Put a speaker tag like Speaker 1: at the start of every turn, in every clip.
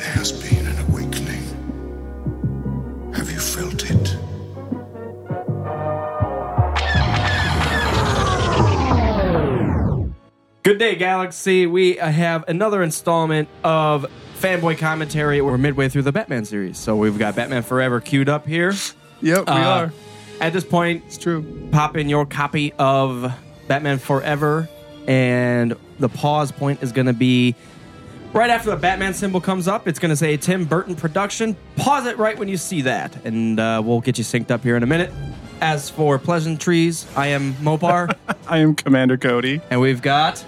Speaker 1: has been an awakening. Have you felt it?
Speaker 2: Good day, Galaxy. We have another installment of fanboy commentary. We're midway through the Batman series, so we've got Batman Forever queued up here.
Speaker 3: Yep, we
Speaker 2: Uh,
Speaker 3: are.
Speaker 2: At this point,
Speaker 3: It's true.
Speaker 2: pop in your copy of Batman Forever, and the pause point is going to be right after the Batman symbol comes up. It's going to say Tim Burton production. Pause it right when you see that, and uh, we'll get you synced up here in a minute. As for pleasantries, I am Mopar,
Speaker 3: I am Commander Cody.
Speaker 2: and we've got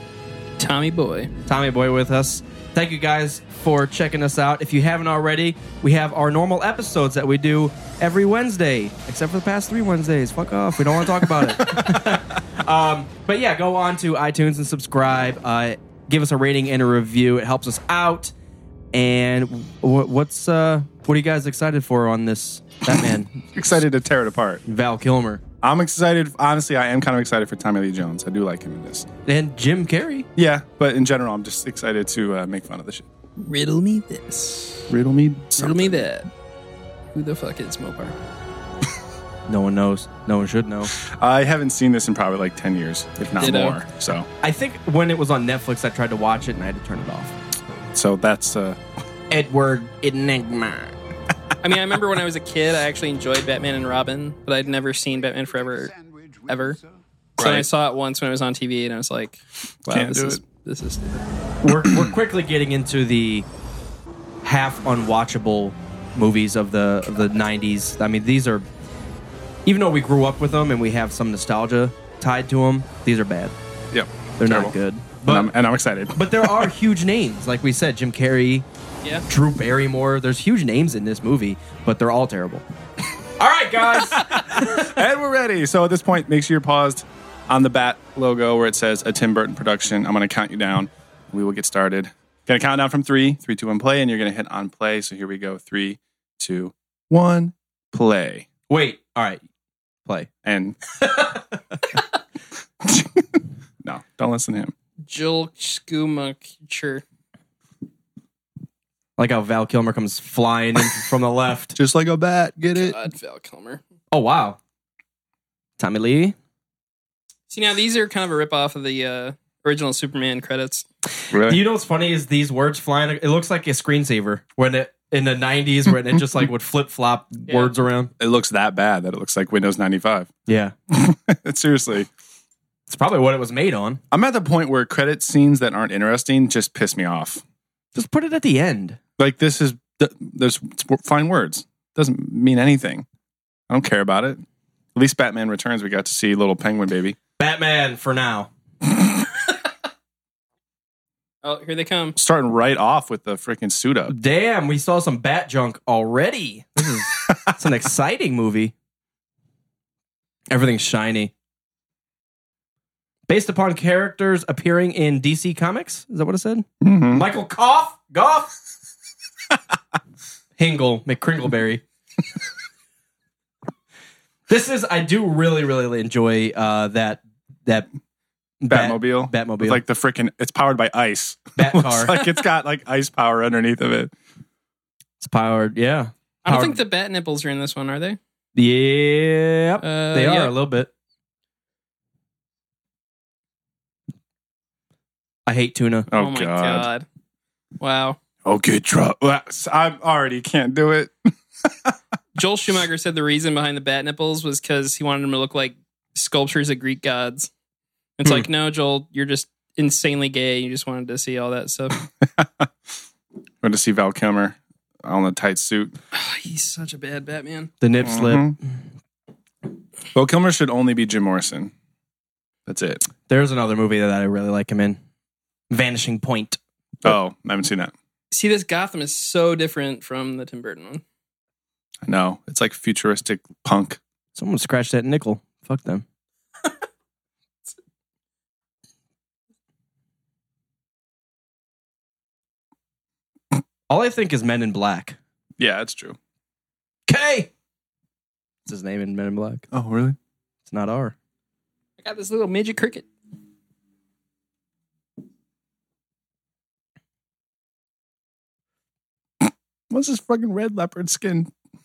Speaker 4: Tommy Boy.
Speaker 2: Tommy Boy with us. Thank you guys for checking us out. If you haven't already, we have our normal episodes that we do every Wednesday, except for the past three Wednesdays. Fuck off. We don't want to talk about it. um, but yeah, go on to iTunes and subscribe. Uh, give us a rating and a review. It helps us out. And wh- what's uh, what are you guys excited for on this Batman
Speaker 3: Excited to tear it apart.
Speaker 2: Val Kilmer
Speaker 3: I'm excited. Honestly, I am kind of excited for Tommy Lee Jones. I do like him in this.
Speaker 2: and Jim Carrey?
Speaker 3: Yeah, but in general, I'm just excited to uh, make fun of the shit.
Speaker 4: Riddle me this.
Speaker 3: Riddle me.
Speaker 4: Riddle me that. Who the fuck is Mopar?
Speaker 2: No one knows. No one should know.
Speaker 3: I haven't seen this in probably like 10 years, if not
Speaker 4: Ditto.
Speaker 3: more. So,
Speaker 2: I think when it was on Netflix, I tried to watch it and I had to turn it off.
Speaker 3: so that's uh,
Speaker 2: Edward Enigma.
Speaker 4: I mean, I remember when I was a kid, I actually enjoyed Batman and Robin, but I'd never seen Batman Forever ever. So I
Speaker 3: Right.
Speaker 4: saw it once when I was on TV, and I was like, "Wow,
Speaker 3: Can't
Speaker 4: this
Speaker 3: do
Speaker 4: is
Speaker 3: it.
Speaker 4: this is stupid."
Speaker 2: We're, we're quickly getting into the half unwatchable movies of the of the 90s. I mean, these are even though we grew up with them and we have some nostalgia tied to them, these are bad.
Speaker 3: yep.
Speaker 2: They're
Speaker 3: terrible.
Speaker 2: not good.
Speaker 3: and,
Speaker 2: But
Speaker 3: I'm, and I'm excited.
Speaker 2: but there are huge names, like we said, Jim Carrey,
Speaker 4: Yeah,
Speaker 2: Drew Barrymore. There's huge names in this movie, but they're all terrible. all right, guys.
Speaker 3: and we're ready. So at this point, make sure you're paused on the bat logo where it says a Tim Burton production. I'm going to count you down. We will get started. Going to count down from three, three, two, one, play, and you're going to hit on play. So here we go. Three, two, one, play.
Speaker 2: Wait. All right. Play.
Speaker 3: And no, don't listen to him.
Speaker 4: Joel Schumacher.
Speaker 2: Like how Val Kilmer comes flying in from the left.
Speaker 3: Just like a bat, get it?
Speaker 4: God, Val Kilmer.
Speaker 2: Oh wow. Tommy Lee.
Speaker 4: See, now these are kind of a ripoff of the uh, original Superman credits.
Speaker 3: Really?
Speaker 2: You know what's funny is these words flying. It looks like a screensaver when it in the '90s when it just like would flip flop words around.
Speaker 3: it looks that bad that it looks like Windows 95.
Speaker 2: Yeah,
Speaker 3: Seriously.
Speaker 2: it's probably what it was made on.
Speaker 3: I'm at the point where credit scenes that aren't interesting just piss me off.
Speaker 2: Just put it at the end.
Speaker 3: like this is th- there's fine words doesn't mean anything i don't care about it at least batman returns we got to see little penguin baby
Speaker 2: Batman for now.
Speaker 4: Oh, here they come.
Speaker 3: starting right off with the freaking suit up
Speaker 2: Damn, we saw some bat junk already. This is it's an exciting movie. Everything's shiny. Based upon characters appearing in DC Comics, is that what I said?
Speaker 3: mm-hmm.
Speaker 2: Michael Koff? Goff? Hingle, McCringleberry. this is, I do really, really enjoy uh, that, that Bat-
Speaker 3: batmobile
Speaker 2: Batmobile,
Speaker 3: It's like the freaking it's powered by ice
Speaker 2: Bat car.
Speaker 3: Looks like it's got like ice power underneath of it
Speaker 2: it's powered, yeah.
Speaker 4: I don't
Speaker 2: Power-
Speaker 4: think the bat nipples are in this one, are they?
Speaker 2: Yep.
Speaker 4: Uh,
Speaker 2: they are
Speaker 4: yeah.
Speaker 2: a little bit. I hate tuna.
Speaker 3: oh,
Speaker 4: oh my
Speaker 3: god. Oh,
Speaker 4: god! Wow.
Speaker 3: okay truck i'm already can't do it
Speaker 4: Joel Schumacher said the reason behind the bat nipples was because he wanted them to look like sculptures of Greek gods. It's
Speaker 2: Hmm.
Speaker 4: like, no, Joel, you're just insanely gay. You just wanted to see all that stuff.
Speaker 3: going to see val kilmer on a tight suit
Speaker 4: Ah, He's such a bad Batman.
Speaker 2: The nip slip.
Speaker 3: Mhm. val kilmer should only be jim morrison that's it
Speaker 2: There's another movie that I really like him in. Vanishing Point.
Speaker 3: oh i haven't seen that
Speaker 4: See, this Gotham is so different from the Tim Burton one.
Speaker 3: I know. It's like futuristic punk.
Speaker 2: Someone scratched that nickel. Fuck them. All I think is Men in Black.
Speaker 3: Yeah, it's true.
Speaker 2: K. It's his name in Men in Black.
Speaker 3: Oh, really?
Speaker 2: It's not R.
Speaker 4: I got this little midget cricket.
Speaker 3: What's this fucking red leopard skin?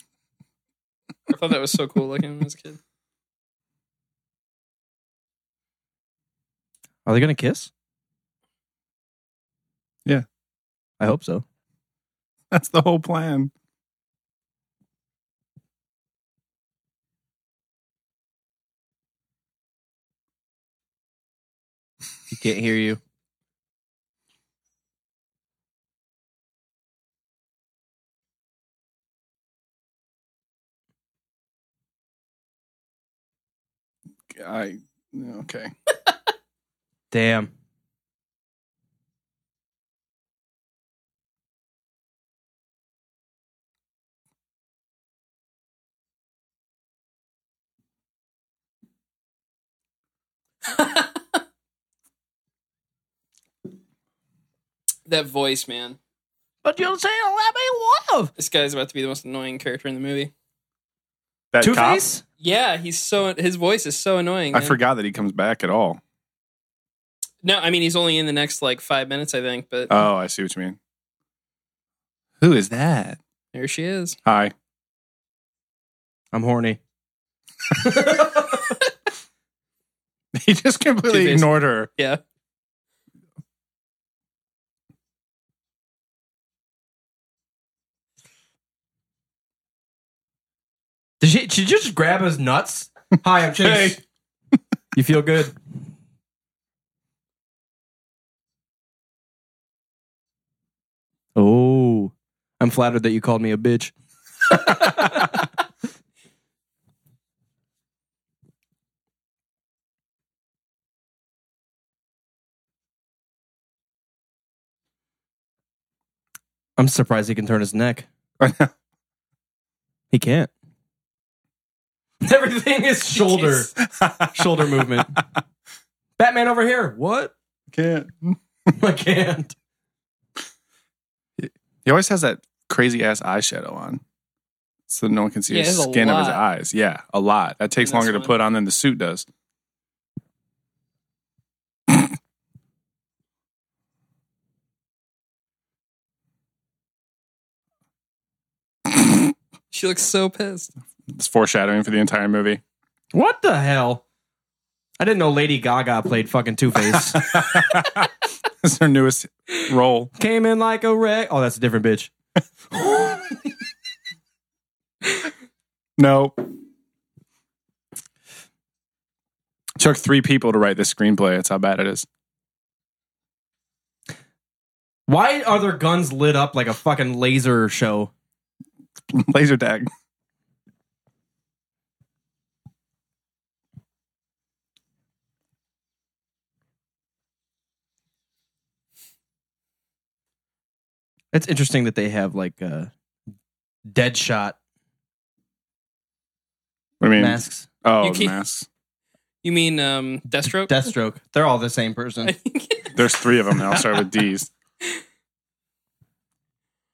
Speaker 4: I thought that was so cool looking as a kid.
Speaker 2: Are they gonna kiss?
Speaker 3: Yeah.
Speaker 2: I hope so.
Speaker 3: That's the whole plan.
Speaker 2: He can't hear you.
Speaker 3: I okay.
Speaker 2: Damn.
Speaker 4: That voice, man.
Speaker 2: But you'll say let me love.
Speaker 4: This guy's about to be the most annoying character in the movie.
Speaker 3: That
Speaker 2: Two
Speaker 3: cop?
Speaker 2: Face?
Speaker 4: Yeah, he's so his voice is so annoying.
Speaker 3: I
Speaker 4: man.
Speaker 3: forgot that he comes back at all.
Speaker 4: No, I mean he's only in the next like five minutes, I think. But
Speaker 3: Oh, I see what you mean. Who is that?
Speaker 4: there she is.
Speaker 3: Hi.
Speaker 2: I'm horny.
Speaker 3: He just completely
Speaker 4: Two-Face.
Speaker 3: ignored her.
Speaker 4: Yeah.
Speaker 2: Did she, did she just grab his nuts? Hi, I'm Chase.
Speaker 3: Hey.
Speaker 2: You feel good? Oh, I'm flattered that you called me a bitch. I'm surprised he can turn his neck. He can't. Everything is shoulder shoulder movement. Batman over here. What?
Speaker 3: Can't.
Speaker 2: I can't.
Speaker 3: He always has that crazy ass eyeshadow on. So no one can see
Speaker 4: Yeah,
Speaker 3: his
Speaker 4: there's a
Speaker 3: skin of his
Speaker 4: lot.
Speaker 3: eyes. Yeah, a lot. That takes
Speaker 4: In this
Speaker 3: longer
Speaker 4: one.
Speaker 3: to put on than the suit does.
Speaker 4: She looks so pissed.
Speaker 3: It's foreshadowing for the entire movie.
Speaker 2: What the hell? I didn't know Lady Gaga played fucking Two Face.
Speaker 3: It's her newest role.
Speaker 2: Came in like a wreck. Oh, that's a different bitch.
Speaker 3: No. Took three people to write this screenplay. That's how bad it is.
Speaker 2: Why are their guns lit up like a fucking laser show?
Speaker 3: Laser tag.
Speaker 2: It's interesting that they have like uh, dead shot
Speaker 3: What do you mean?
Speaker 2: masks.
Speaker 3: Oh,
Speaker 4: You
Speaker 3: the
Speaker 4: keep-
Speaker 3: masks.
Speaker 4: You mean um Deathstroke?
Speaker 2: Deathstroke. They're all the same person.
Speaker 3: There's three of them, and I'll start with D's.
Speaker 4: I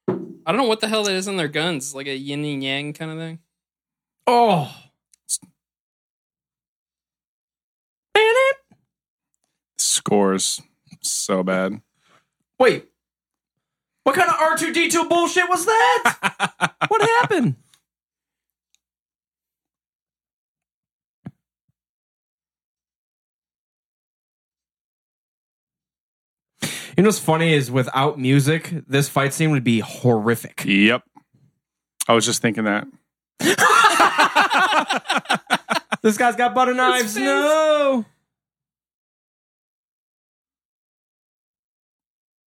Speaker 4: don't know what the hell that is on their guns. It's like a yin and yang kind of thing.
Speaker 2: Oh.
Speaker 3: Scores so bad.
Speaker 2: Wait. What kind of R2D2 bullshit was that? what happened? You know what's funny is without music, this fight scene would be horrific.
Speaker 3: Yep. I was just thinking that.
Speaker 2: this guy's got butter knives. No.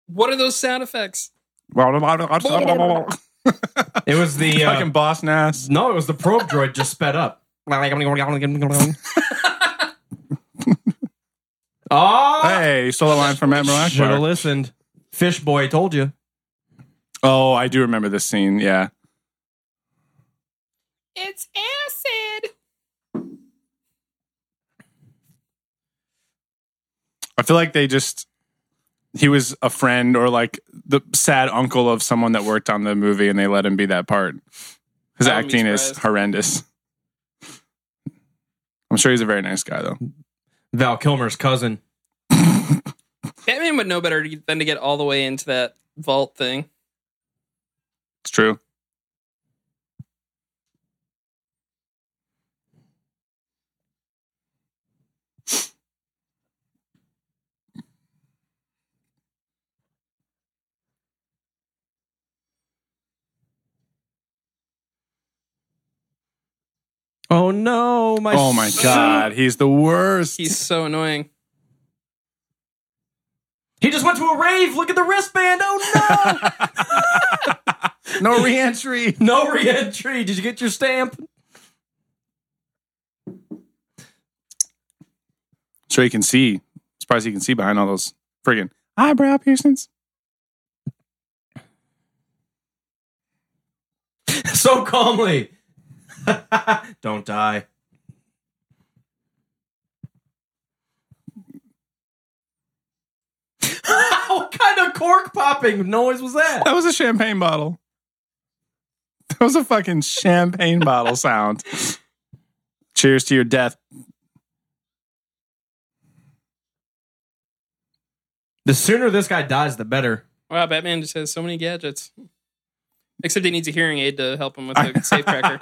Speaker 4: What are those sound effects?
Speaker 3: Fucking
Speaker 2: It was the uh,
Speaker 3: boss nass.
Speaker 2: no, it was the probe droid just sped up. oh,
Speaker 3: Hey, you stole a line from Admiral
Speaker 2: Should have
Speaker 3: Ackbar.
Speaker 2: listened. Fish boy told you.
Speaker 3: Oh, I do remember this scene. Yeah.
Speaker 4: It's acid.
Speaker 3: I feel like they just he was a friend or like the sad uncle of someone that worked on the movie and they let him be that part. His
Speaker 4: I wouldn't be
Speaker 3: acting is
Speaker 4: surprised.
Speaker 3: horrendous. I'm sure he's a very nice guy though.
Speaker 2: Val Kilmer's cousin.
Speaker 4: Batman would know better to- than to get all the way into that vault thing.
Speaker 3: It's true.
Speaker 2: Oh no, my
Speaker 3: oh my
Speaker 2: s-
Speaker 3: god, he's the worst.
Speaker 4: He's so annoying.
Speaker 2: He just went to a rave. Look at the wristband. Oh no.
Speaker 3: no reentry.
Speaker 2: no reentry. Did you get your stamp?
Speaker 3: So he can see. Surprised he can see behind all those friggin' eyebrow piercings.
Speaker 2: so calmly. Don't die. what kind of cork popping noise was that?
Speaker 3: That was a champagne bottle. That was a fucking champagne bottle sound. Cheers to your death.
Speaker 2: The sooner this guy dies, the better.
Speaker 4: Wow, Batman just has so many gadgets. Except he needs a hearing aid to help him with the safe cracker.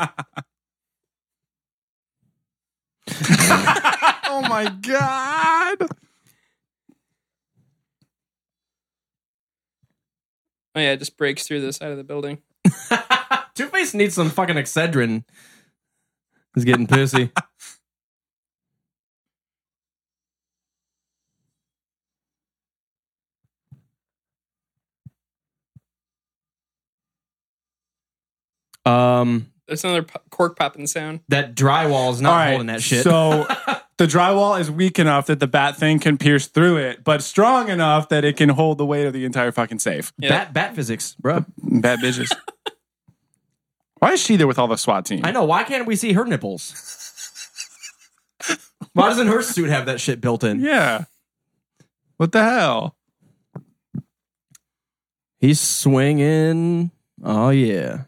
Speaker 3: Oh my god.
Speaker 4: Oh yeah, it just breaks through the side of the building.
Speaker 2: Two Face needs some fucking Excedrin. He's getting pissy. um,
Speaker 4: There's another po- cork popping sound.
Speaker 2: that drywall's not
Speaker 3: All right,
Speaker 2: holding that shit.
Speaker 3: So the drywall is weak enough that the bat thing can pierce through it, but strong enough that it can hold the weight of the entire fucking safe.
Speaker 4: Yeah.
Speaker 2: bat, bat physics, bruh.
Speaker 3: Bad bitches. Why is she there with all the SWAT team?
Speaker 2: I know. Why can't we see her nipples? Why doesn't her suit have that shit built in?
Speaker 3: Yeah. What the hell?
Speaker 2: He's swinging. Oh yeah.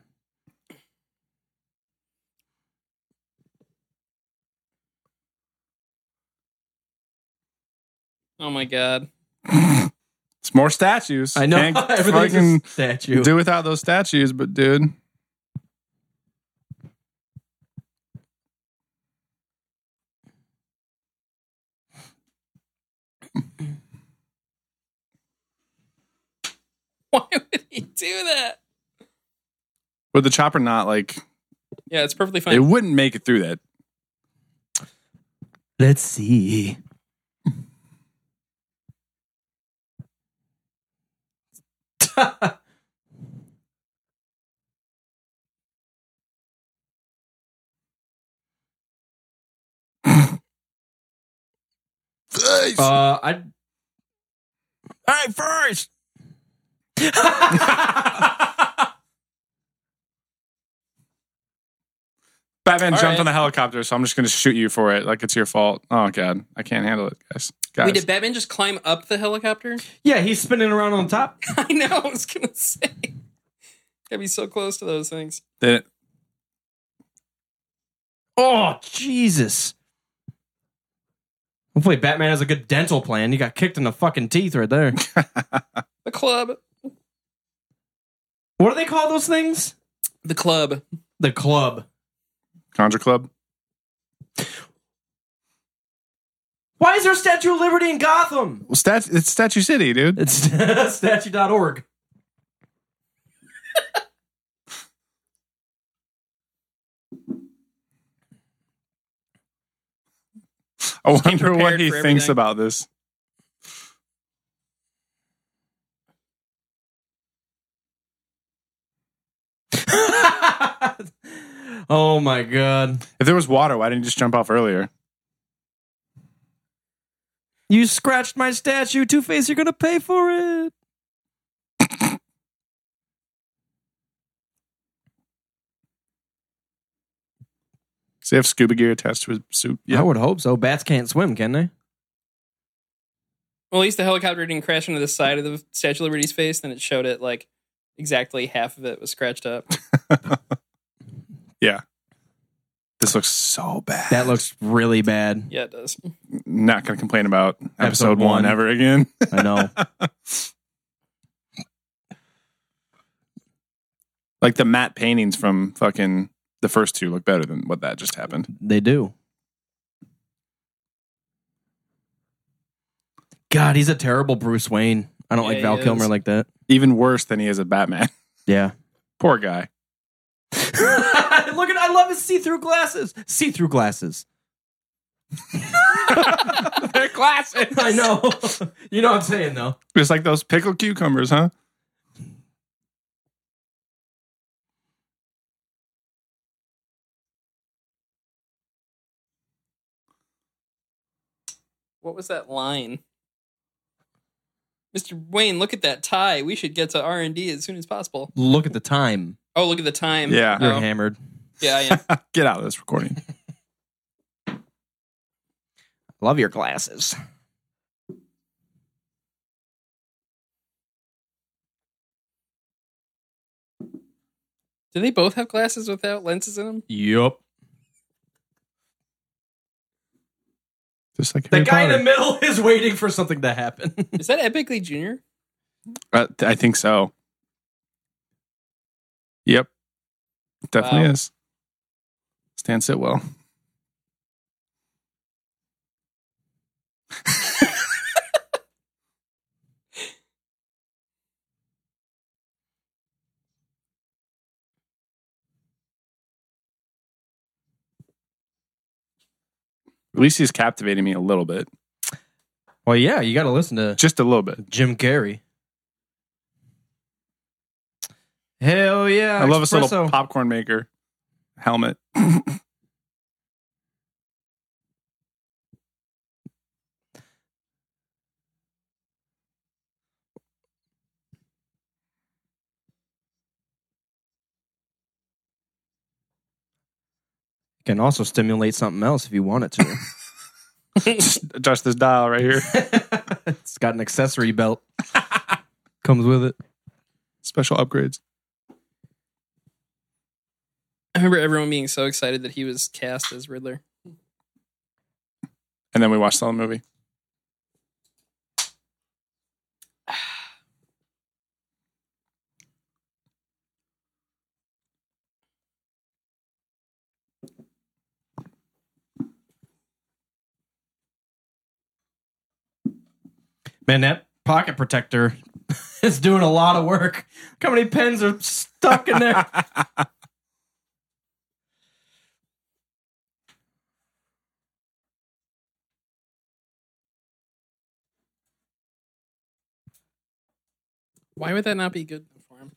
Speaker 4: Oh my god.
Speaker 3: It's more statues.
Speaker 2: I know.
Speaker 3: Can't
Speaker 2: Everything's
Speaker 3: fucking
Speaker 2: a statue.
Speaker 3: do without those statues, but dude.
Speaker 4: Why would he do that?
Speaker 3: Would the chopper not like
Speaker 4: Yeah, it's perfectly fine.
Speaker 3: it wouldn't make it through that.
Speaker 2: Let's see. Uh, I. Hey, first.
Speaker 3: Batman
Speaker 4: All
Speaker 3: jumped
Speaker 4: right.
Speaker 3: on the helicopter, so I'm just gonna shoot you for it. Like it's your fault. Oh god. I can't handle it, guys. Guys.
Speaker 4: Wait, did Batman just climb up the helicopter?
Speaker 2: Yeah, he's spinning around on top.
Speaker 4: I know, I was gonna say. Gotta be so close to those things.
Speaker 3: Did it-
Speaker 2: Oh Jesus! Hopefully, Batman has a good dental plan. He got kicked in the fucking teeth right there.
Speaker 4: The club.
Speaker 2: what do they call those things?
Speaker 4: The club.
Speaker 2: The club.
Speaker 3: Conjure Club?
Speaker 2: Why is there a Statue of Liberty in Gotham?
Speaker 3: Well, stat- it's Statue City, dude.
Speaker 2: It's statue.org.
Speaker 3: I wonder what
Speaker 4: prepared
Speaker 3: he
Speaker 4: for
Speaker 3: thinks
Speaker 4: everything.
Speaker 3: about this.
Speaker 2: oh my god.
Speaker 3: If there was water, why didn't you just jump off earlier?
Speaker 2: You scratched my statue, Two Face, you're gonna pay for it.
Speaker 3: Does he have scuba gear attached to his suit? Oh,
Speaker 2: I would hope so. Bats can't swim, can they?
Speaker 4: Well, at least the helicopter didn't crash into the side of the Statue of Liberty's face, then it showed it like exactly half of it was scratched up.
Speaker 3: This looks so bad.
Speaker 2: That looks really bad.
Speaker 4: Yeah, it does.
Speaker 3: Not going to complain about episode,
Speaker 2: Episode
Speaker 3: one.
Speaker 2: one.
Speaker 3: ever again.
Speaker 2: I know.
Speaker 3: Like the matte paintings from fucking the first two look better than what that just happened.
Speaker 2: They do. God, he's a terrible Bruce Wayne. I don't
Speaker 4: Yeah,
Speaker 2: like Val
Speaker 4: he
Speaker 2: Kilmer
Speaker 4: is.
Speaker 2: like that.
Speaker 3: Even worse than he is at Batman.
Speaker 2: Yeah.
Speaker 3: Poor guy.
Speaker 2: Look at I love his see-through glasses. See-through glasses.
Speaker 3: They're classic.
Speaker 2: I know. you know what I'm saying though.
Speaker 3: Just like those pickled cucumbers, huh?
Speaker 4: What was that line? Mr. Wayne, look at that tie. We should get to R and D as soon as possible.
Speaker 2: Look at the time.
Speaker 4: Oh, look at the time.
Speaker 3: Yeah.
Speaker 2: You're
Speaker 4: Oh,
Speaker 2: hammered.
Speaker 4: yeah, I am.
Speaker 3: Get out of this recording.
Speaker 2: Love your glasses.
Speaker 4: Do they both have glasses without lenses in them?
Speaker 2: Yup.
Speaker 3: Just like
Speaker 2: The
Speaker 3: Harry
Speaker 2: guy in the
Speaker 3: Potter.
Speaker 2: middle is waiting for something to happen.
Speaker 4: Is that Epically Jr.?
Speaker 3: Uh, th- I think so. Yep. Definitely
Speaker 4: Wow.
Speaker 3: is. Stan Sitwell. At least he's captivating me a little bit.
Speaker 2: well, yeah, you got to listen to
Speaker 3: Just a little bit.
Speaker 2: Jim Carrey. Hell yeah!
Speaker 3: I love this little
Speaker 2: Uh, espresso.
Speaker 3: popcorn maker helmet.
Speaker 2: Can also stimulate something else if you want it to.
Speaker 3: Adjust this dial right here.
Speaker 2: it's got an accessory belt. Comes with it.
Speaker 3: Special upgrades.
Speaker 4: I remember everyone being so excited that he was cast as Riddler.
Speaker 3: And then we watched the whole movie.
Speaker 2: Man, that pocket protector is doing a lot of work. Look How many pens are stuck in there?
Speaker 4: Why would that not be good for him?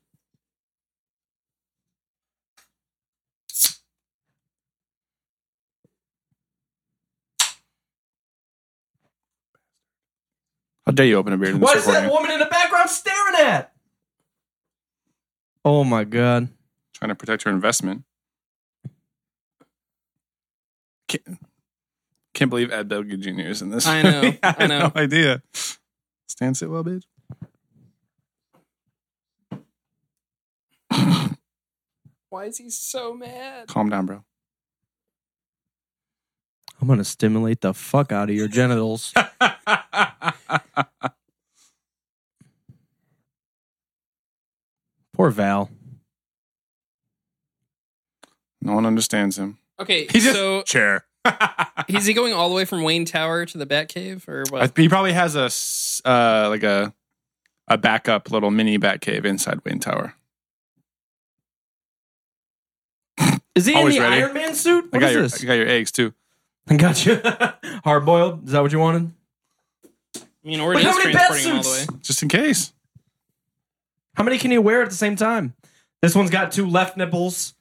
Speaker 3: How dare you open a beer? in this
Speaker 2: what is that
Speaker 3: recording?
Speaker 2: woman in the background staring at? Oh my god.
Speaker 3: Trying to protect your investment. Can't, can't believe Ed Belge Jr. is in this.
Speaker 4: I know,
Speaker 3: movie.
Speaker 4: I
Speaker 3: had
Speaker 4: know.
Speaker 3: no idea. Stan Sitwell, bitch.
Speaker 4: Why is he so mad?
Speaker 3: Calm down, bro.
Speaker 2: I'm gonna stimulate the fuck out of your genitals. Poor Val.
Speaker 3: No one understands him.
Speaker 4: Okay,
Speaker 3: He just
Speaker 4: so
Speaker 3: chair.
Speaker 4: is he going all the way from Wayne Tower to the Batcave or
Speaker 3: I-
Speaker 4: what?
Speaker 3: he probably has a s- uh, like a a backup little mini bat cave inside Wayne Tower.
Speaker 2: Is he
Speaker 3: Always
Speaker 2: in the
Speaker 3: ready.
Speaker 2: Iron Man suit?
Speaker 3: I
Speaker 2: What
Speaker 3: got
Speaker 2: is
Speaker 3: your
Speaker 2: this?
Speaker 3: I got your eggs too.
Speaker 2: Gotcha. Hard boiled. Is that what you wanted?
Speaker 4: I mean, already
Speaker 2: But
Speaker 4: is
Speaker 2: how many bat
Speaker 4: transporting him all the way.
Speaker 3: Just in case.
Speaker 2: How many can you wear at the same time? This one's got two left nipples.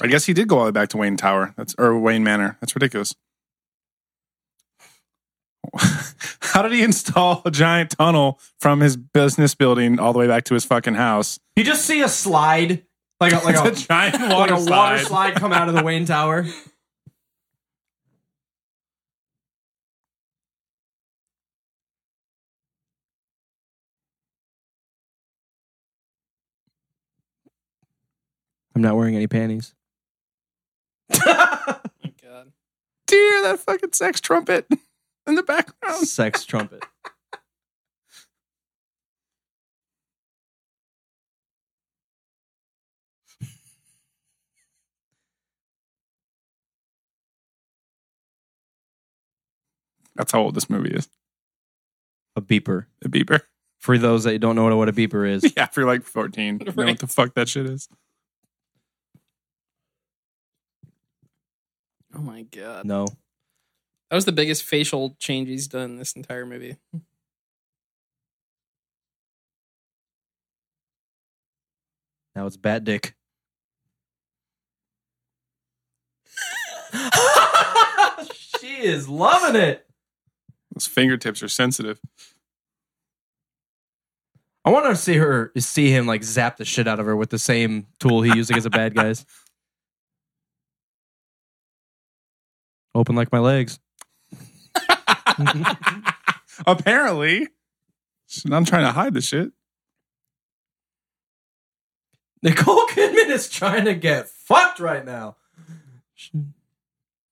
Speaker 3: I guess he did go all the way back to Wayne Tower. That's or Wayne Manor. That's ridiculous. How did he install a giant tunnel from his business building all the way back to his fucking house?
Speaker 2: You just see a slide, like a, like
Speaker 3: It's
Speaker 2: a,
Speaker 3: a giant
Speaker 2: like
Speaker 3: water,
Speaker 2: a water
Speaker 3: slide.
Speaker 2: slide come out of the Wayne Tower. I'm not wearing any panties.
Speaker 4: Oh, God.
Speaker 3: Dear that fucking sex trumpet in the background.
Speaker 2: Sex trumpet.
Speaker 3: That's how old this movie is.
Speaker 2: A beeper.
Speaker 3: The beeper.
Speaker 2: For those that don't know what a beeper is,
Speaker 3: Yeah, if you're like 14, you know
Speaker 4: Right.
Speaker 3: what the fuck that shit is.
Speaker 4: Oh my god,
Speaker 2: no.
Speaker 4: that was the biggest facial change he's done this entire movie.
Speaker 2: Now it's bat dick. she is loving it.
Speaker 3: Those fingertips are sensitive.
Speaker 2: I want to see her see him like zap the shit out of her with the same tool he used against the bad guys. Open like my legs.
Speaker 3: Apparently. Shit, I'm trying to hide the shit.
Speaker 2: Nicole Kidman is trying to get fucked right now.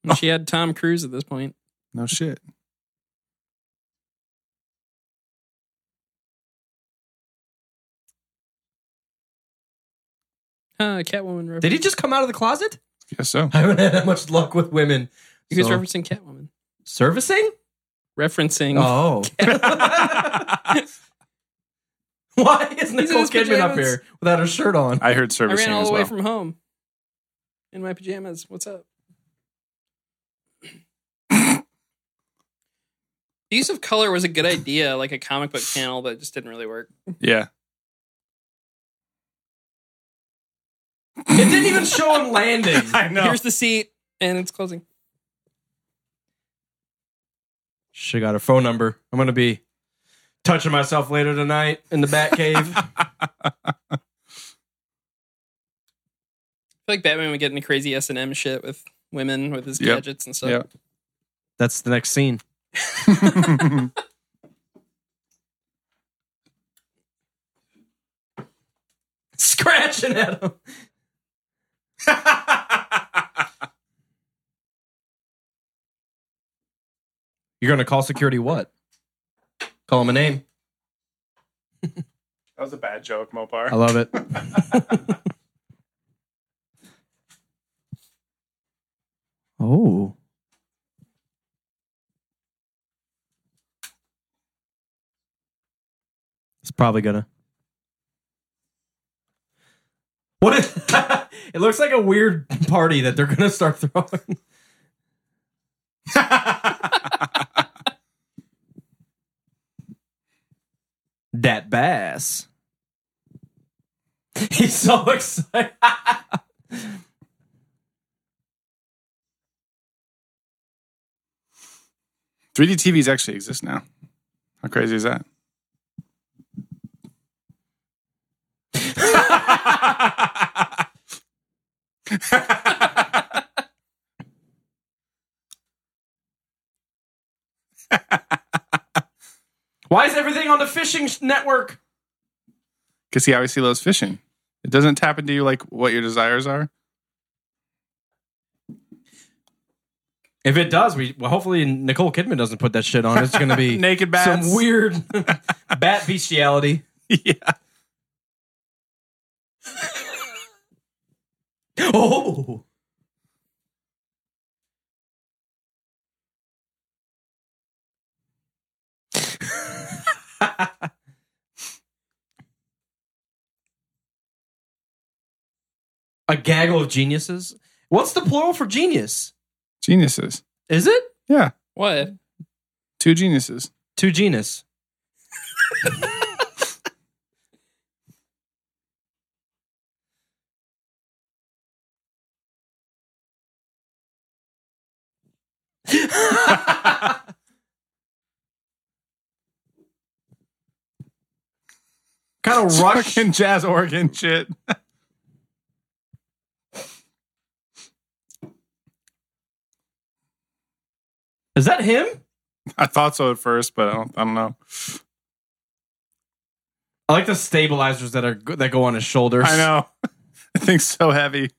Speaker 2: Oh.
Speaker 4: She had Tom Cruise at this point.
Speaker 3: No shit.
Speaker 4: Uh, Catwoman. Reference.
Speaker 2: Did he just come out of the closet?
Speaker 3: Guess so.
Speaker 2: I haven't had that much luck with women.
Speaker 4: He was
Speaker 2: So-
Speaker 4: referencing Catwoman.
Speaker 2: servicing?
Speaker 4: Referencing.
Speaker 2: Oh. Why is
Speaker 4: He's in
Speaker 2: Nicole
Speaker 4: his
Speaker 2: Kidman up
Speaker 4: pajamas.
Speaker 2: here without her shirt on?
Speaker 3: I heard
Speaker 4: I
Speaker 3: servicing
Speaker 4: ran all
Speaker 3: as
Speaker 4: the way
Speaker 3: well.
Speaker 4: from home in my pajamas. What's up? the use of color was a good idea, like a comic book panel, but it just didn't really work.
Speaker 3: yeah.
Speaker 2: It didn't even show him landing.
Speaker 3: I know.
Speaker 4: Here's the seat, and it's closing.
Speaker 2: She got her phone number. I'm gonna be touching myself later tonight in the Batcave.
Speaker 4: I feel like Batman would get into crazy S and M shit with women with his
Speaker 3: Yep.
Speaker 4: gadgets and stuff.
Speaker 3: Yep.
Speaker 2: That's the next scene. Scratching at him. You're gonna call security what? Call him a name.
Speaker 3: That was a bad joke, Mopar.
Speaker 2: I love it. oh. It's probably gonna. What is it looks like a weird party that they're gonna start throwing. that bass. He's so excited.
Speaker 3: Three D TVs actually exist now. How crazy is that?
Speaker 2: Why is everything on the fishing sh- network?
Speaker 3: Because he obviously loves fishing. It doesn't tap into you like what your desires are.
Speaker 2: If it does, we well, hopefully Nicole Kidman doesn't put that shit on. It's going to be
Speaker 3: Naked bats.
Speaker 2: some weird bat bestiality.
Speaker 3: yeah.
Speaker 2: Oh, a gaggle of geniuses. What's the plural for genius?
Speaker 3: Geniuses.
Speaker 2: Is it
Speaker 3: Yeah.
Speaker 4: What?
Speaker 3: Two geniuses.
Speaker 2: two genus? kind of rush.
Speaker 3: Fucking jazz organ shit.
Speaker 2: Is that him?
Speaker 3: I thought so at first, but I don't, I don't know.
Speaker 2: I like the stabilizers that are go- that go on his shoulders.
Speaker 3: I know. I think so heavy.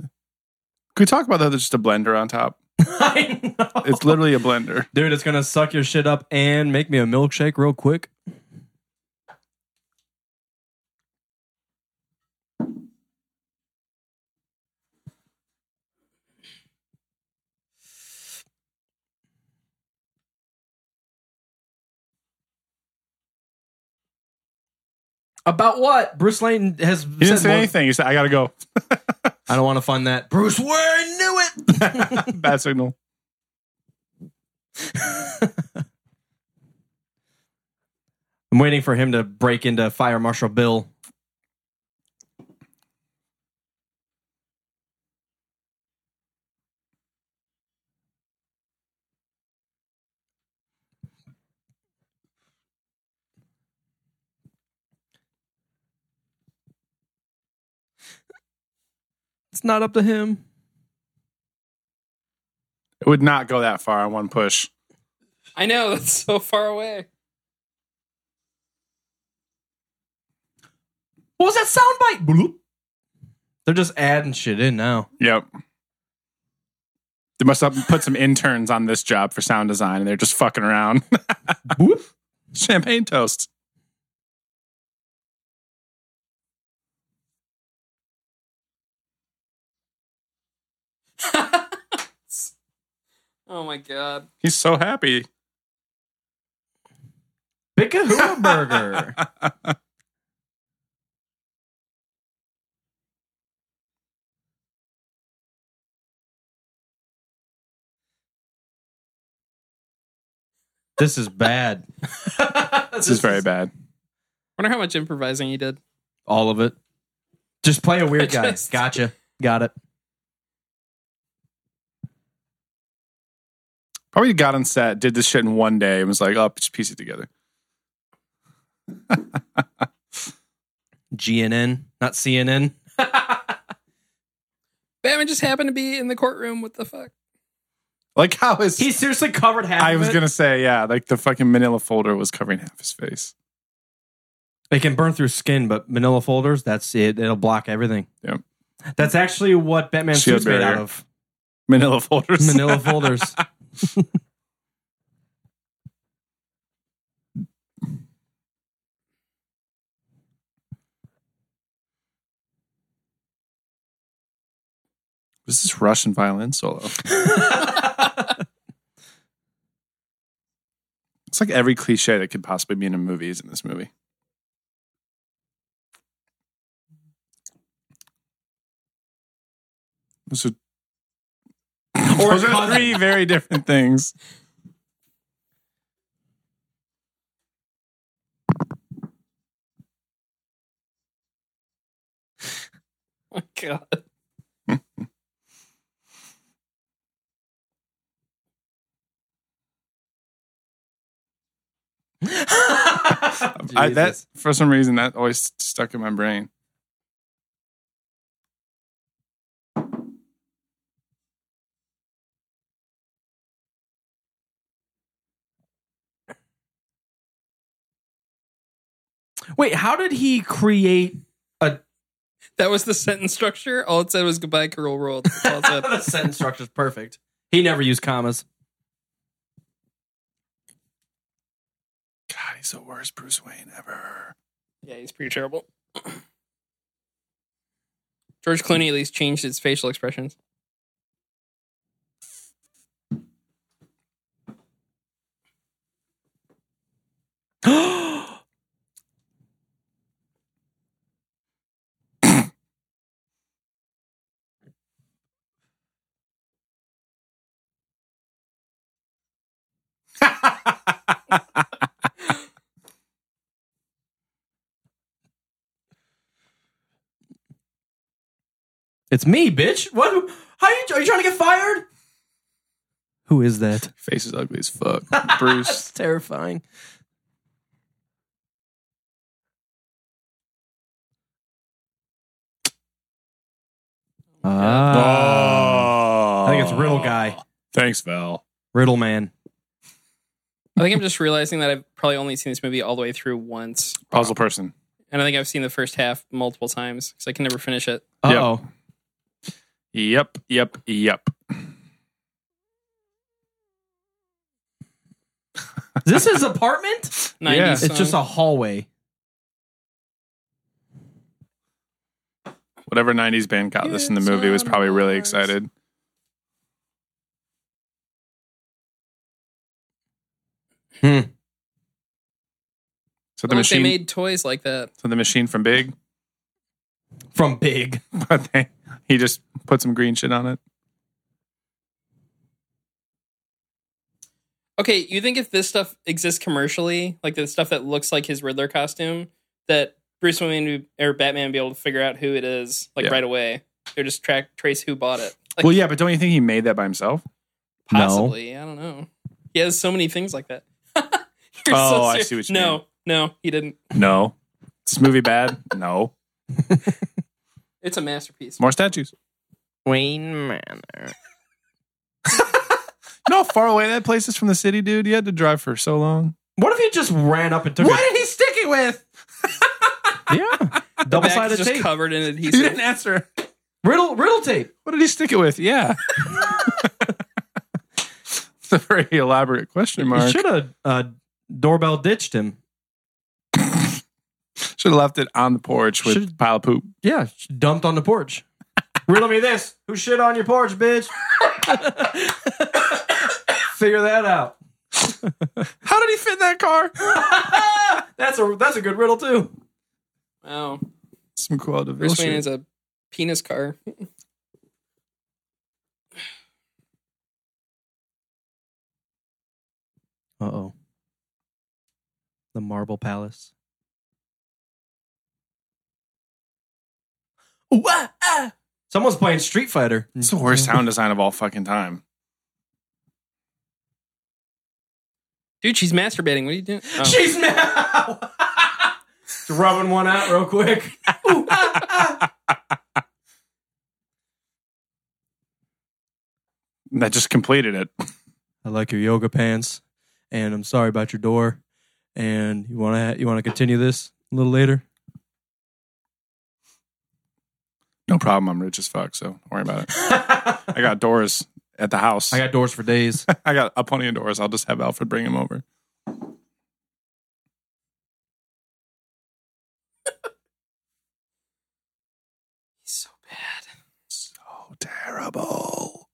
Speaker 3: Could we talk about that? There's just a blender on top.
Speaker 2: I know.
Speaker 3: It's literally a blender.
Speaker 2: Dude, it's gonna suck your shit up and make me a milkshake real quick. About what? Bruce Lane has
Speaker 3: He didn't
Speaker 2: said
Speaker 3: say
Speaker 2: more-
Speaker 3: anything. He said, "I gotta go."
Speaker 2: I don't want to fund that. Bruce Wayne knew it.
Speaker 3: Bad signal.
Speaker 2: I'm waiting for him to break into Fire Marshal Bill. It's not up to him.
Speaker 3: It would not go that far on one push.
Speaker 4: I know that's so far away.
Speaker 2: What was that sound bite? Bloop. They're just adding shit in now.
Speaker 3: Yep. They must have put some interns on this job for sound design, and they're just fucking around.
Speaker 2: Whoop.
Speaker 3: Champagne toast.
Speaker 4: Oh my god.
Speaker 3: He's so happy.
Speaker 2: Bickahoo burger. this is bad.
Speaker 3: This is very bad.
Speaker 4: Wonder how much improvising he did.
Speaker 2: All of it. Just play a weird guy.
Speaker 4: Just-
Speaker 2: Gotcha. Got it.
Speaker 3: Probably got on set, did this shit in one day, and was like, "Oh, just piece it together."
Speaker 2: GNN, not CNN.
Speaker 4: Batman just happened to be in the courtroom. What the fuck?
Speaker 3: Like how is
Speaker 2: He seriously covered half.
Speaker 3: I
Speaker 2: of
Speaker 3: was
Speaker 2: it.
Speaker 3: gonna say, yeah, like the fucking Manila folder was covering half his face.
Speaker 2: It can burn through skin, but manila folders, that's it. It'll block everything.
Speaker 3: Yep.
Speaker 2: That's actually what Batman
Speaker 3: Shield
Speaker 2: suits made out
Speaker 3: barrier.
Speaker 2: of.
Speaker 3: Manila folders.
Speaker 2: Manila folders.
Speaker 3: was this Russian violin solo? It's like every cliche that could possibly be in a movie is in this movie. Those are, those are three very different things.
Speaker 4: Oh my god.
Speaker 3: I, that
Speaker 2: Jesus.
Speaker 3: for some reason that always stuck in my brain.
Speaker 2: Wait, how did he create
Speaker 4: That was the sentence structure. All it said was goodbye, Carol World. That's all it said.
Speaker 2: the sentence structure's perfect. He never used commas.
Speaker 3: God, he's the worst Bruce Wayne ever.
Speaker 4: yeah, he's pretty terrible. George Clooney at least changed his facial expressions.
Speaker 2: Wait, It's me, bitch. What? How you? Are you trying to get fired? Who is that?
Speaker 3: Face is ugly as fuck. Bruce.
Speaker 2: That's terrifying.
Speaker 3: Oh.
Speaker 2: Ah, I think it's Riddle Guy,
Speaker 3: Thanks, Val.
Speaker 2: Riddle Man.
Speaker 4: I think I'm just realizing that I've probably only seen this movie all the way through once,
Speaker 3: Puzzle person.
Speaker 4: and I think I've seen the first half multiple times because I can never finish it.
Speaker 2: Uh
Speaker 3: Yep.
Speaker 2: oh.
Speaker 3: Yep, yep, yep.
Speaker 2: Is this his apartment?
Speaker 4: 90s
Speaker 3: Yeah.
Speaker 2: It's just a hallway.
Speaker 3: Whatever 90s band got this in the movie was probably really excited. So the
Speaker 4: Like they
Speaker 3: machine,
Speaker 4: made toys like that.
Speaker 3: so the machine from Big,
Speaker 2: From Big.
Speaker 3: but they, he just put some green shit on it.
Speaker 4: Okay, you think if this stuff exists commercially, like the stuff that looks like his Riddler costume, that Bruce Wayne would- or Batman would be able to figure out who it is like
Speaker 3: Yeah.
Speaker 4: right away? Or just track trace who bought it? Like,
Speaker 3: well, yeah, but don't you think he made that by himself?
Speaker 2: No.
Speaker 4: possibly. I don't know. He has so many things like that. You're
Speaker 3: Oh, I
Speaker 4: serious.
Speaker 3: see what you
Speaker 4: no,
Speaker 3: mean.
Speaker 4: no, he didn't.
Speaker 3: No. Is this movie bad? no.
Speaker 4: It's a masterpiece.
Speaker 3: More statues.
Speaker 2: Wayne Manor.
Speaker 3: You know how far away that place is from the city, dude? You had to drive for so long.
Speaker 2: What if he just ran up and took
Speaker 3: What
Speaker 2: did he stick it with? yeah.
Speaker 4: The
Speaker 2: Double
Speaker 4: back is
Speaker 2: sided
Speaker 4: just
Speaker 2: tape.
Speaker 4: covered in
Speaker 3: You
Speaker 4: adhesive.
Speaker 3: didn't answer.
Speaker 2: riddle riddle tape.
Speaker 3: What did he stick it with? Yeah. it's a very elaborate question
Speaker 2: You
Speaker 3: mark.
Speaker 2: should have uh, doorbell ditched him.
Speaker 3: Should have left it on the porch with
Speaker 2: Should've-
Speaker 3: pile of poop.
Speaker 2: Yeah, sh- dumped on the porch. riddle me this. Who shit on your porch, bitch? Figure that out.
Speaker 3: How did he fit in that car?
Speaker 2: that's a that's a good riddle too.
Speaker 4: Wow.
Speaker 3: Some cool
Speaker 4: Oh, Bruce Wayne is a penis car.
Speaker 2: Uh oh. The Marble Palace. Ooh, ah, ah. Someone's playing Street Fighter.
Speaker 3: It's the worst sound design of all fucking time.
Speaker 4: Dude, she's masturbating. What are you doing? Oh.
Speaker 2: She's now. Just rubbing one out real quick. Ooh, ah, ah.
Speaker 3: That just completed it.
Speaker 2: I like your yoga pants, and I'm sorry about your door. And you want to you want to continue this a little later?
Speaker 3: No problem. I'm rich as fuck, so don't worry about it.
Speaker 2: I
Speaker 3: I got doors at the house.
Speaker 2: got doors for days.
Speaker 3: I got a plenty of doors. I'll just have Alfred bring him over.
Speaker 4: He's so bad.
Speaker 3: So Oh, terrible.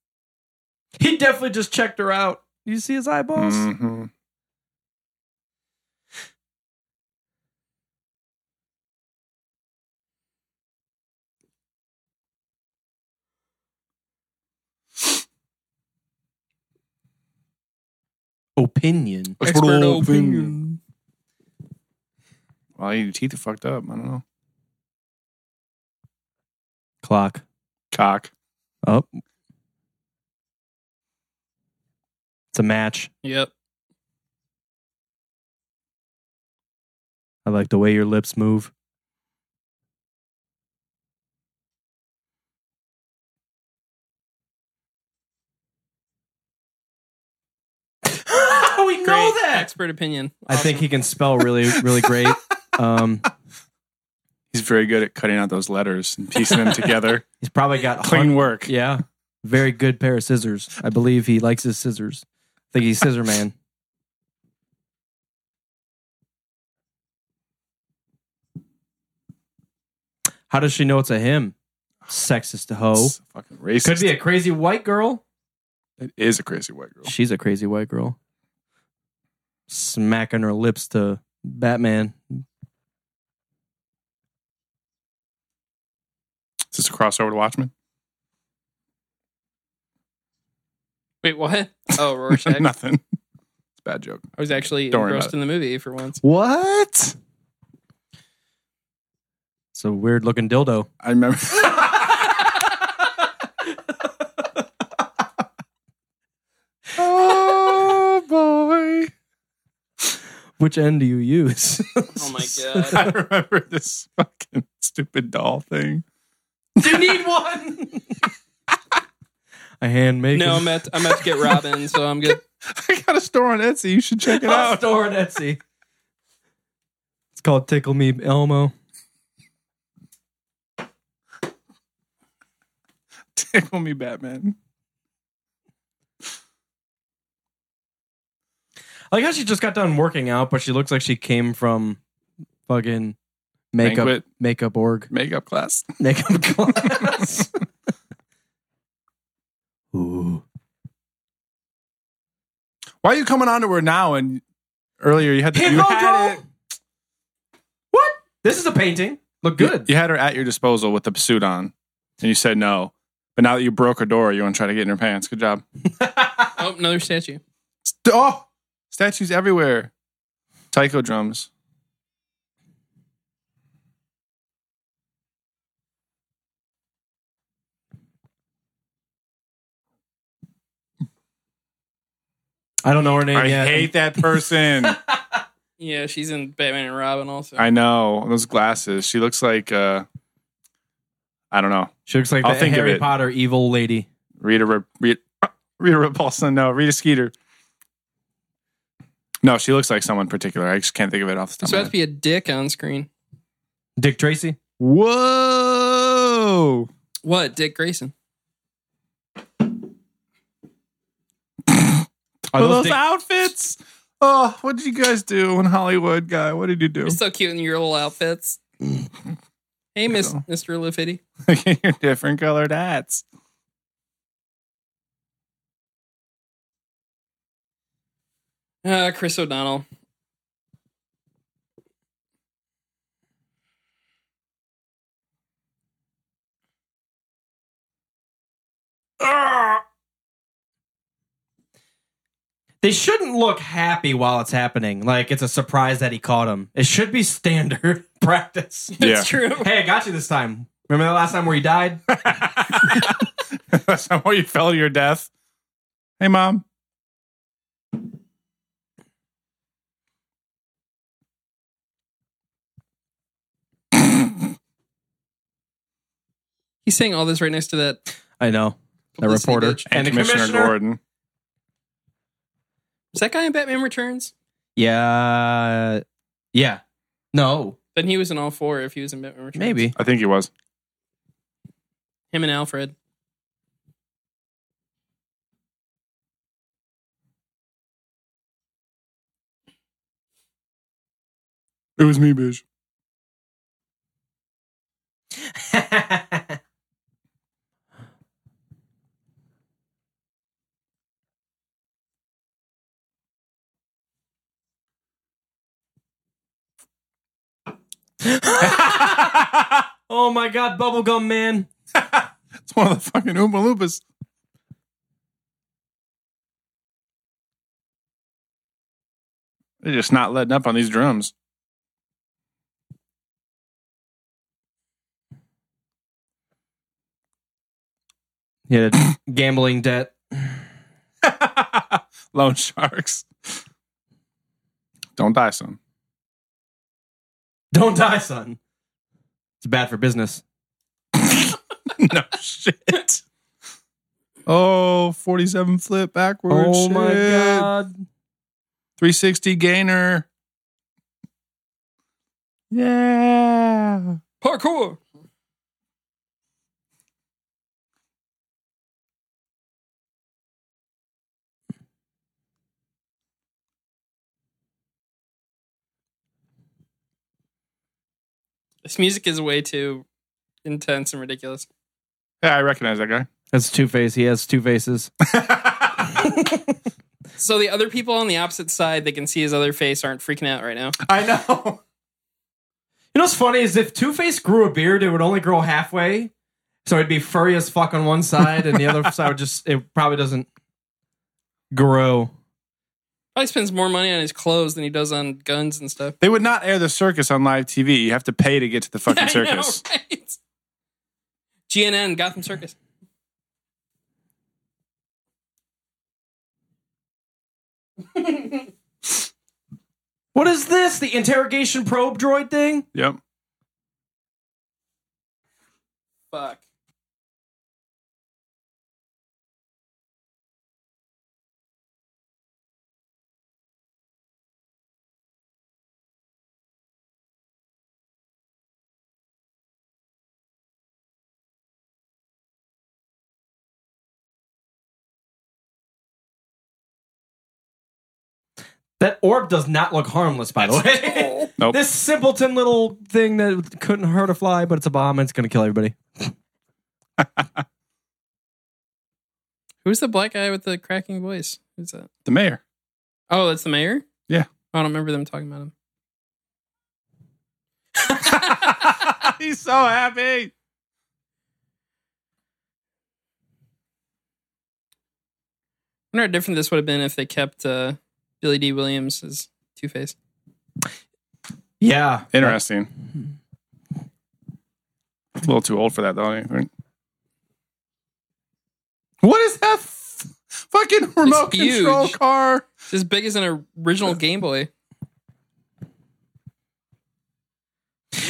Speaker 2: he definitely just checked her out. You see his eyeballs?
Speaker 3: Mhm.
Speaker 2: Opinion.
Speaker 4: Expert opinion.
Speaker 3: Well, your teeth are fucked up. I don't know.
Speaker 2: Clock.
Speaker 3: Cock.
Speaker 2: Up. It's a match.
Speaker 4: Yep.
Speaker 2: I like the way your lips move. we
Speaker 4: Great. Expert opinion.
Speaker 2: I think he can spell really, really great. Um,
Speaker 3: He's very good at cutting out those letters and piecing them together.
Speaker 2: he's probably got hun-
Speaker 3: Clean work.
Speaker 2: Yeah, very good pair of scissors. I believe he likes his scissors. I think he's scissor man. How does she know it's a him? Sexist hoe.
Speaker 3: It's fucking racist.
Speaker 2: Could be a crazy white girl.
Speaker 3: it is a crazy white girl.
Speaker 2: She's a crazy white girl. Smacking her lips to Batman.
Speaker 3: Is this a crossover to Watchmen?
Speaker 4: Wait, what? Oh, Rorschach.
Speaker 3: Nothing. It's a bad joke.
Speaker 4: I was actually
Speaker 3: Don't worry
Speaker 4: engrossed
Speaker 3: about
Speaker 4: in the movie for once.
Speaker 3: What?
Speaker 2: It's a weird looking dildo.
Speaker 3: I remember. oh boy.
Speaker 2: Which end do you use?
Speaker 4: Oh my god.
Speaker 3: I remember this fucking stupid doll thing.
Speaker 2: Do you need one? I hand make
Speaker 4: No,
Speaker 2: it.
Speaker 4: I'm at I'm at to get Robin, so I'm good.
Speaker 3: I got a store on Etsy. You should check it
Speaker 2: I'll
Speaker 3: out.
Speaker 2: store on Etsy. It's called Tickle Me Elmo.
Speaker 3: Tickle me, Batman.
Speaker 2: I like how she just got done working out, but she looks like she came from fucking makeup
Speaker 3: Banquet.
Speaker 2: makeup org
Speaker 3: Makeup class.
Speaker 2: makeup class. Ooh.
Speaker 3: Why are you coming on to her now and earlier. You had, the, you
Speaker 2: Piccolo
Speaker 3: had it.
Speaker 2: drove? What? This is a painting. Look good.
Speaker 3: You had her at your disposal with the suit on, and you said no. But now that you broke her door, you want to try to get in her pants. Good job.
Speaker 4: Oh, another statue.
Speaker 3: St- oh, statues everywhere. Taiko drums.
Speaker 2: I don't know her name
Speaker 3: I
Speaker 2: yet.
Speaker 3: hate that person.
Speaker 4: Yeah, she's in Batman and Robin also.
Speaker 3: I know those glasses. She looks like uh, I don't know.
Speaker 2: She looks like
Speaker 3: I'll
Speaker 2: the
Speaker 3: think of
Speaker 2: Harry
Speaker 3: it.
Speaker 2: Potter evil lady.
Speaker 3: Rita Re- Rita, Rita Repulsa. No, Rita Skeeter. No, she looks like someone particular. I just can't think of it off the top.
Speaker 4: There's
Speaker 3: of my
Speaker 4: about
Speaker 3: head.
Speaker 4: to be a dick on screen.
Speaker 2: Dick Tracy.
Speaker 3: Whoa!
Speaker 4: What? Dick Grayson.
Speaker 2: Are those
Speaker 3: Well, those
Speaker 2: Dick-
Speaker 3: outfits. Oh, what did you guys do in Hollywood, guy? What did you do?
Speaker 4: You're so cute in your little outfits. hey, Miss
Speaker 3: So-
Speaker 4: Mr. Lafitte.
Speaker 3: Your different colored hats.
Speaker 4: Uh, Chris O'Donnell.
Speaker 2: They shouldn't look happy while it's happening. Like it's a surprise that he caught him. It should be standard practice.
Speaker 4: That's true.
Speaker 2: hey, I got you this time. Remember the last time where you died?
Speaker 3: That's not where you fell to your death. Hey, mom.
Speaker 4: He's saying all this right next to that.
Speaker 2: I know. The
Speaker 4: publicity
Speaker 2: reporter.
Speaker 4: bitch.
Speaker 2: And the commissioner.
Speaker 3: Gordon.
Speaker 4: Is that guy in Batman Returns?
Speaker 2: Yeah. Yeah. No.
Speaker 4: Then he was in all four if he was in Batman Returns.
Speaker 2: Maybe.
Speaker 3: I think he was.
Speaker 4: Him and Alfred.
Speaker 3: It was me, bitch.
Speaker 2: oh my god, bubblegum man.
Speaker 3: It's one of the fucking Oompa Loompas. They're just not letting up on these drums.
Speaker 2: He had a gambling debt.
Speaker 3: Lone sharks. Don't die, son.
Speaker 2: Don't die, son. It's bad for business.
Speaker 3: no shit. Oh, 47 flip backwards.
Speaker 2: Oh my
Speaker 3: shit.
Speaker 2: god.
Speaker 3: 360 gainer. Yeah.
Speaker 4: Parkour. This music is way too intense and ridiculous.
Speaker 3: Yeah, I recognize that guy.
Speaker 2: That's Two Face. He has two faces.
Speaker 4: So the other people on the opposite side that can see his other face aren't freaking out right now.
Speaker 3: I know.
Speaker 2: You know what's funny is if Two Face grew a beard, it would only grow halfway, so it'd be furry as fuck on one side, and the other side would just it probably doesn't grow.
Speaker 4: Probably spends more money on his clothes than he does on guns and stuff.
Speaker 3: They would not air the circus on live TV. You have to pay to get to the fucking
Speaker 4: I know,
Speaker 3: circus.
Speaker 4: right? GNN, Gotham Circus.
Speaker 2: What is this? The interrogation probe droid thing?
Speaker 3: Yep.
Speaker 4: Fuck.
Speaker 2: That orb does not look harmless, by the way.
Speaker 4: Oh.
Speaker 3: Nope.
Speaker 2: This simpleton little thing that couldn't hurt a fly, but it's a bomb and it's gonna kill everybody.
Speaker 4: Who's the black guy with the cracking voice? Who's that?
Speaker 3: the mayor.
Speaker 4: Oh, that's the mayor?
Speaker 3: Yeah.
Speaker 4: I don't remember them talking about him.
Speaker 3: He's so happy.
Speaker 4: I wonder how different this would have been if they kept uh, Billy D. Williams as Two Face.
Speaker 2: Yeah.
Speaker 3: Interesting. A little too old for that, though. I think. What is that f- fucking remote control
Speaker 4: huge.
Speaker 3: car?
Speaker 4: It's as big as an original Game Boy.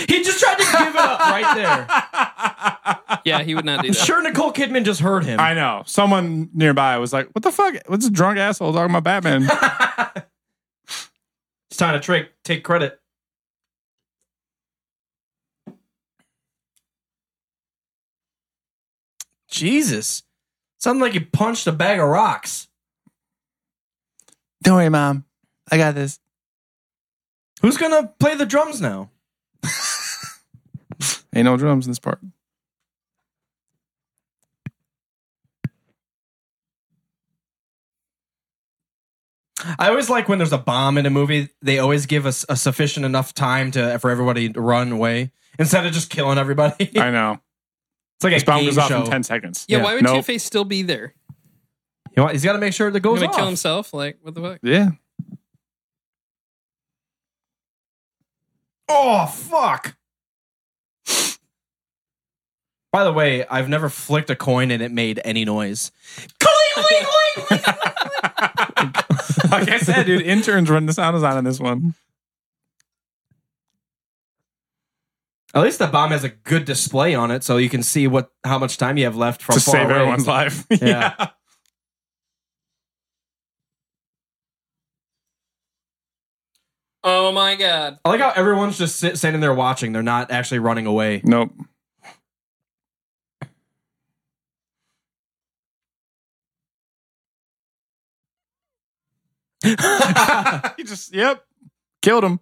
Speaker 2: He just tried to give it up right there.
Speaker 4: Yeah, he would not do
Speaker 2: I'm
Speaker 4: that.
Speaker 2: sure Nicole Kidman just heard him.
Speaker 3: I know. Someone nearby was like, "What the fuck? What's a drunk asshole talking about Batman?"
Speaker 2: It's time to trick, take credit. Jesus. Sounded like you punched a bag of rocks.
Speaker 3: Don't worry, mom. I got this.
Speaker 2: Who's gonna play the drums now?
Speaker 3: Ain't no drums in this part.
Speaker 2: I always like when there's a bomb in a movie, they always give us a sufficient enough time to for everybody to run away instead of just killing everybody.
Speaker 3: I know.
Speaker 2: it's like
Speaker 3: This
Speaker 2: a
Speaker 3: bomb
Speaker 2: game
Speaker 3: goes off
Speaker 2: show.
Speaker 3: in ten seconds.
Speaker 4: yeah,
Speaker 2: Yeah.
Speaker 4: why would
Speaker 3: Nope.
Speaker 4: Two Face still be there?
Speaker 2: You know what? He's got to make sure that
Speaker 4: He's
Speaker 2: goes
Speaker 4: gonna
Speaker 2: off.
Speaker 4: kill himself? Like, what the fuck?
Speaker 3: Yeah.
Speaker 2: Oh fuck! By the way, I've never flicked a coin and it made any noise.
Speaker 3: like I said, dude, interns run the sound design on this one.
Speaker 2: At least the bomb has a good display on it, so you can see what how much time you have left from
Speaker 3: to
Speaker 2: far
Speaker 3: save
Speaker 2: away.
Speaker 3: everyone's life.
Speaker 2: Yeah.
Speaker 4: Oh my god.
Speaker 2: I like how everyone's just sit, standing there watching; they're not actually running away.
Speaker 3: Nope. he just yep. Killed him.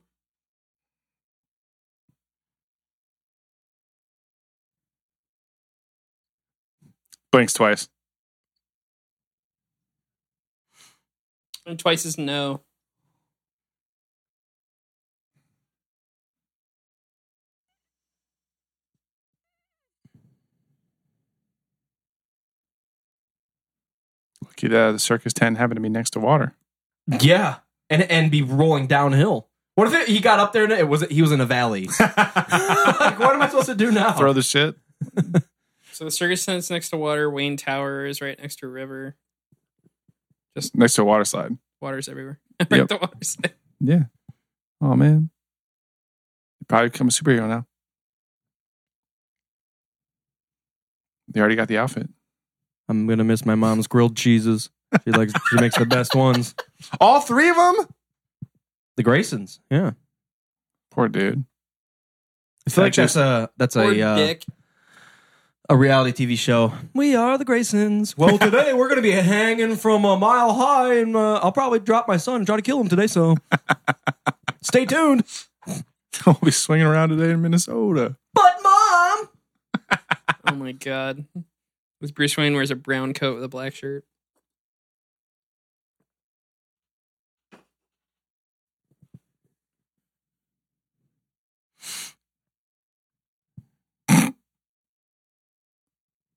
Speaker 3: Blinks twice.
Speaker 4: And twice is no.
Speaker 3: Lucky uh, the, the circus tent happened to be next to water.
Speaker 2: Yeah, and and be rolling downhill. What if it, he got up there and it was he was in a valley? like, what am I supposed to do now?
Speaker 3: Throw the shit.
Speaker 4: So the circus tent's next to water. Wayne Tower is right next to a river.
Speaker 3: Next to a water slide.
Speaker 4: Water's everywhere. right
Speaker 3: Yep.
Speaker 4: the water's there.
Speaker 3: Yeah. Oh man. Probably become a superhero now. They already got the outfit.
Speaker 2: I'm gonna miss my mom's grilled cheeses. She likes she makes the best ones.
Speaker 3: All three of them?
Speaker 2: The Graysons. Yeah.
Speaker 3: Poor dude.
Speaker 2: I feel like
Speaker 3: Just-
Speaker 2: that's a that's
Speaker 4: Poor
Speaker 2: a uh,
Speaker 4: dick.
Speaker 2: a reality TV show. We are the Graysons. Well, today we're going to be hanging from a mile high, and uh, I'll probably drop my son and try to kill him today. So stay tuned.
Speaker 3: We'll be swinging around today in Minnesota.
Speaker 2: But mom,
Speaker 4: Oh my god. With Bruce Wayne wears a brown coat with a black shirt.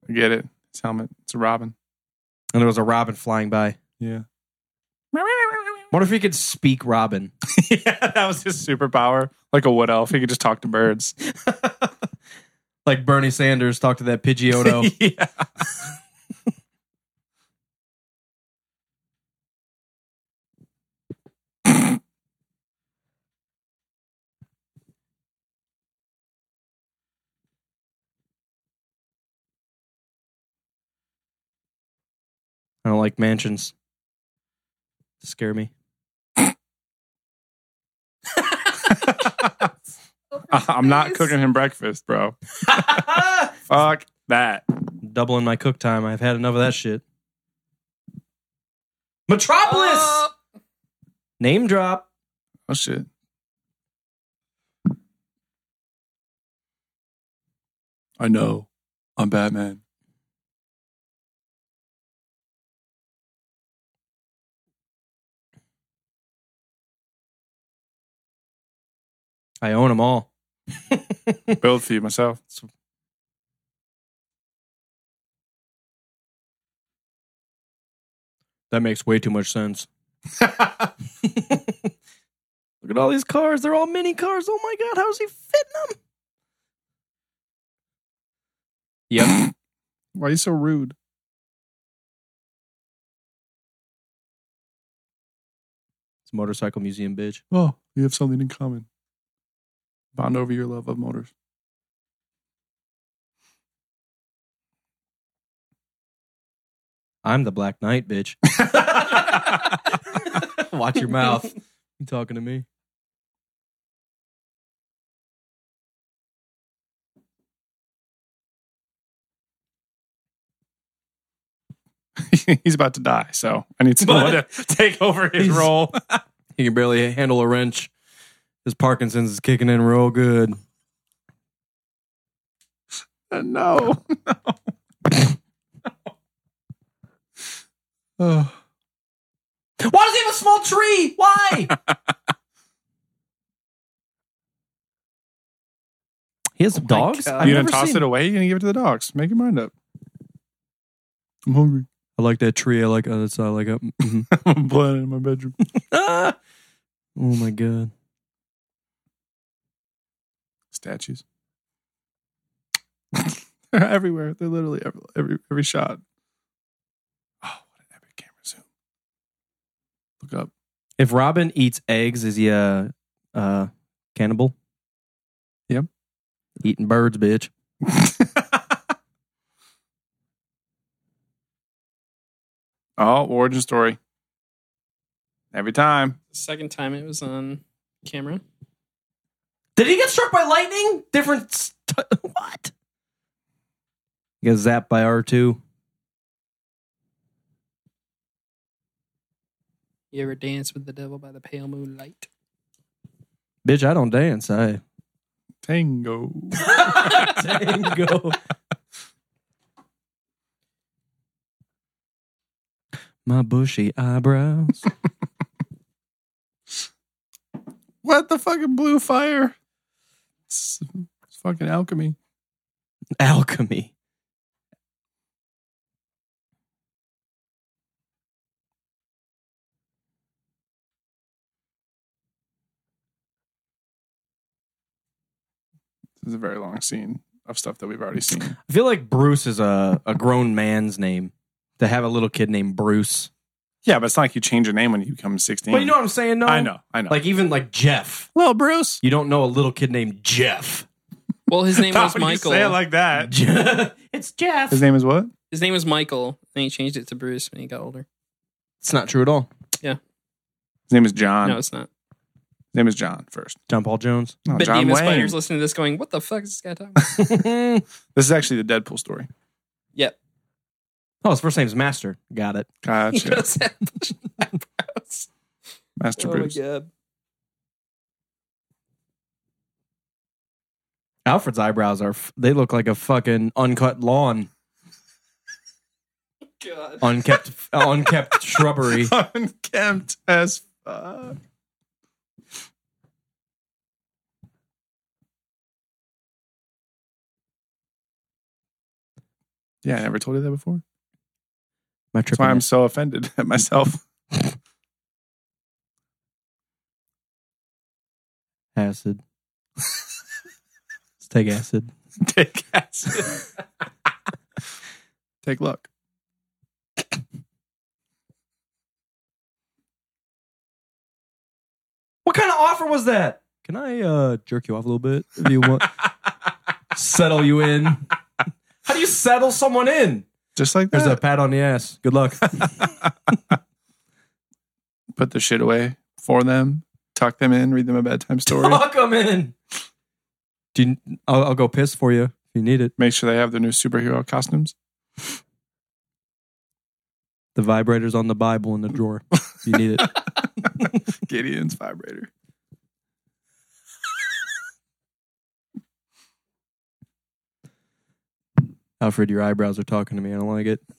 Speaker 3: I get it. It's helmet. It's a robin.
Speaker 2: and there was a robin flying by.
Speaker 3: Yeah.
Speaker 2: What if he could speak Robin?
Speaker 3: yeah, that was his superpower. Like a wood elf. He could just talk to birds.
Speaker 2: Like Bernie Sanders talked to that Pidgeotto.
Speaker 3: yeah.
Speaker 2: I don't like mansions. Scare me.
Speaker 3: I'm not cooking him breakfast, bro. Fuck that.
Speaker 2: Doubling my cook time. I've had enough of that shit. Metropolis
Speaker 4: Oh!
Speaker 2: name drop.
Speaker 3: Oh shit. I know. I'm Batman.
Speaker 2: I own them all.
Speaker 3: Build for you myself. So-
Speaker 2: That makes way too much sense. Look at all these cars. They're all mini cars. Oh my God. How's he fitting them? Yep.
Speaker 3: Why are you so rude?
Speaker 2: it's Motorcycle Museum, bitch.
Speaker 3: Oh, we have something in common. Bond over your love of motors.
Speaker 2: I'm the Black Knight, bitch. Watch your mouth. You talking to me?
Speaker 3: He's about to die, so I need someone to take over his
Speaker 2: He's-
Speaker 3: role.
Speaker 2: He can barely handle a wrench. His Parkinson's is kicking in real good.
Speaker 3: Uh, no, no. oh.
Speaker 2: Why does he have a small tree? Why? he has dogs.
Speaker 4: God.
Speaker 2: I've
Speaker 3: you
Speaker 2: never
Speaker 3: gonna toss
Speaker 2: seen-
Speaker 3: it away? You gonna give it to the dogs? Make your mind up. I'm hungry.
Speaker 2: I like that tree. I like. Oh, that's I like. it. Mhm.
Speaker 3: I'm playing in my bedroom.
Speaker 2: Ah! oh my god.
Speaker 3: Statues. They're everywhere. They're literally every every, every shot. Oh, what an epic camera zoom! Look up.
Speaker 2: If Robin eats eggs, is he a uh, cannibal?
Speaker 3: Yep.
Speaker 2: Eating birds, bitch.
Speaker 3: oh, origin story. Every time.
Speaker 4: Second time it was on camera.
Speaker 2: Did he get struck by lightning? Different. St- what? He gets zapped by R two.
Speaker 4: You ever dance with the devil by the pale moonlight?
Speaker 2: Bitch, I don't dance. I
Speaker 3: Tango.
Speaker 2: tango. My bushy eyebrows.
Speaker 3: what the fucking blue fire? It's, it's fucking alchemy.
Speaker 2: Alchemy.
Speaker 3: This is a very long scene of stuff that we've already seen.
Speaker 2: I feel like Bruce is a, a grown man's name. To have a little kid named Bruce.
Speaker 3: Yeah, but it's not like you change your name when you become 16.
Speaker 2: But you know what I'm saying, though?
Speaker 3: Mm. I know. I know.
Speaker 2: Like, even like Jeff.
Speaker 3: little Bruce.
Speaker 2: You don't know a little kid named Jeff.
Speaker 4: Well, his name
Speaker 3: Not
Speaker 4: was
Speaker 3: when you
Speaker 4: Michael.
Speaker 3: say it like that.
Speaker 2: it's Jeff.
Speaker 3: His name is what?
Speaker 4: his name was Michael, and he changed it to Bruce when he got older.
Speaker 2: It's not true at all.
Speaker 3: His name is John.
Speaker 4: No,
Speaker 3: His
Speaker 4: it's not.
Speaker 3: name is John first.
Speaker 2: John Paul Jones.
Speaker 3: No,
Speaker 4: but
Speaker 3: John
Speaker 4: Demon
Speaker 3: Wayne.
Speaker 4: Spider's listening to this going, What the fuck is this guy talking about?
Speaker 2: oh,
Speaker 3: This is actually the Deadpool story.
Speaker 4: yep.
Speaker 2: his first name's Master. Got it.
Speaker 4: He
Speaker 3: Gotcha.
Speaker 4: does have bushy eyebrows.
Speaker 3: Master
Speaker 4: Oh my
Speaker 3: Bruce.
Speaker 4: god.
Speaker 2: Alfred's eyebrows are, f- they look like a fucking uncut lawn,
Speaker 4: God.
Speaker 2: unkept, uh, unkept shrubbery.
Speaker 3: Unkempt as fuck. Yeah, I never told you that before.
Speaker 2: My
Speaker 3: That's
Speaker 2: trip.
Speaker 3: why I'm so offended at myself.
Speaker 2: acid. Let's take acid.
Speaker 3: Take acid. Take luck.
Speaker 2: What kind of offer was that? Can I uh, jerk you off a little bit if you want? settle you in. How do you settle someone in?
Speaker 3: Just like
Speaker 2: There's a
Speaker 3: that.
Speaker 2: pat on the ass. Good luck.
Speaker 3: Put the shit away for them. Tuck them in. Read them a bedtime story.
Speaker 2: them in. Do you, I'll, I'll go piss for you if you need it.
Speaker 3: Make sure they have their new superhero costumes.
Speaker 2: The vibrator's on the Bible in the drawer. If you need it.
Speaker 3: Gideon's vibrator.
Speaker 2: Alfred, your eyebrows are talking to me. I don't like it.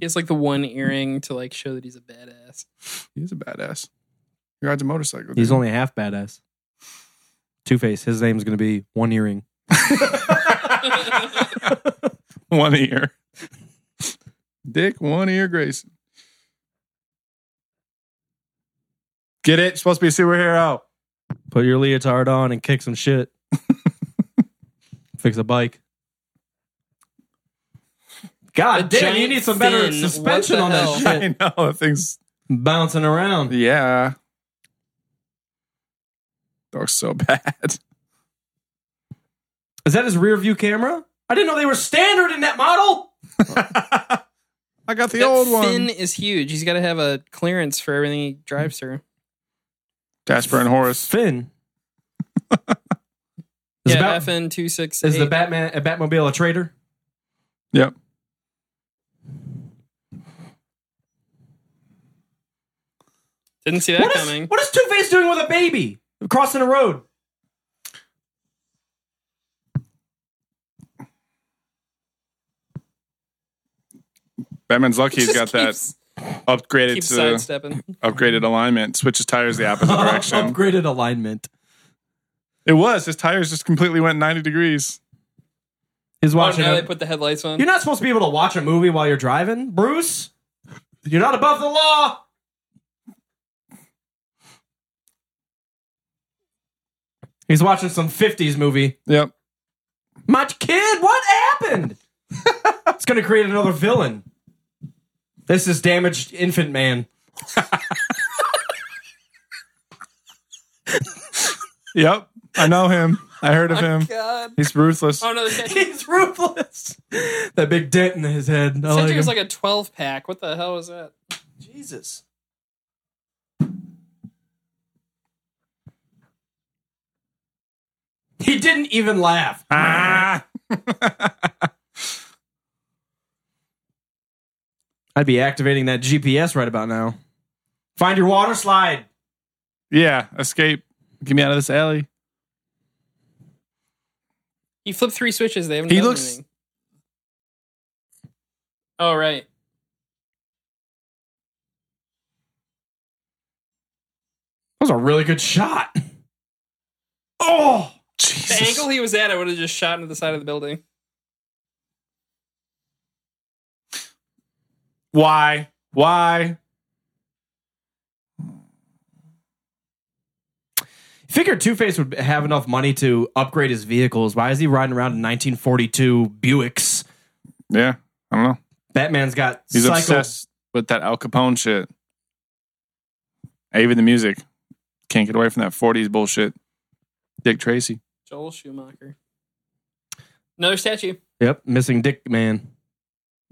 Speaker 4: He has like the one earring to like show that he's a badass.
Speaker 3: He's a badass. He rides a motorcycle. dude.
Speaker 2: He's only half badass. Two Face. His name's gonna be One Earring.
Speaker 3: one ear. Dick, one ear, Grayson. Get it? Supposed to be a superhero.
Speaker 2: Put your leotard on and kick some shit. Fix a bike. God
Speaker 4: A
Speaker 2: damn, you
Speaker 4: giant
Speaker 2: need some better
Speaker 4: fin.
Speaker 2: suspension
Speaker 4: What
Speaker 2: on
Speaker 4: the
Speaker 2: that
Speaker 4: hell?
Speaker 2: shit.
Speaker 3: I know. that Things.
Speaker 2: Bouncing around.
Speaker 3: Yeah. That was so bad.
Speaker 2: Is that his rear view camera? I didn't know they were standard in that model.
Speaker 3: I got the
Speaker 4: That
Speaker 3: old
Speaker 4: fin
Speaker 3: one.
Speaker 4: is huge. He's got to have a clearance for everything he drives through.
Speaker 3: Jasper and Horace.
Speaker 2: Finn. is,
Speaker 4: yeah,
Speaker 2: about-
Speaker 4: FN two six.
Speaker 2: is the Batman a Batmobile a traitor?
Speaker 3: Yep.
Speaker 4: Didn't see that
Speaker 2: What is,
Speaker 4: coming.
Speaker 2: what is Two Face doing with a baby crossing a road?
Speaker 3: Batman's lucky he's
Speaker 4: Just
Speaker 3: got that
Speaker 4: keeps-
Speaker 3: upgraded
Speaker 2: uh,
Speaker 4: keeps
Speaker 3: to
Speaker 4: sidestepping. Mm.
Speaker 3: upgraded alignment. Switches tires the opposite direction.
Speaker 2: Upgraded alignment.
Speaker 3: It was. His tires just completely went 90 degrees.
Speaker 2: He's
Speaker 4: Oh,
Speaker 2: watching.
Speaker 4: now
Speaker 2: it.
Speaker 4: they put the headlights on.
Speaker 2: you're not supposed to be able to watch a movie while you're driving, Bruce. You're not above the law. He's watching some '50s movie.
Speaker 3: Yep.
Speaker 2: My kid, what happened? it's going to create another villain. This is damaged infant man.
Speaker 3: Yep. I know him. I heard of him.
Speaker 4: God.
Speaker 3: He's ruthless.
Speaker 4: Oh no, the statue.
Speaker 2: He's ruthless. That big dent in his head. I like
Speaker 4: statue was
Speaker 2: him.
Speaker 4: like a twelve pack. What the hell was that?
Speaker 2: Jesus. He didn't even laugh.
Speaker 3: Ah!
Speaker 2: I'd be activating that GPS right about now. Find your water slide.
Speaker 3: yeah. Escape. Get me out of this alley.
Speaker 4: He flipped three switches. They haven't.
Speaker 3: He
Speaker 4: done
Speaker 3: looks-
Speaker 4: Anything. Oh right.
Speaker 2: That was a really good shot. Oh,
Speaker 4: The
Speaker 3: Jesus.
Speaker 4: angle he was at, I would have just shot into the side of the building.
Speaker 3: Why? Why?
Speaker 2: Figured Two Face would have enough money to upgrade his vehicles. Why is he riding around in 1942 Buicks?
Speaker 3: Yeah. I don't know.
Speaker 2: Batman's got
Speaker 3: He's
Speaker 2: psycho.
Speaker 3: obsessed with that Al Capone shit. Even the music. Can't get away from that 40s bullshit. Dick Tracy.
Speaker 4: Joel Schumacher. Another statue.
Speaker 2: Yep, missing Dick Man.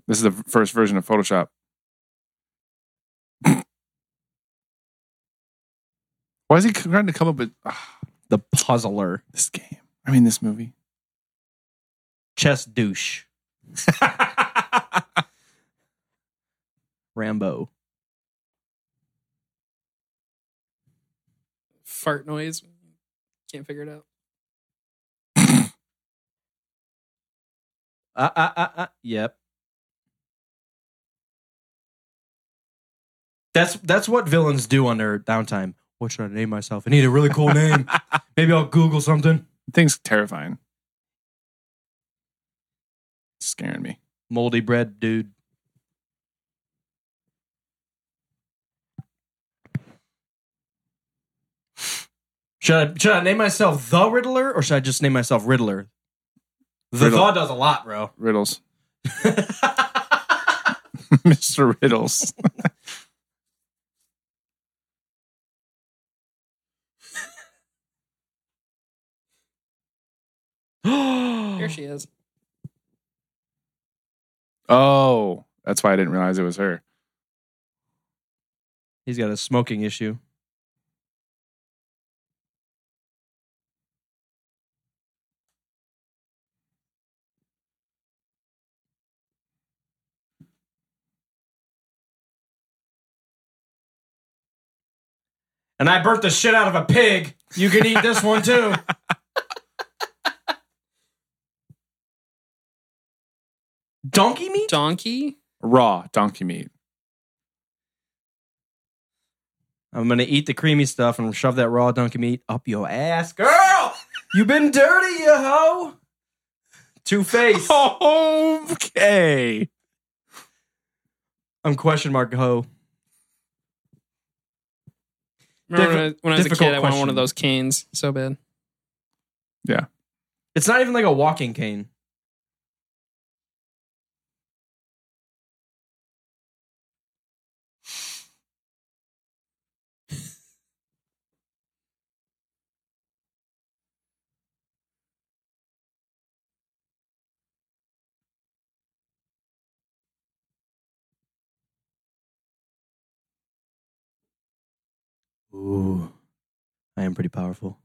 Speaker 3: This is the v- first version of Photoshop. Why is he c- trying to come up with ah,
Speaker 2: The puzzler.
Speaker 3: this game? I mean, this movie.
Speaker 2: Chess douche. Rambo.
Speaker 4: Fart noise. Can't figure it out.
Speaker 2: Uh, uh, uh, uh, yep. That's that's what villains do on their downtime. What should I name myself? I need a really cool name. Maybe I'll Google something.
Speaker 3: Thing's terrifying. It's scaring me.
Speaker 2: Moldy bread dude. Should I, should I name myself the Riddler or should I just name myself Riddler? The
Speaker 3: Riddle.
Speaker 2: Riddle. does a lot, bro.
Speaker 3: Riddles. Mr. Riddles.
Speaker 4: Here she is.
Speaker 3: Oh, that's why I didn't realize it was her.
Speaker 2: He's got a smoking issue. And I burnt the shit out of a pig. You can eat this one too. Donkey meat?
Speaker 4: Donkey.
Speaker 3: Raw donkey meat.
Speaker 2: I'm gonna eat the creamy stuff and shove that raw donkey meat up your ass, girl. You've been dirty, you hoe. Two face.
Speaker 3: Oh. Okay.
Speaker 2: I'm question mark hoe.
Speaker 4: Remember when I, when I was a
Speaker 2: Difficult
Speaker 4: kid, I wanted
Speaker 2: question.
Speaker 4: one of those canes so bad.
Speaker 2: It's not even like a walking cane. Ooh, I am pretty powerful.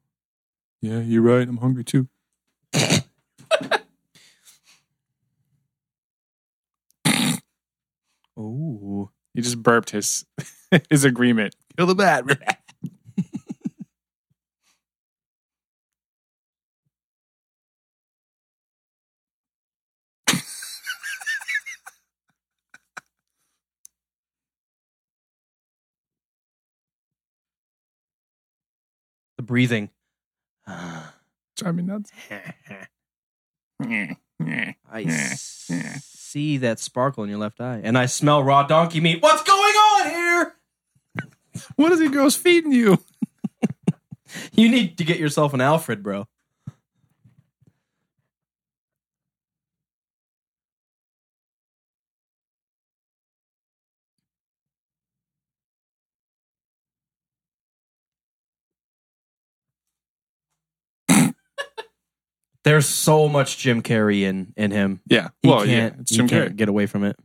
Speaker 3: Yeah, you're right. I'm hungry too.
Speaker 2: Ooh.
Speaker 3: He just burped his his agreement. Kill the bat.
Speaker 2: The breathing.
Speaker 3: Drive me nuts.
Speaker 2: I
Speaker 3: Yeah,
Speaker 2: s-
Speaker 3: yeah.
Speaker 2: see that sparkle in your left eye, and I smell raw donkey meat. What's going on here?
Speaker 3: What is he girls feeding you?
Speaker 2: You need to get yourself an Alfred, bro. There's so much Jim Carrey in in him.
Speaker 3: Yeah.
Speaker 2: He
Speaker 3: well, yeah.
Speaker 2: can't,
Speaker 3: It's
Speaker 2: he
Speaker 3: Jim
Speaker 2: can't
Speaker 3: Carrey.
Speaker 2: get away from it.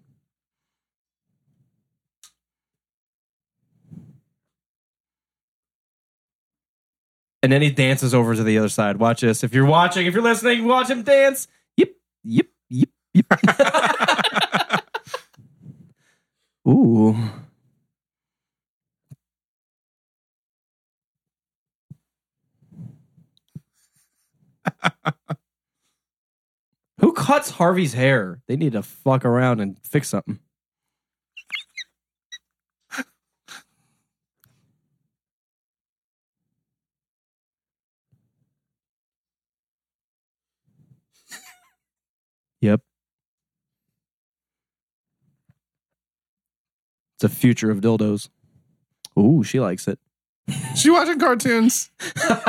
Speaker 2: And then he dances over to the other side. Watch this. If you're watching, if you're listening, watch him dance. Yep, yep, yep, yep. Ooh. Who cuts Harvey's hair? They need to fuck around and fix something. yep. It's a future of dildos. Ooh, she likes it.
Speaker 3: She watching cartoons.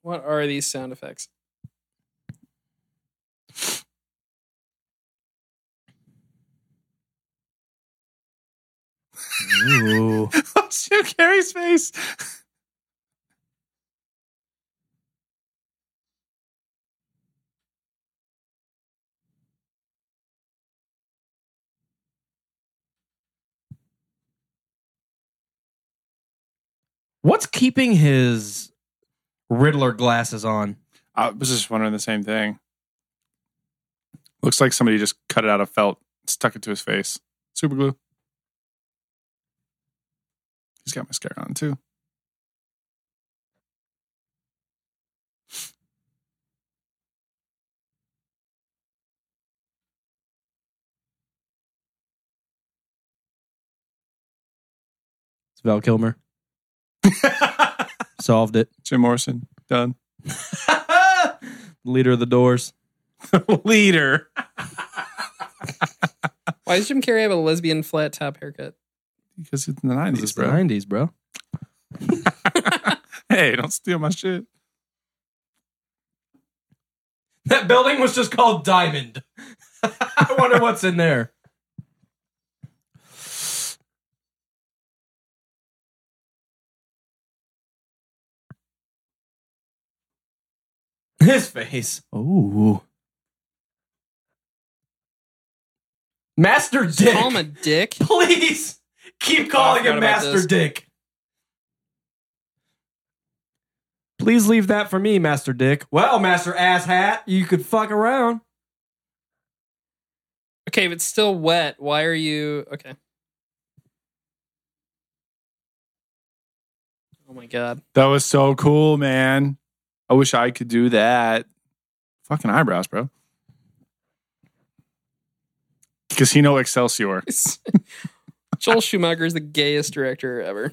Speaker 4: What are these sound effects?
Speaker 2: Ooh.
Speaker 3: Jim Carrey's face.
Speaker 2: What's keeping his Riddler glasses on?
Speaker 3: I was just wondering the same thing. Looks like somebody just cut it out of felt, stuck it to his face. Super glue. He's got mascara on too.
Speaker 2: It's Val Kilmer. Solved it.
Speaker 3: Jim Morrison, done.
Speaker 2: Leader of the Doors.
Speaker 3: Leader.
Speaker 4: Why does Jim Carrey have a lesbian flat top haircut?
Speaker 3: Because it's in the 90s,
Speaker 2: It's the
Speaker 3: bro.
Speaker 2: 90s, bro.
Speaker 3: hey, don't steal my shit.
Speaker 2: That building was just called Diamond. I wonder what's in there. His face. Oh. Master Dick.
Speaker 4: Call him a dick.
Speaker 2: Please keep
Speaker 4: calling him Master
Speaker 2: Dick. Please leave that for me, Master Dick. Well, Master Ass Hat, you could fuck around.
Speaker 4: Okay, if it's still wet, why are you okay? Oh my god.
Speaker 3: That was so cool, man. I wish I could do that. Fucking eyebrows, bro. Casino Excelsior.
Speaker 4: Joel Schumacher is the gayest director ever.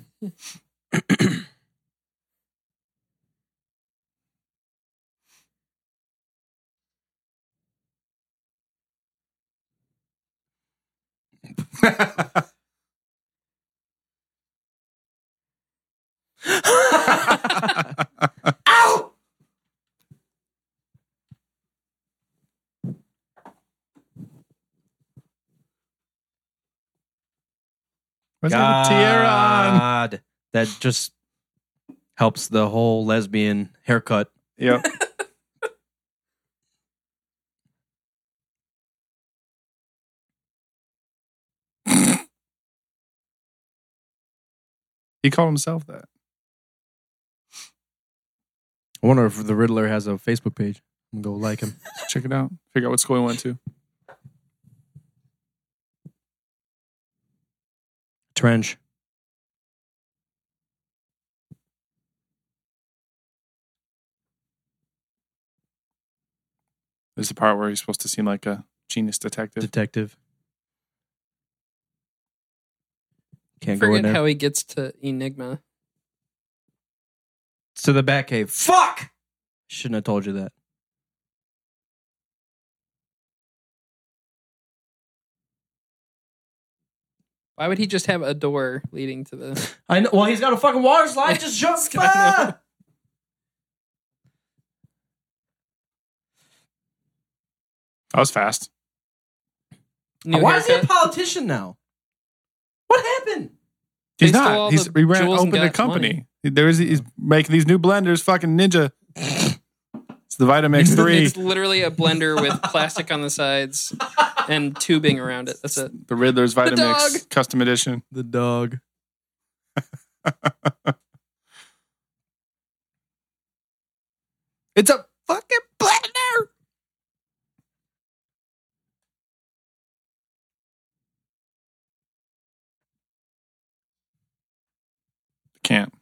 Speaker 3: Where's
Speaker 2: God,
Speaker 3: the tiara on?
Speaker 2: That just helps the whole lesbian haircut.
Speaker 3: Yep. he called himself that.
Speaker 2: I wonder if the Riddler has a Facebook page. I'm gonna go like him.
Speaker 3: Check it out. Figure out what school he went to.
Speaker 2: Trench.
Speaker 3: This is the part where he's supposed to seem like a genius detective.
Speaker 2: detective. Can't go in
Speaker 4: Forget
Speaker 2: there.
Speaker 4: how he gets to Enigma.
Speaker 2: it's to the Batcave. Fuck! Shouldn't have told you that.
Speaker 4: Why would he just have a door leading to the?
Speaker 2: I know. Well, he's got a fucking water slide. Just jump.
Speaker 4: I know.
Speaker 2: Ah!
Speaker 3: That was fast.
Speaker 4: New
Speaker 2: Why is he a
Speaker 4: haircut?
Speaker 2: politician now? What happened?
Speaker 3: He's
Speaker 4: They stole
Speaker 3: not.
Speaker 4: all
Speaker 3: He's
Speaker 4: the
Speaker 3: he ran,
Speaker 4: jewels and
Speaker 3: opened a
Speaker 4: got
Speaker 3: company. There is he's making these new blenders, fucking ninja. it's the Vitamix three.
Speaker 4: It's literally a blender with plastic on the sides and tubing around it. That's it.
Speaker 3: The Riddler's Vitamix
Speaker 4: dog.
Speaker 3: custom edition.
Speaker 2: The dog.
Speaker 3: It's a fucking blender. Can't.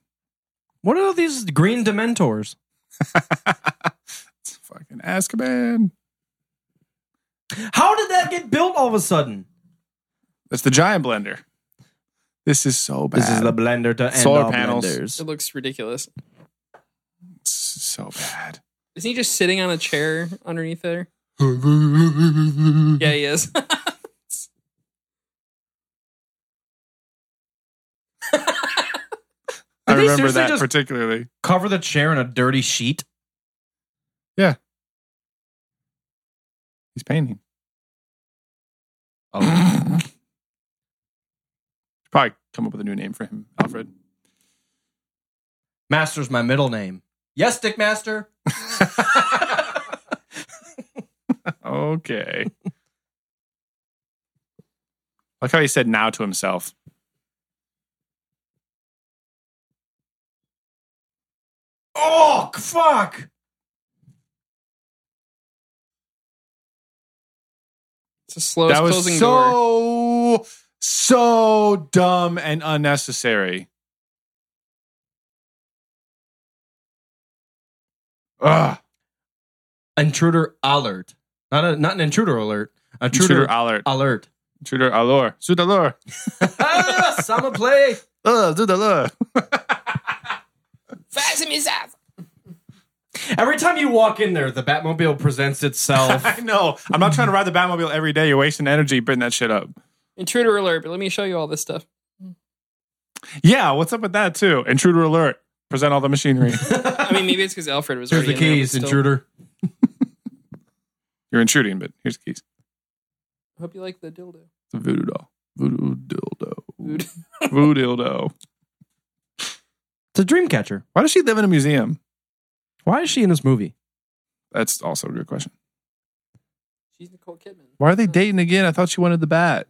Speaker 2: What are these green dementors?
Speaker 3: It's fucking Azkaban.
Speaker 2: How did that get built all of a sudden?
Speaker 3: That's the giant blender. This is so bad.
Speaker 2: blender to
Speaker 3: Solar panels.
Speaker 4: It looks ridiculous.
Speaker 3: It's so bad.
Speaker 4: Isn't he just sitting on a chair underneath there? Yeah, he is.
Speaker 3: I
Speaker 2: Did they
Speaker 3: remember
Speaker 2: seriously
Speaker 3: that
Speaker 2: just-
Speaker 3: particularly.
Speaker 2: Cover the chair in a dirty sheet.
Speaker 3: He's painting.
Speaker 2: Oh.
Speaker 3: Probably come up with a new name for him, Alfred.
Speaker 2: Master's my middle name. Yes, Dick Master.
Speaker 3: Okay. like how he said now to himself.
Speaker 2: Oh, fuck.
Speaker 4: It's the slowest
Speaker 3: that was
Speaker 4: closing
Speaker 3: so
Speaker 4: door.
Speaker 3: so dumb and unnecessary. Ugh.
Speaker 2: Intruder alert. Not a not an intruder alert. Intruder,
Speaker 3: Intruder alert.
Speaker 2: alert.
Speaker 3: Intruder alert. Shoot alert.
Speaker 2: ah, summer play.
Speaker 3: Ugh, shoot alert.
Speaker 4: Fasten me up.
Speaker 2: Every time you walk in there, the Batmobile presents itself.
Speaker 3: I know. I'm not trying to ride the Batmobile every day. You're wasting energy putting that shit up.
Speaker 4: Intruder alert! But let me show you all this stuff.
Speaker 3: Yeah, what's up with that too? Intruder alert. Present all the machinery.
Speaker 4: I mean, maybe it's because Alfred was.
Speaker 2: Here's the
Speaker 4: already in there,
Speaker 2: keys,
Speaker 4: but still.
Speaker 2: intruder.
Speaker 3: You're intruding, but here's the keys.
Speaker 4: Hope you like the dildo.
Speaker 3: It's a voodoo doll. Voodoo dildo.
Speaker 4: Dude.
Speaker 3: Voodoo dildo.
Speaker 2: It's a dream catcher.
Speaker 3: Why does she live in a museum?
Speaker 2: Why is she in this movie?
Speaker 3: That's also a good question.
Speaker 4: She's Nicole Kidman.
Speaker 3: Why
Speaker 2: Uh.
Speaker 3: are they dating again? I thought she wanted the bat.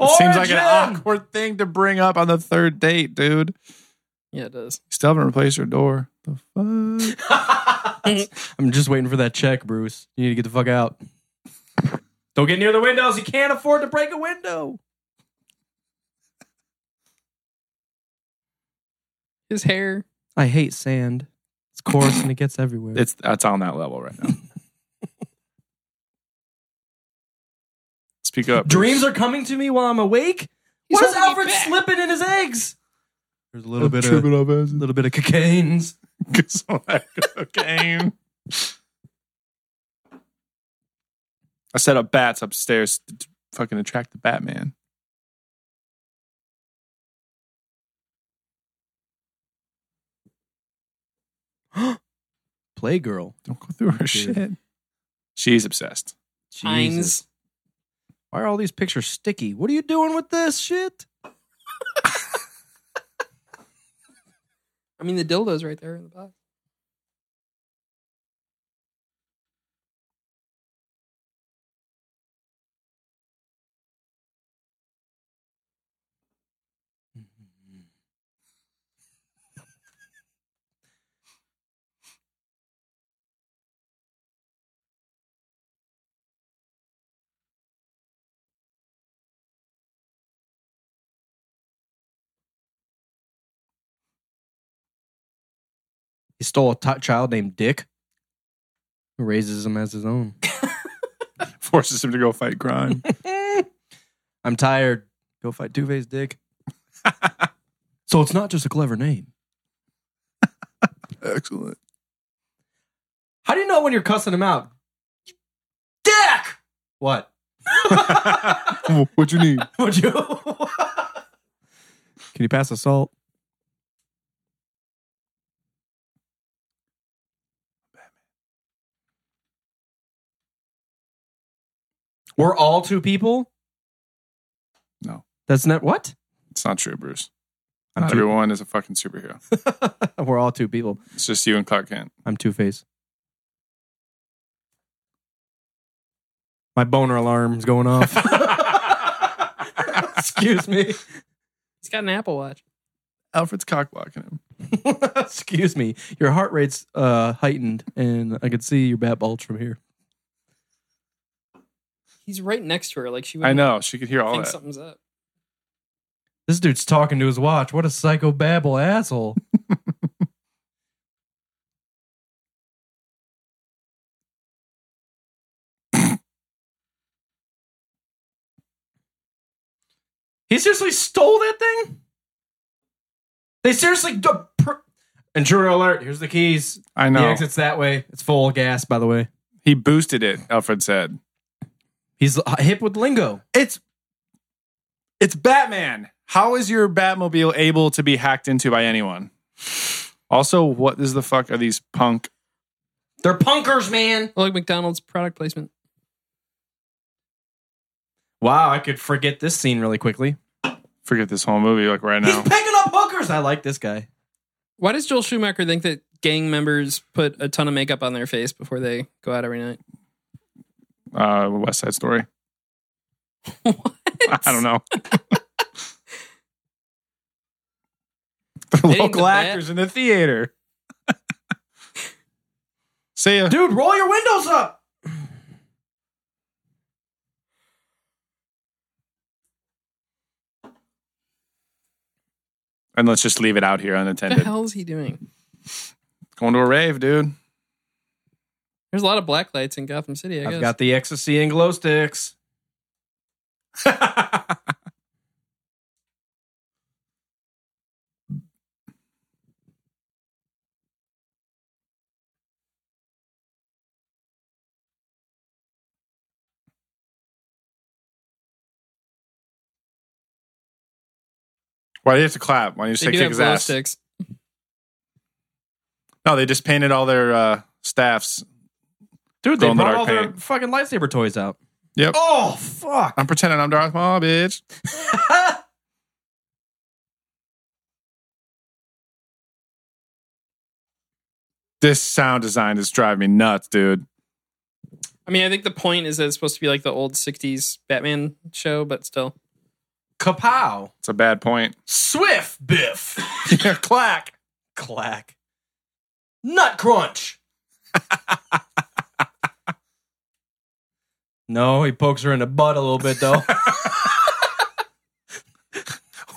Speaker 3: It seems like an
Speaker 2: Origin!
Speaker 3: awkward thing to bring up on the third date, dude.
Speaker 4: Yeah, it does.
Speaker 3: Still haven't replaced her door. The fuck?
Speaker 2: I'm just waiting for that check, Bruce. You need to get the fuck out. Don't get near the windows. You can't afford to break a window.
Speaker 4: His hair.
Speaker 2: I hate sand. It's coarse and it gets everywhere.
Speaker 3: It's that's on that level right now. Speak up.
Speaker 2: Dreams are coming to me while I'm awake.
Speaker 4: He's
Speaker 2: what is
Speaker 4: holding me
Speaker 2: Alfred
Speaker 4: back.
Speaker 2: slipping in his eggs? There's a little bit of
Speaker 3: tripping
Speaker 2: a
Speaker 3: off acid.
Speaker 2: little bit of cocaine's.
Speaker 3: Because I'm like, cocaine. I set up bats upstairs to, to fucking attract the Batman.
Speaker 2: Playgirl.
Speaker 3: Don't go through her shit. She's obsessed.
Speaker 2: Jesus.
Speaker 4: Heinz.
Speaker 2: Why are all these pictures sticky? What are you doing with this shit?
Speaker 4: I mean, the dildo's right there in the box.
Speaker 2: He stole a t- child named Dick. Raises him as his own.
Speaker 3: Forces him to go fight crime.
Speaker 2: I'm tired. Go fight Two Face Dick. so it's not just a clever name.
Speaker 3: Excellent.
Speaker 2: How do you know when you're cussing him out? Dick. What?
Speaker 3: what you need?
Speaker 2: Would you? Can you pass the salt? We're all two people.
Speaker 3: No.
Speaker 2: that's not what.
Speaker 3: It's not true, Bruce.
Speaker 2: I'm
Speaker 3: Not
Speaker 2: two-
Speaker 3: everyone is a fucking superhero.
Speaker 2: We're all two people.
Speaker 3: It's just you and Clark Kent.
Speaker 2: I'm Two Face. My boner alarm's going off. Excuse me.
Speaker 4: He's got an Apple Watch.
Speaker 3: Alfred's cock blocking him.
Speaker 2: Excuse me. Your heart rate's uh, heightened, and I could see your bat bulge from here.
Speaker 4: He's right next to her. Like she would
Speaker 3: I know. She could hear all
Speaker 4: think
Speaker 3: that.
Speaker 4: something's up.
Speaker 2: This dude's talking to his watch. What a psycho babble asshole. he seriously stole that thing? They seriously. d- pr- Intruder alert. Here's the keys.
Speaker 3: I
Speaker 2: The
Speaker 3: know.
Speaker 2: exit's that way. It's full gas, by the way.
Speaker 3: He boosted it, Alfred said.
Speaker 2: He's uh, hip with lingo.
Speaker 3: It's it's Batman. How is your Batmobile able to be hacked into by anyone? Also, what is the fuck are these punk?
Speaker 2: They're punkers, man.
Speaker 4: Like McDonald's product placement.
Speaker 2: Wow, I could forget this scene really quickly.
Speaker 3: Forget this whole movie like right now.
Speaker 2: He's picking up hookers. I like this guy.
Speaker 4: Why does Joel Schumacher think that gang members put a ton of makeup on their face before they go out every night?
Speaker 3: Uh, West Side Story.
Speaker 4: What?
Speaker 3: I don't know. the
Speaker 4: ain't
Speaker 3: local
Speaker 4: the bat.
Speaker 3: actors in the theater. See ya.
Speaker 2: Dude, roll your windows up.
Speaker 3: And let's just leave it out here
Speaker 4: What
Speaker 3: unattended.
Speaker 4: the hell is he doing?
Speaker 3: Going to a rave, dude.
Speaker 4: There's a lot of black lights in Gotham City, I
Speaker 2: I've
Speaker 4: guess.
Speaker 2: got the ecstasy and glow sticks.
Speaker 3: Why do you have to clap? Why do you just
Speaker 4: they
Speaker 3: say
Speaker 4: do
Speaker 3: kick
Speaker 4: have
Speaker 3: his
Speaker 4: glow
Speaker 3: ass?
Speaker 4: sticks.
Speaker 3: No, they just painted all their uh, staffs.
Speaker 2: Dude,
Speaker 3: Glow
Speaker 2: they
Speaker 3: in the
Speaker 2: brought
Speaker 3: dark
Speaker 2: all their
Speaker 3: paint.
Speaker 2: fucking lightsaber toys out.
Speaker 3: Yep.
Speaker 2: Oh fuck.
Speaker 3: I'm pretending I'm Darth Maul, bitch. This sound design is driving me nuts, dude.
Speaker 4: I mean, I think the point is that it's supposed to be like the old 60s Batman show, but still.
Speaker 2: Kapow.
Speaker 3: It's a bad point.
Speaker 2: Swift biff.
Speaker 3: yeah, clack.
Speaker 2: Clack. Nut crunch. no, he pokes her in the butt a little bit though.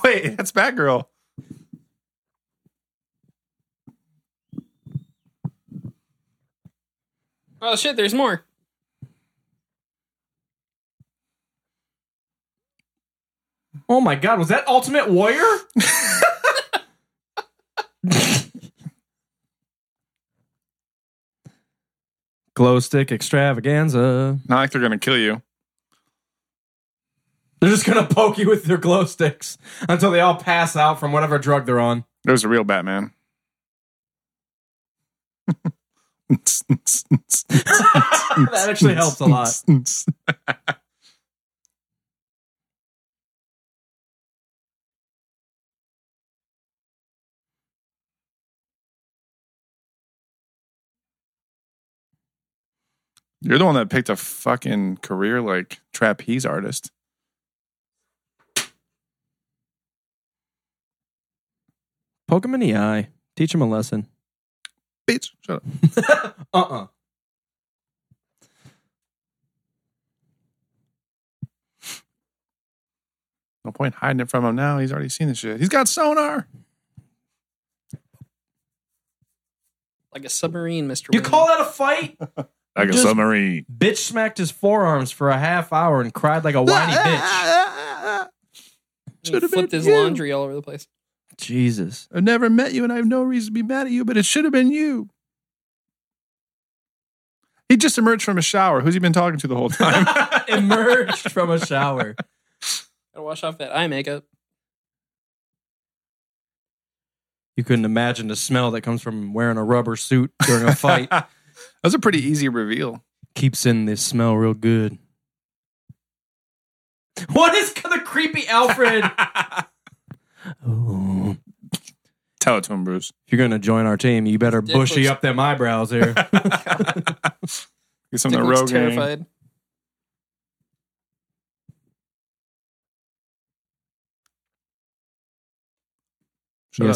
Speaker 3: Wait, that's Batgirl.
Speaker 4: Oh, shit, there's more.
Speaker 2: Oh my god, was that Ultimate Warrior? Glow stick extravaganza.
Speaker 3: Not like they're gonna kill you.
Speaker 2: They're just gonna poke you with their glow sticks until they all pass out from whatever drug they're on.
Speaker 3: There's a real Batman. that
Speaker 2: That actually helps a lot.
Speaker 3: You're the one that picked a fucking career like trapeze artist.
Speaker 2: Poke him in the eye. Teach him a lesson.
Speaker 3: Bitch, shut up.
Speaker 2: Uh uh
Speaker 3: No point hiding it from him now. He's already seen the shit. He's got sonar.
Speaker 4: Like a submarine, Mr.
Speaker 2: You
Speaker 4: Wayne.
Speaker 2: call that a fight?
Speaker 3: Like
Speaker 2: Just-
Speaker 3: submarine.
Speaker 2: bitch smacked his forearms for a half hour and cried like a whiny bitch.
Speaker 4: He
Speaker 3: Should've
Speaker 4: flipped
Speaker 3: been
Speaker 4: his
Speaker 3: you.
Speaker 4: laundry all over the place.
Speaker 2: Jesus.
Speaker 3: I've never met you and I have no reason to be mad at you, but it should have been you. He just emerged from a shower. Who's he been talking to the whole time?
Speaker 2: Emerged from a shower.
Speaker 4: Gotta wash off that eye makeup.
Speaker 2: You couldn't imagine the smell that comes from wearing a rubber suit during a fight.
Speaker 3: that was a pretty easy reveal.
Speaker 2: Keeps in this smell real good. What is the creepy Alfred? Ooh.
Speaker 3: Tell it to him, Bruce.
Speaker 2: Oh. If you're going to join our team, you better
Speaker 4: Dick
Speaker 2: bushy
Speaker 4: looks-
Speaker 2: up them eyebrows here.
Speaker 3: Get some of
Speaker 4: Dick
Speaker 3: the
Speaker 4: looks
Speaker 3: rogue gang.
Speaker 4: terrified.
Speaker 3: Shut up.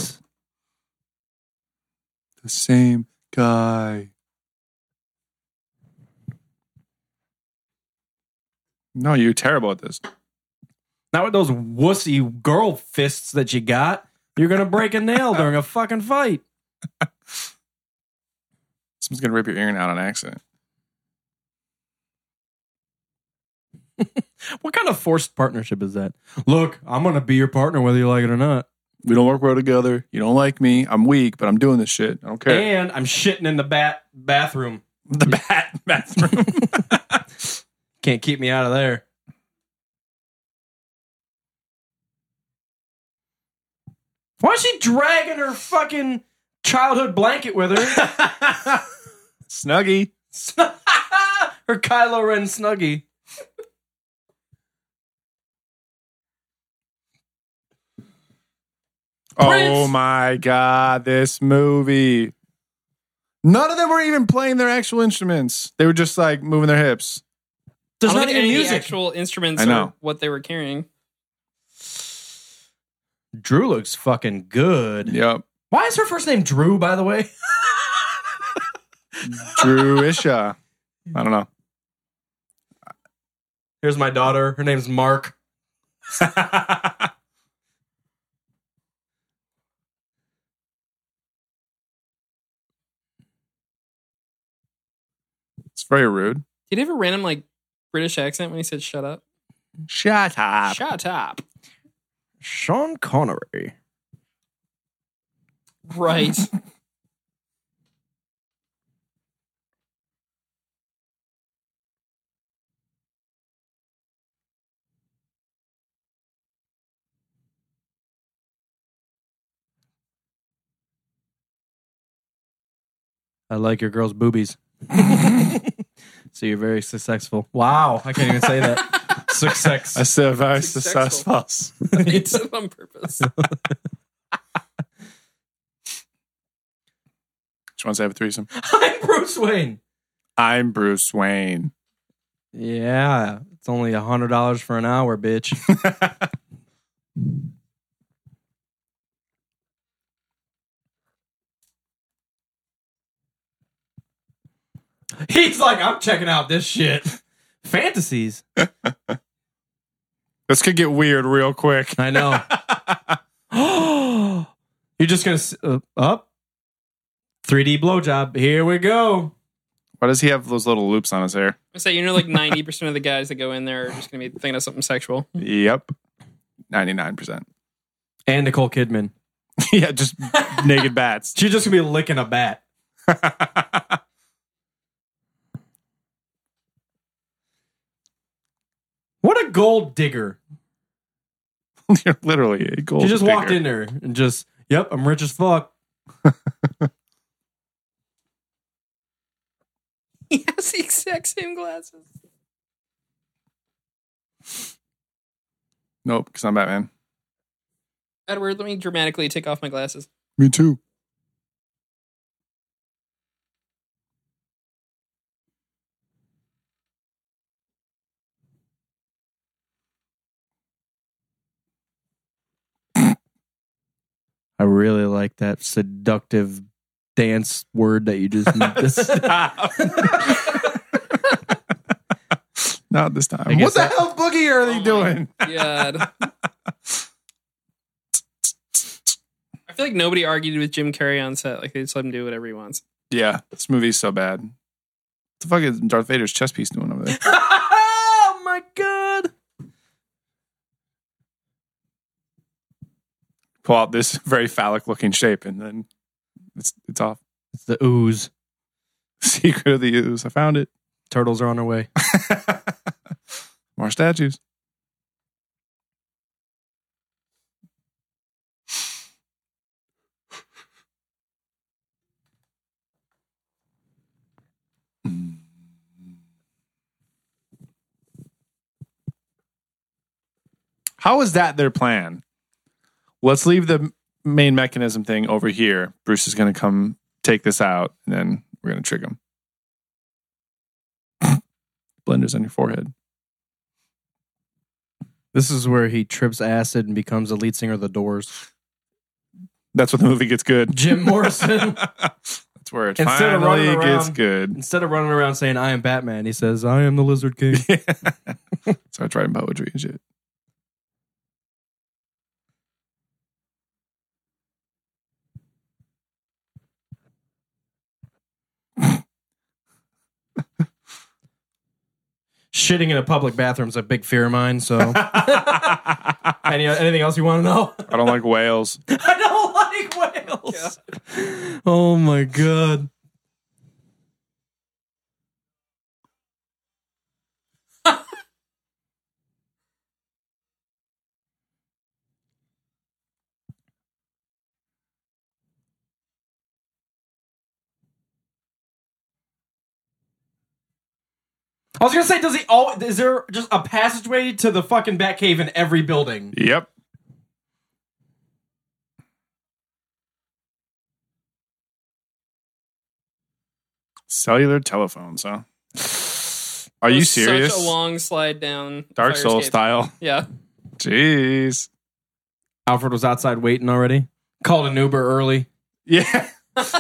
Speaker 3: The same guy. No, you're terrible at this.
Speaker 2: Not with those wussy girl fists that you got. You're going to break a nail during a fucking fight.
Speaker 3: Someone's gonna rip your earring out on accident.
Speaker 2: What kind of forced partnership is that? Look, I'm going to be your partner whether you like it or not.
Speaker 3: We don't work well together. You don't like me. I'm weak, but I'm doing this shit. I don't care.
Speaker 2: And I'm shitting in the bat bathroom.
Speaker 3: the bat bathroom.
Speaker 2: Can't keep me out of there. Why is she dragging her fucking childhood blanket with her?
Speaker 3: Snuggie.
Speaker 2: her Kylo Ren snuggie.
Speaker 3: Oh
Speaker 2: Prince.
Speaker 3: Oh my god, this movie. None of them were even playing their actual instruments. They were just like moving their hips.
Speaker 2: There's
Speaker 4: I don't
Speaker 2: not
Speaker 4: think
Speaker 2: even
Speaker 4: any of the
Speaker 2: music.
Speaker 4: actual instruments
Speaker 3: I
Speaker 4: or
Speaker 3: know.
Speaker 4: what they were carrying.
Speaker 2: Drew looks fucking good.
Speaker 3: Yep.
Speaker 2: Why is her first name Drew, by the way?
Speaker 3: Drew Isha. I don't know.
Speaker 2: Here's my daughter. Her name's Mark.
Speaker 3: It's very rude.
Speaker 4: Did he have a random like British accent when he said "shut up"?
Speaker 3: Shut up.
Speaker 4: Shut up.
Speaker 2: Sean Connery.
Speaker 4: Right.
Speaker 2: I like your girl's boobies. so you're very successful. Wow. I can't even say that.
Speaker 3: I
Speaker 2: Success.
Speaker 3: said very
Speaker 4: Successful.
Speaker 3: successful.
Speaker 4: he did it on purpose.
Speaker 3: She wants to have a threesome.
Speaker 2: I'm Bruce Wayne.
Speaker 3: I'm Bruce Wayne.
Speaker 2: Yeah. It's only a hundred dollars for an hour, bitch. He's like, I'm checking out this shit. Fantasies.
Speaker 3: This could get weird real quick.
Speaker 2: I know. Oh, You're just gonna s- uh, up. 3D blowjob. Here we go.
Speaker 3: Why does he have those little loops on his hair?
Speaker 4: I say you know like ninety percent of the guys that go in there are just gonna be thinking of something sexual.
Speaker 3: Yep. 99%.
Speaker 2: And Nicole Kidman.
Speaker 3: yeah, just naked bats.
Speaker 2: She's just gonna be licking a bat. What a gold digger.
Speaker 3: You're literally a gold
Speaker 2: she just
Speaker 3: digger.
Speaker 2: walked in there and just, yep, I'm rich as fuck.
Speaker 4: He has the exact same glasses.
Speaker 3: Nope, because I'm Batman.
Speaker 4: Edward, let me dramatically take off my glasses.
Speaker 3: Me too.
Speaker 2: I really like that seductive dance word that you just.
Speaker 3: Not this
Speaker 2: I
Speaker 3: time.
Speaker 2: guess
Speaker 3: What the
Speaker 2: that-
Speaker 3: hell boogie are
Speaker 4: Oh
Speaker 3: they
Speaker 4: my-
Speaker 3: doing?
Speaker 4: God. I feel like nobody argued with Jim Carrey on set. Like they just let him do whatever he wants.
Speaker 3: Yeah, this movie's so bad. What the fuck is Darth Vader's chess piece doing over there?
Speaker 2: oh my god!
Speaker 3: Pull out this very phallic looking shape and then it's it's off.
Speaker 2: It's the ooze.
Speaker 3: Secret of the ooze. I found it.
Speaker 2: Turtles are on their way.
Speaker 3: More statues. How is that their plan? Let's leave the main mechanism thing over here. Bruce is going to come take this out, and then we're going to trick him. Blenders on your forehead.
Speaker 2: This is where he trips acid and becomes the lead singer of the Doors.
Speaker 3: That's when the movie gets good.
Speaker 2: Jim Morrison.
Speaker 3: That's where it
Speaker 2: Instead of
Speaker 3: finally
Speaker 2: running
Speaker 3: gets
Speaker 2: around-
Speaker 3: good.
Speaker 2: Instead of running around saying "I am Batman," he says "I am the Lizard King."
Speaker 3: Starts writing poetry and shit.
Speaker 2: Shitting in a public bathroom is a big fear of mine. So, Any, anything else you want to know?
Speaker 3: I don't like whales.
Speaker 2: I don't like whales. Oh my god. I was gonna say, does he always? Is there just a passageway to the fucking Batcave in every building?
Speaker 3: Yep. Cellular telephones, huh? Are
Speaker 4: It
Speaker 3: you
Speaker 4: was
Speaker 3: serious?
Speaker 4: Such a long slide down. the
Speaker 3: Dark
Speaker 4: fire
Speaker 3: Souls
Speaker 4: escape.
Speaker 3: style.
Speaker 4: Yeah.
Speaker 3: Jeez.
Speaker 2: Alfred was outside waiting already. Called an Uber early.
Speaker 3: Yeah.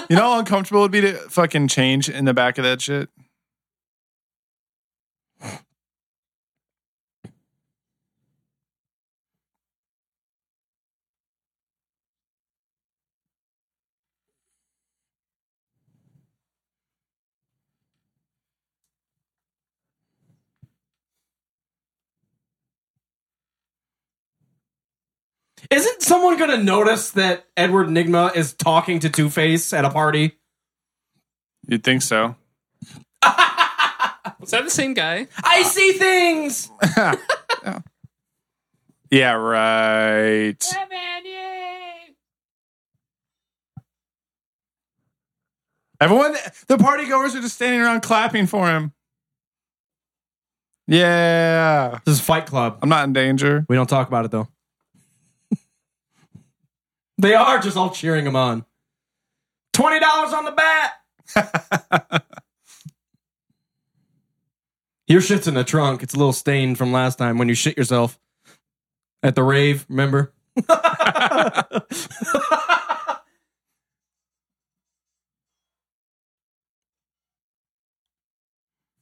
Speaker 3: you know how uncomfortable it'd be to fucking change in the back of that shit?
Speaker 2: Isn't someone going to notice that Edward Nigma is talking to Two Face at a party?
Speaker 3: You'd think so.
Speaker 4: Is that the same guy?
Speaker 2: I see things.
Speaker 3: Yeah, right. Everyone, the party goers are just standing around clapping for him. Yeah.
Speaker 2: This is Fight Club.
Speaker 3: I'm not in danger.
Speaker 2: We don't talk about it though. they are just all cheering him on. Twenty dollars on the bat. Your shit's in the trunk. It's a little stained from last time when you shit yourself at the rave. Remember?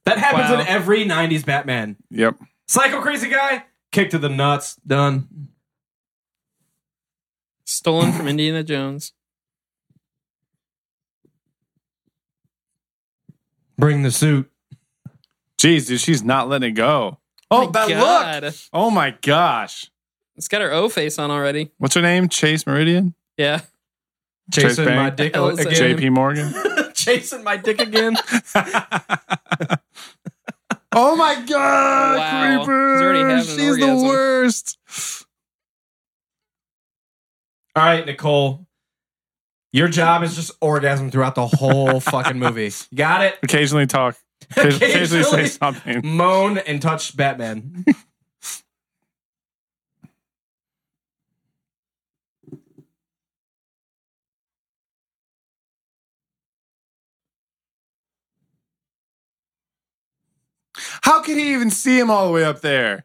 Speaker 2: that happens
Speaker 4: Wow.
Speaker 2: in every '90s Batman.
Speaker 3: Yep.
Speaker 2: Psycho crazy guy, kick to the nuts, done.
Speaker 4: Stolen from Indiana Jones.
Speaker 2: Bring the suit.
Speaker 3: Jeez, dude, she's not letting it go. Oh,
Speaker 4: My
Speaker 3: that look.
Speaker 4: God.
Speaker 3: Oh my gosh.
Speaker 4: It's got her O face on already.
Speaker 3: What's her name? Chase Meridian?
Speaker 4: Yeah.
Speaker 3: Chase
Speaker 2: Chasing my
Speaker 3: Bank?
Speaker 2: dick
Speaker 4: Hell is that?
Speaker 2: again.
Speaker 3: JP Morgan?
Speaker 2: Chasing my dick again.
Speaker 3: oh my god,
Speaker 4: Wow.
Speaker 3: creeper!
Speaker 4: He's already having an
Speaker 3: She's
Speaker 4: orgasm.
Speaker 3: the worst.
Speaker 2: All right, Nicole. Your job is just orgasm throughout the whole fucking movie. You Got it?
Speaker 3: Occasionally talk. Occasionally,
Speaker 2: Occasionally.
Speaker 3: say something.
Speaker 2: Moan and touch Batman.
Speaker 3: How could he even see him all the way up there?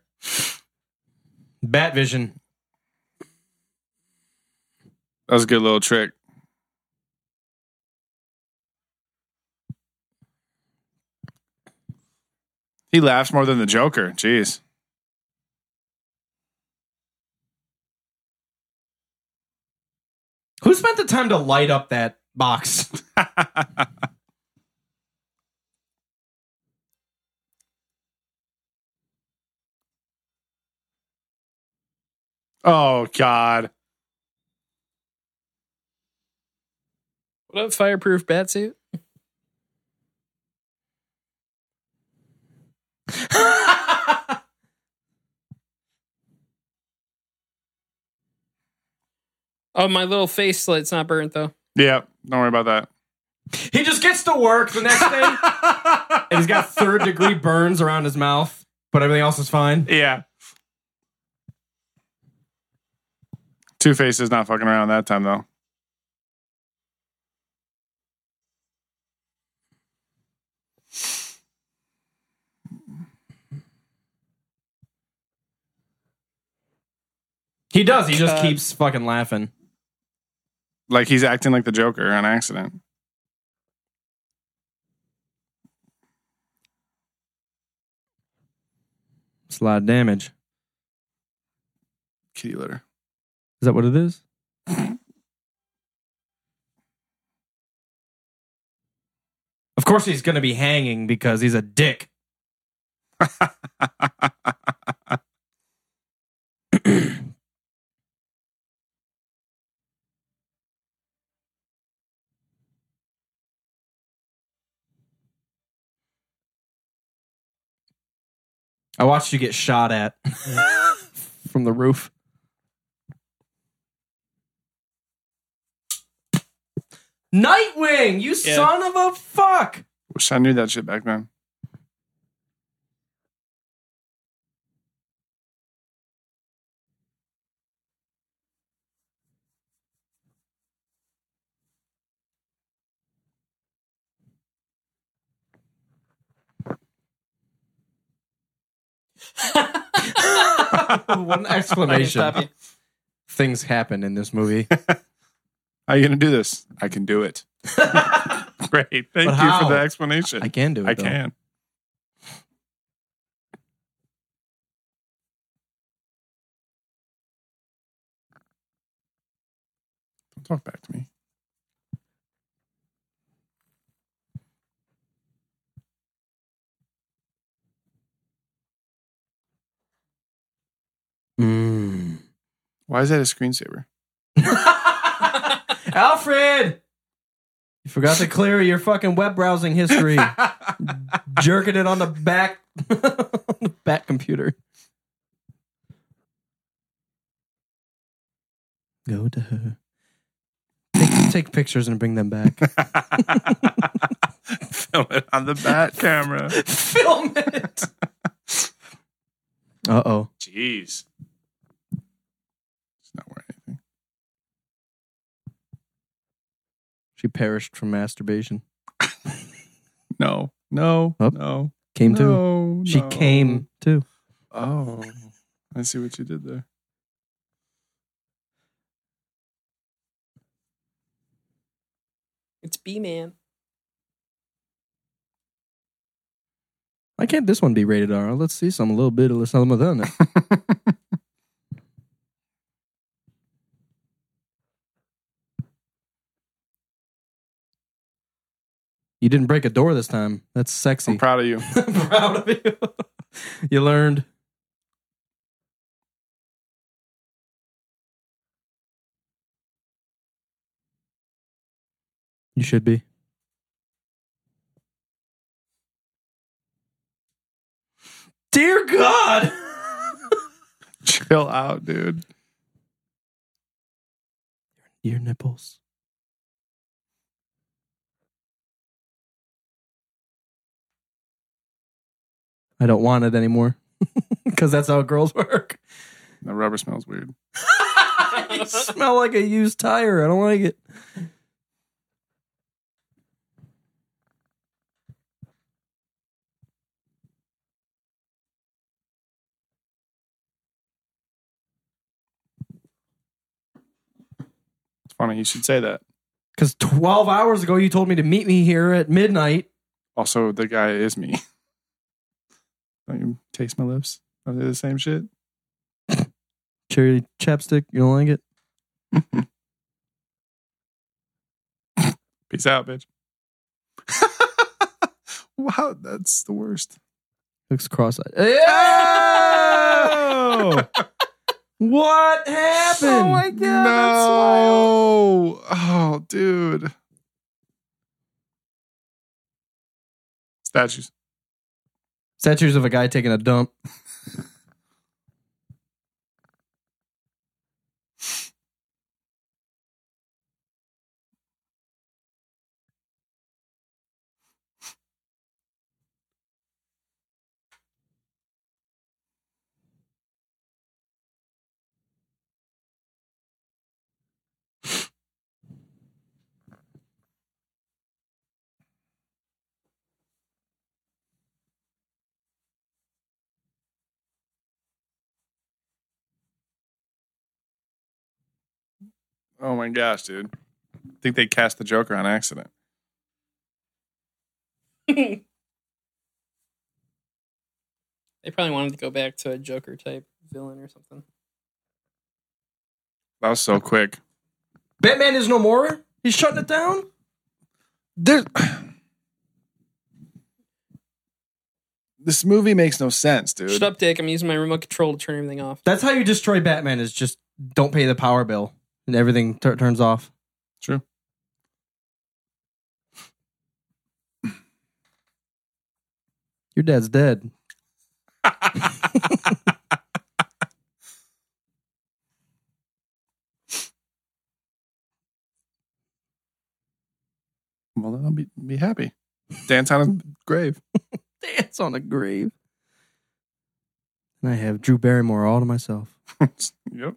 Speaker 2: Bat vision.
Speaker 3: That was a good little trick. He laughs more than the Joker. Jeez.
Speaker 2: Who spent the time to light up that box?
Speaker 3: oh God.
Speaker 4: What up, fireproof bat suit? Oh, my little face slit's not burnt though.
Speaker 3: Yeah. Don't worry about that.
Speaker 2: he just gets to work the next day and he's got third degree burns around his mouth, but everything else is fine.
Speaker 3: Yeah. Two Face is not fucking around that time though.
Speaker 2: He does. He just
Speaker 4: Uh,
Speaker 2: keeps fucking laughing.
Speaker 3: Like he's acting like the Joker on accident.
Speaker 2: It's a lot of damage. Is
Speaker 3: Kitty litter.
Speaker 2: that what it is? Of course he's going to be hanging because he's a dick. I watched you get shot at from the roof. Nightwing, you
Speaker 4: Yeah.
Speaker 2: son of a fuck!
Speaker 3: Wish I knew that shit back then.
Speaker 2: What an exclamation. Things happen in this movie.
Speaker 3: How are you gonna do this? I can do it. Great. Thank you
Speaker 2: how?
Speaker 3: for the explanation.
Speaker 2: I can do it.
Speaker 3: I
Speaker 2: though.
Speaker 3: can. Don't talk back to me.
Speaker 2: Mm.
Speaker 3: Why is that a screensaver?
Speaker 2: Alfred! You forgot to clear your fucking web browsing history. Jerking it on the back on the back computer. Go to her. Take, take pictures and bring them back.
Speaker 3: Film it on the bat camera.
Speaker 2: Film it. Uh oh.
Speaker 3: Jeez. It's not wearing anything.
Speaker 2: She perished from masturbation.
Speaker 3: No. No.
Speaker 2: Up.
Speaker 3: No.
Speaker 2: Came to.
Speaker 3: no,
Speaker 2: She
Speaker 3: no.
Speaker 2: came to.
Speaker 3: Oh. I see what you did there.
Speaker 4: It's B man.
Speaker 2: Why can't this one be rated R? Let's see some a little bit of some of that. you didn't break a door this time. That's
Speaker 3: I'm
Speaker 2: sexy.
Speaker 3: proud of you.
Speaker 2: I'm proud of you. you learned. You should be. Dear God.
Speaker 3: Chill out, dude.
Speaker 2: Your nipples. I don't want it anymore. Because that's how girls work.
Speaker 3: The rubber smells weird.
Speaker 2: you smell like a used tire. I don't like it.
Speaker 3: It's funny you should say that.
Speaker 2: Because 12 hours ago, you told me to meet me here at midnight.
Speaker 3: Also, the guy is me. Don't you taste my lips? Are they the same shit?
Speaker 2: Cherry chapstick. You don't like it?
Speaker 3: Peace out, bitch. wow, that's the worst.
Speaker 2: Looks cross-eyed. Oh! what happened?
Speaker 4: Oh my god! that smile.
Speaker 3: no. Oh, dude. Statues.
Speaker 2: Statues of a guy taking a dump.
Speaker 3: Oh my gosh, dude. I think they cast the Joker on accident.
Speaker 4: They probably wanted to go back to a Joker type villain or something.
Speaker 3: That was so quick.
Speaker 2: Batman is no more. He's shutting it down.
Speaker 3: There's This movie makes no sense, dude.
Speaker 4: Shut up, Dick. I'm using my remote control to turn everything off.
Speaker 2: That's how you destroy Batman. Is just don't pay the power bill and everything tur turns off.
Speaker 3: True.
Speaker 2: Your dad's dead.
Speaker 3: Well, then I'll be, be happy. Dance on his grave.
Speaker 2: Dance on a grave. And I have Drew Barrymore all to myself.
Speaker 3: yep.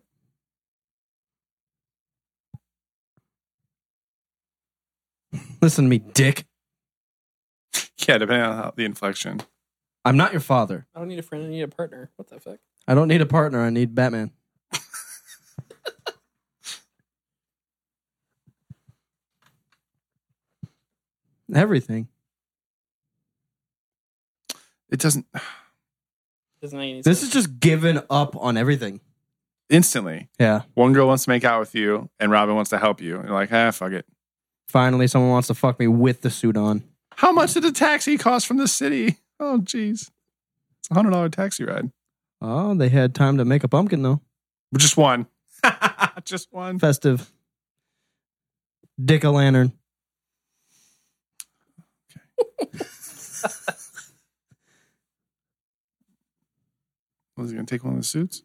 Speaker 2: Listen to me, dick.
Speaker 3: Yeah, depending on how, the inflection.
Speaker 2: I'm not your father.
Speaker 4: I don't need a friend. I need a partner. What the fuck?
Speaker 2: I don't need a partner. I need Batman. Everything.
Speaker 3: It doesn't
Speaker 4: Doesn't make any
Speaker 2: This is
Speaker 4: sense.
Speaker 2: just giving up on everything.
Speaker 3: instantly.
Speaker 2: Yeah.
Speaker 3: One girl wants to make out with you, and Robin wants to help you. And you're like, ah, fuck it.
Speaker 2: Finally, someone wants to fuck me with the suit on.
Speaker 3: How much did the taxi cost from the city? Oh, jeez. It's a hundred dollar taxi ride.
Speaker 2: Oh, they had time to make a pumpkin though.
Speaker 3: Just one. Just one.
Speaker 2: Festive. Dick a lantern.
Speaker 3: Was he gonna take one of the suits?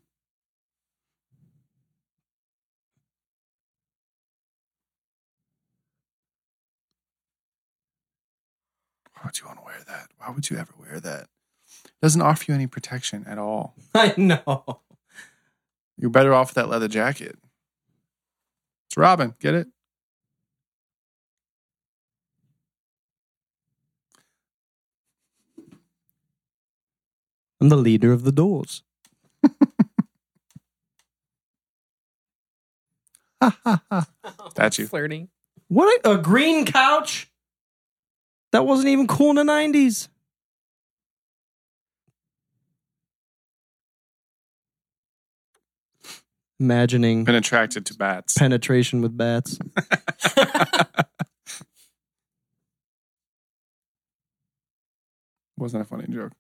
Speaker 3: Why would you want to wear that? Why would you ever wear that? Doesn't offer you any protection at all.
Speaker 2: I know.
Speaker 3: You're better off with that leather jacket. It's Robin. Get it?
Speaker 2: I'm the leader of the duels.
Speaker 3: That's you.
Speaker 4: flirting.
Speaker 2: What a, a green couch? That wasn't even cool in the 90s. Imagining
Speaker 3: Been attracted to bats.
Speaker 2: penetration with bats.
Speaker 3: Wasn't a funny joke.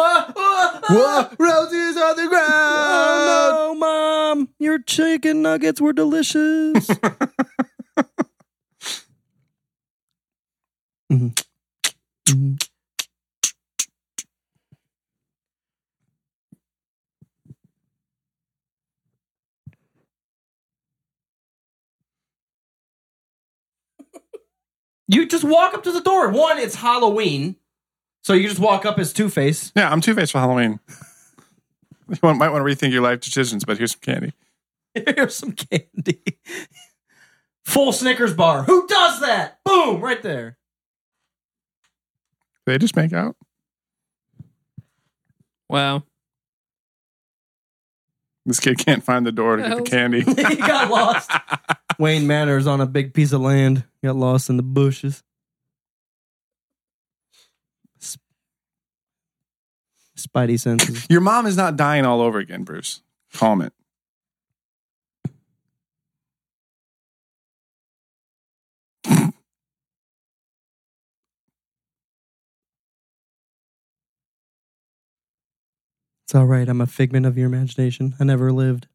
Speaker 3: Whoa, Rosie's on the ground.
Speaker 2: Oh, no, mom! Your chicken nuggets were delicious. Mhm. Mhm. You just walk up to the door. One, it's Halloween. So you just walk up as Two Face.
Speaker 3: Yeah, I'm Two Face for Halloween. You want- might want to rethink your life decisions, but here's some candy.
Speaker 2: Here's some candy. Full Snickers bar. Who does that? Boom, right there.
Speaker 3: They just make out.
Speaker 4: Wow.
Speaker 3: This kid can't find the door to get the
Speaker 4: Oh.
Speaker 3: candy.
Speaker 2: he got lost. Wayne Manor's on a big piece of land. Got lost in the bushes. Sp- Spidey senses.
Speaker 3: Your mom is not dying all over again, Bruce. Calm it.
Speaker 2: It's all right. I'm a figment of your imagination. I never lived.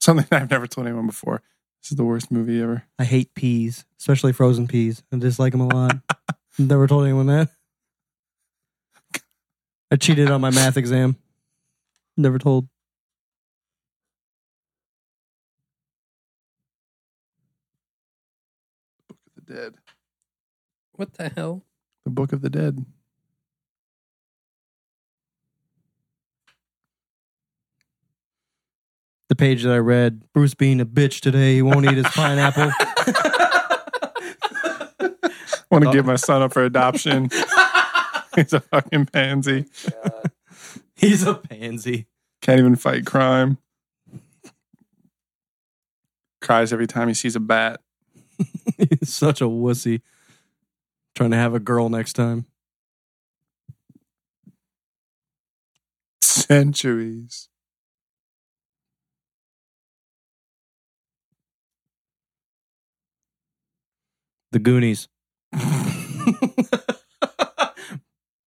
Speaker 3: Something I've never told anyone before. This is the worst movie ever.
Speaker 2: I hate peas, especially frozen peas. I dislike them a lot. never told anyone that. I cheated on my math exam. Never told.
Speaker 3: The dead.
Speaker 4: What the hell?
Speaker 3: The Book of the Dead.
Speaker 2: the page that I read, Bruce being a bitch today, he won't eat his pineapple.
Speaker 3: I want to
Speaker 2: Oh.
Speaker 3: give my son up for adoption. He's a fucking pansy.
Speaker 2: He's a pansy.
Speaker 3: Can't even fight crime. Cries every time he sees a bat.
Speaker 2: He's such a wussy. Trying to have a girl next time.
Speaker 3: Centuries.
Speaker 2: The Goonies.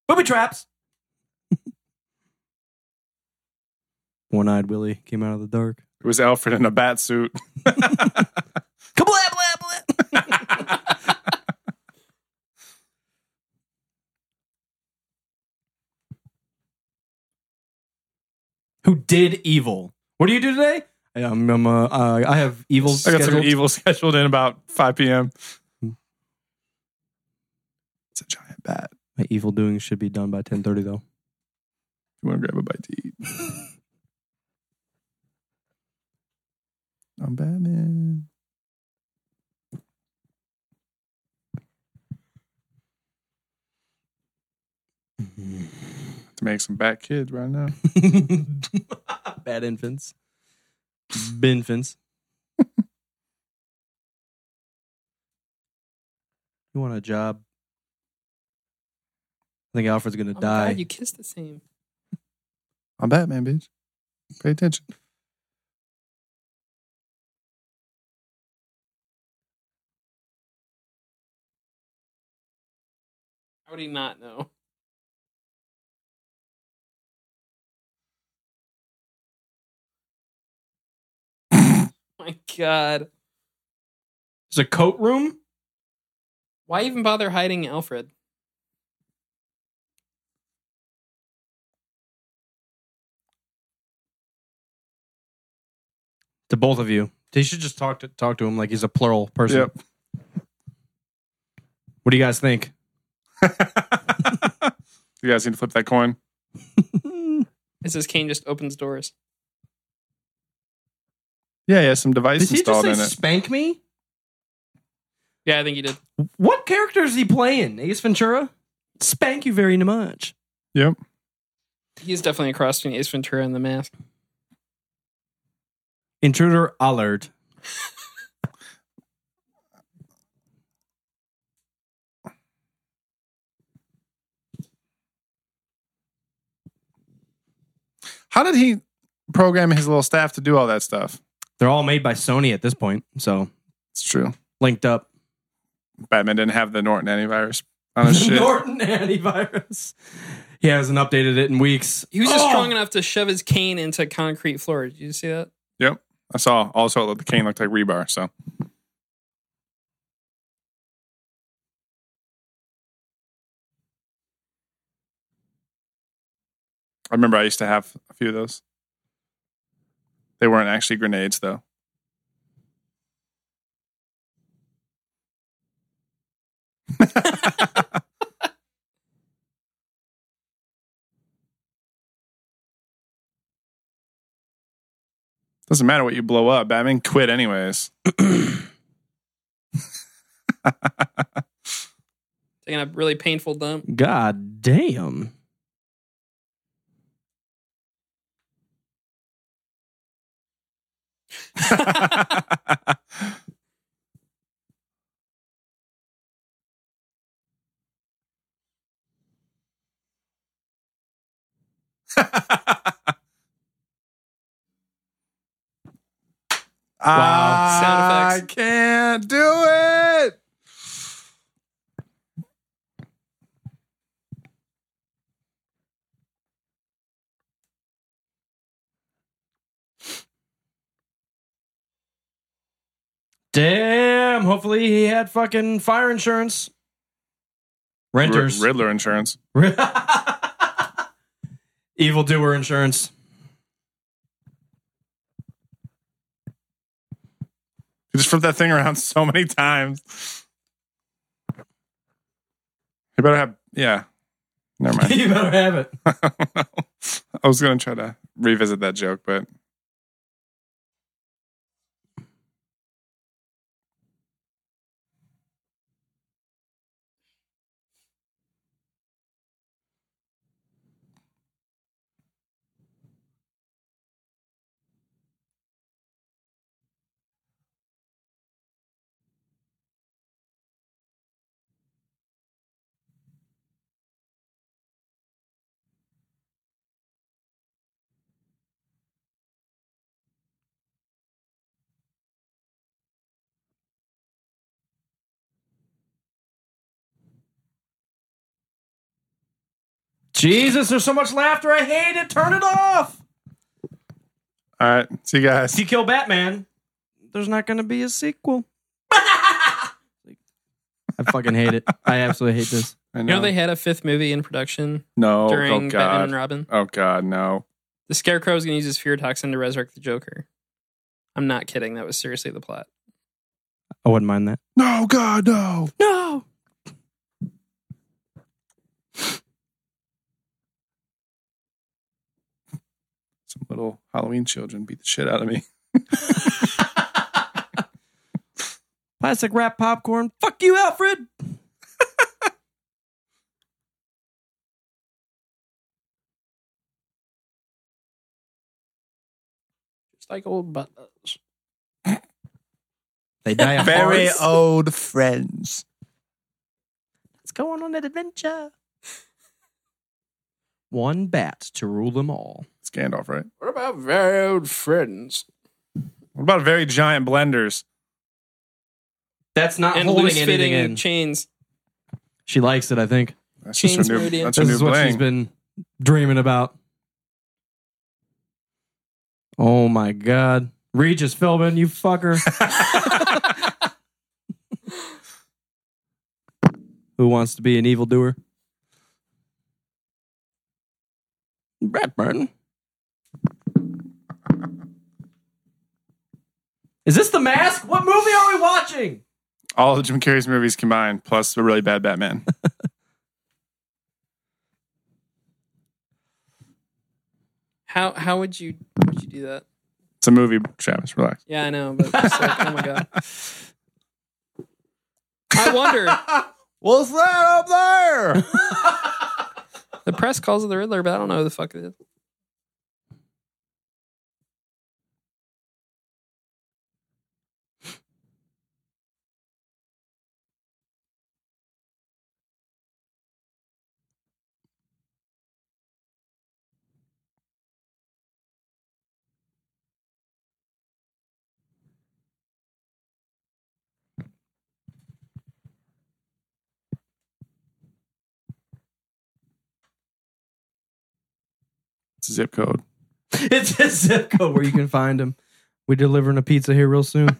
Speaker 2: Booby traps. One eyed Willie came out of the dark.
Speaker 3: It was Alfred in a bat suit.
Speaker 2: Kablah, blah, blah. Who did evil? What do you do today? I'm, I'm, uh, uh, I have evil.
Speaker 3: I got some
Speaker 2: scheduled.
Speaker 3: evil scheduled Hmm. in about 5 p.m. It's a giant bat.
Speaker 2: My evil doing should be done by 10:30 though.
Speaker 3: You want to grab a bite to eat? I'm Batman.
Speaker 2: Mm-hmm.
Speaker 3: To make some bat kids right now.
Speaker 2: Bad infants. Binfants. you want a job? I think Alfred's gonna
Speaker 4: Oh my
Speaker 2: die.
Speaker 4: God, you kissed the same.
Speaker 3: I'm Batman, bitch. Pay attention.
Speaker 4: How would he not know? Oh my God.
Speaker 2: There's a coat room?
Speaker 4: Why even bother hiding Alfred?
Speaker 2: To both of you. They should just talk to talk to him like he's a plural person.
Speaker 3: Yep.
Speaker 2: What do you guys think?
Speaker 3: You guys need to flip that coin.
Speaker 4: It says Kane just opens doors.
Speaker 3: Yeah, yeah, some device
Speaker 2: Did he just
Speaker 3: installed
Speaker 2: say
Speaker 3: in it.
Speaker 2: spank me?
Speaker 4: Yeah, I think he did.
Speaker 2: What character is he playing? Ace Ventura? Spank you very much.
Speaker 3: Yep.
Speaker 4: He's definitely a cross between Ace Ventura and the mask.
Speaker 2: Intruder alert.
Speaker 3: How did he program his little staff to do all that stuff?
Speaker 2: They're all made by Sony at this point, so
Speaker 3: It's true.
Speaker 2: linked up.
Speaker 3: Batman didn't have the Norton antivirus on his Oh, shit.
Speaker 2: Norton antivirus. He hasn't updated it in weeks.
Speaker 4: He was just
Speaker 2: Oh!
Speaker 4: strong enough to shove his cane into concrete floor. Did you see that?
Speaker 3: Yep. I saw also that the cane looked like rebar, so I remember I used to have a few of those. They weren't actually grenades though. Doesn't matter what you blow up. Batman quit anyways.
Speaker 4: Taking a really painful dump.
Speaker 2: God damn.
Speaker 3: wow.
Speaker 4: Sound effects.
Speaker 3: I can't do it.
Speaker 2: Damn. Hopefully he had fucking fire insurance. Renters.
Speaker 3: R- Riddler insurance.
Speaker 2: Evil doer insurance.
Speaker 3: You just flip that thing around so many times. You better have, yeah. Never mind.
Speaker 2: you better have it.
Speaker 3: I was going to try to revisit that joke, but
Speaker 2: Jesus, there's so much laughter. I hate it. Turn it off.
Speaker 3: all right. See you guys.
Speaker 2: If you kill Batman, there's not going to be a sequel. I fucking hate it. I absolutely hate this.
Speaker 3: I
Speaker 4: You know they had a fifth movie in production
Speaker 3: no.
Speaker 4: during
Speaker 3: oh,
Speaker 4: Batman
Speaker 3: God.
Speaker 4: and Robin.
Speaker 3: Oh, God. No.
Speaker 4: The Scarecrow is going to use his fear toxin to resurrect the Joker. I'm not kidding. That was seriously the plot.
Speaker 2: I wouldn't mind that.
Speaker 3: No, God, no.
Speaker 2: No.
Speaker 3: Some little Halloween children beat the shit out of me.
Speaker 2: Plastic wrap popcorn. Fuck you, Alfred.
Speaker 4: Just like old butlers.
Speaker 2: They die of
Speaker 3: Very
Speaker 2: hearts.
Speaker 3: old friends.
Speaker 2: Let's go on an adventure. One bat to rule them all.
Speaker 3: It's Gandalf, right?
Speaker 4: What about very old friends?
Speaker 3: What about very giant blenders?
Speaker 2: That's not
Speaker 4: and
Speaker 2: holding
Speaker 4: loose
Speaker 2: anything
Speaker 4: fitting
Speaker 2: in.
Speaker 4: chains.
Speaker 2: she likes it, I think.
Speaker 3: That's just her new,
Speaker 4: Chainsmoothing.
Speaker 3: that's her
Speaker 2: This
Speaker 3: new
Speaker 2: is what she's
Speaker 3: bling.
Speaker 2: been dreaming about. Oh my god. Regis Philbin, you fucker. Who wants to be an evildoer? Brad Martin. Is this the mask? What movie are we watching?
Speaker 3: All of Jim Carrey's movies combined, plus a really bad Batman.
Speaker 4: How how would you how would you do that?
Speaker 3: it's a movie, Travis. Relax.
Speaker 4: Yeah, I know, but it's like, oh my god. I wonder.
Speaker 3: What's that up there?
Speaker 4: The press calls it the Riddler, but I don't know who the fuck it is.
Speaker 3: It's a zip code.
Speaker 2: It's a zip code where you can find him. We're delivering a pizza here real soon.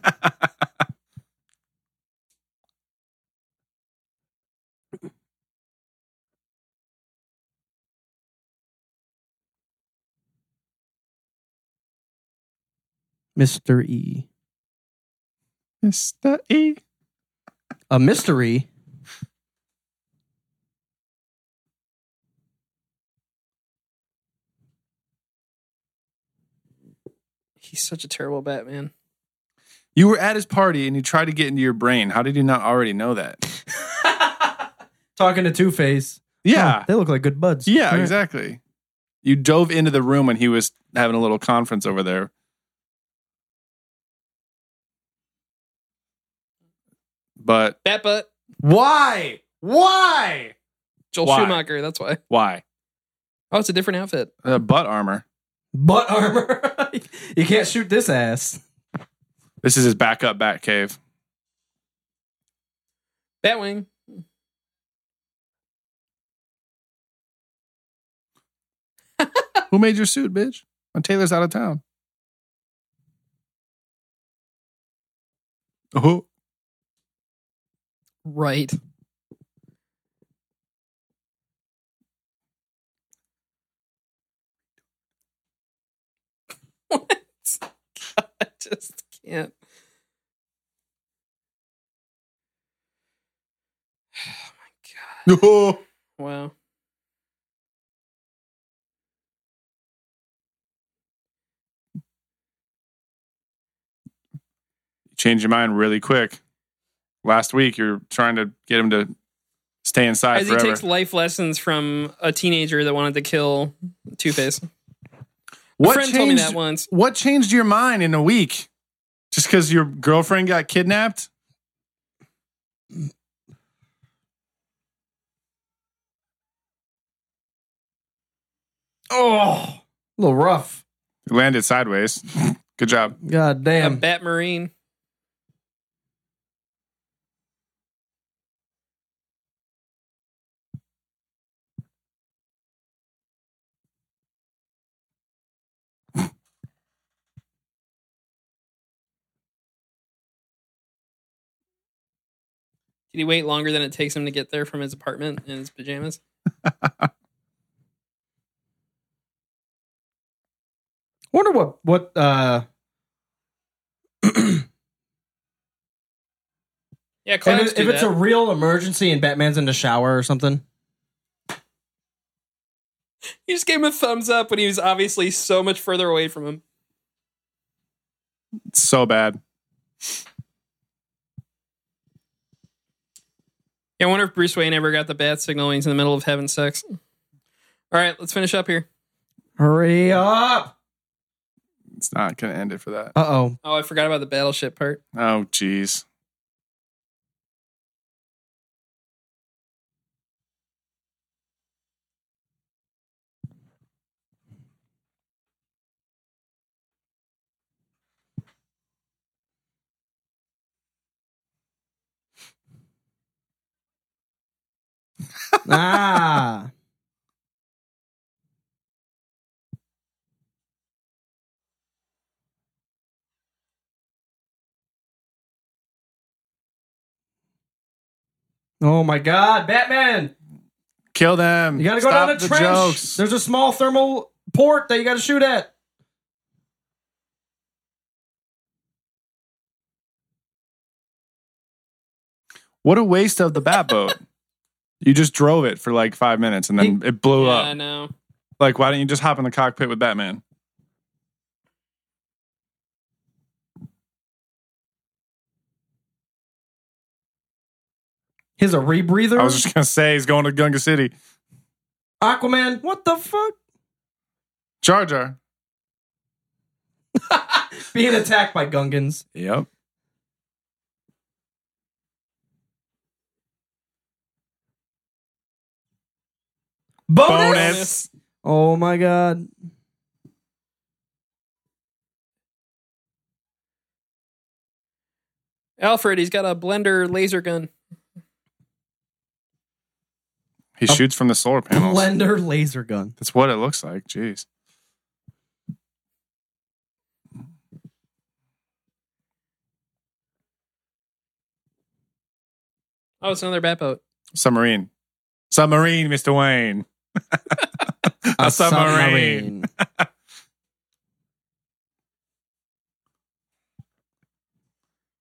Speaker 2: Mr. E.
Speaker 3: Mr. E.
Speaker 2: A E? mystery?
Speaker 4: He's such a terrible Batman.
Speaker 3: You were at his party and you tried to get into your brain. How did you not already know that?
Speaker 2: Talking to Two Face.
Speaker 3: Yeah.
Speaker 2: they look like good buds.
Speaker 3: Yeah,
Speaker 2: Right.
Speaker 3: exactly. You dove into the room when he was having a little conference over there. But
Speaker 4: Bat butt.
Speaker 2: Why? Why?
Speaker 4: Joel
Speaker 3: Why?
Speaker 4: Schumacher. That's why.
Speaker 3: why?
Speaker 4: Oh, it's a different outfit.
Speaker 3: Uh, butt armor.
Speaker 2: Butt armor. you can't shoot this ass.
Speaker 3: This is his backup bat cave.
Speaker 4: Batwing.
Speaker 3: Who made your suit, bitch? When Taylor's out of town. Oh,
Speaker 4: Right. what? I just can't. Oh my
Speaker 3: no.
Speaker 4: god. Wow.
Speaker 3: Change your mind really quick. Last week, you're trying to get him to stay inside
Speaker 4: As he
Speaker 3: forever.
Speaker 4: takes life lessons from a teenager that wanted to kill Two Face. A
Speaker 3: what
Speaker 4: friend
Speaker 3: changed?
Speaker 4: told me that once.
Speaker 3: What changed your mind in a week? Just because your girlfriend got kidnapped?
Speaker 2: Oh, a little rough.
Speaker 3: It landed sideways. Good job.
Speaker 2: God
Speaker 4: A
Speaker 2: damn.
Speaker 4: Bat Marine. Did he wait longer than it takes him to get there from his apartment in his pajamas?
Speaker 2: Wonder what what uh
Speaker 4: Yeah,
Speaker 2: if,
Speaker 4: clowns
Speaker 2: it- if
Speaker 4: do
Speaker 2: it's a
Speaker 4: that.
Speaker 2: real emergency and Batman's in the shower or something.
Speaker 4: He just gave him a thumbs up when he was obviously so much further away from him.
Speaker 3: It's so bad.
Speaker 4: Yeah, I wonder if Bruce Wayne ever got the bat signal when he's in the middle of having sex. All right, let's finish up here.
Speaker 2: Hurry up.
Speaker 3: It's not going to end it for that.
Speaker 2: Uh-oh.
Speaker 4: Oh, I forgot about the battleship part.
Speaker 3: Oh, jeez.
Speaker 2: ah. Oh my god, Batman!
Speaker 3: Kill them.
Speaker 2: You gotta go
Speaker 3: Stop
Speaker 2: down a
Speaker 3: the
Speaker 2: trench.
Speaker 3: jokes.
Speaker 2: There's a small thermal port that you gotta shoot at.
Speaker 3: What a waste of the bat boat. You just drove it for like five minutes and then it blew
Speaker 4: Yeah, I
Speaker 3: up.
Speaker 4: know.
Speaker 3: Like, why don't you just hop in the cockpit with Batman?
Speaker 2: He's a rebreather.
Speaker 3: I was just gonna say he's going to Gunga City.
Speaker 2: Aquaman, what the fuck?
Speaker 3: Jar Jar.
Speaker 2: Being attacked by Gungans.
Speaker 3: Yep.
Speaker 2: Bonus!
Speaker 3: Bonus.
Speaker 2: Oh my god.
Speaker 4: Alfred, he's got a blender laser gun.
Speaker 3: He shoots from the solar panels.
Speaker 5: Oh.
Speaker 2: Blender laser gun.
Speaker 3: That's what it looks like. Jeez.
Speaker 4: Oh, it's another bat boat.
Speaker 3: Submarine. Submarine, Mr. Wayne. a, submarine.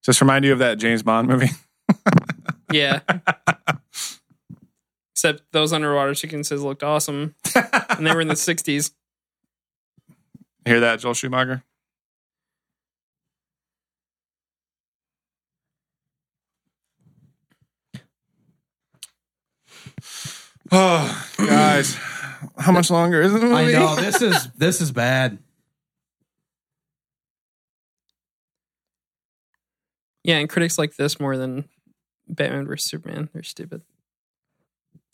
Speaker 3: Just remind you of that James Bond movie.
Speaker 4: Yeah. Except those underwater chickens looked awesome, and they were in the '60s.
Speaker 3: Hear that, Joel Schumacher? Oh, guys, how much longer is the movie?
Speaker 5: I know this is this is bad.
Speaker 4: Yeah, and critics like this more than Batman vs Superman. They're stupid.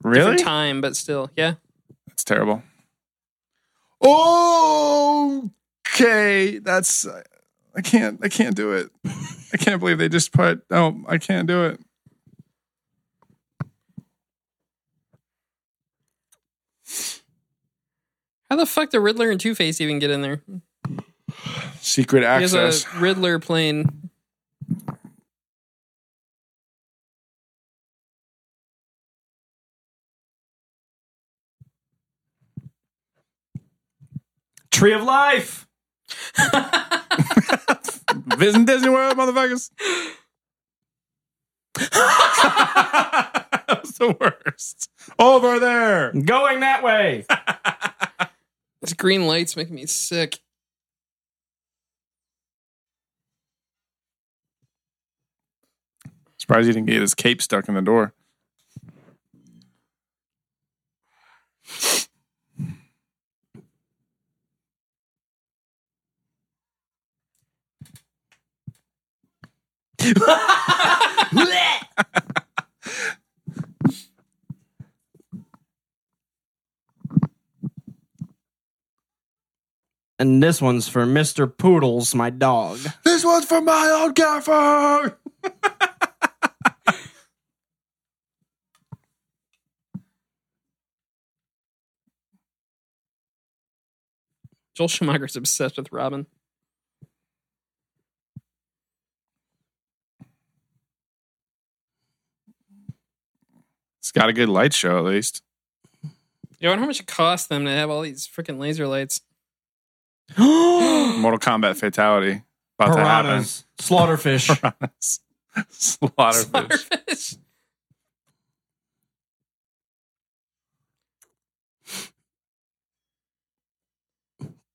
Speaker 3: Really?
Speaker 4: Different time, but still, yeah.
Speaker 3: That's terrible. Okay, that's I can't I can't do it. I can't believe they just put oh I can't do it.
Speaker 4: How the fuck did Riddler and Two Face even get in there?
Speaker 3: Secret
Speaker 4: He has a
Speaker 3: access.
Speaker 4: Riddler plane.
Speaker 2: Tree of Life.
Speaker 3: Visit Disney World, motherfuckers. that was the worst. Over there.
Speaker 2: Going that way.
Speaker 4: These green lights making me sick.
Speaker 3: Surprised he didn't get his cape stuck in the door.
Speaker 2: and this one's for Mr. Poodles, my dog.
Speaker 3: This one's for my old gaffer.
Speaker 4: Joel Schumacher's obsessed with Robin.
Speaker 3: It's got a good light show at least.
Speaker 4: You know how much it costs them to have all these freaking laser lights?
Speaker 3: Mortal Kombat fatality about
Speaker 2: Piranhas, slaughterfish.
Speaker 3: to happen. Piranhas. Slaughterfish.
Speaker 4: Starfish.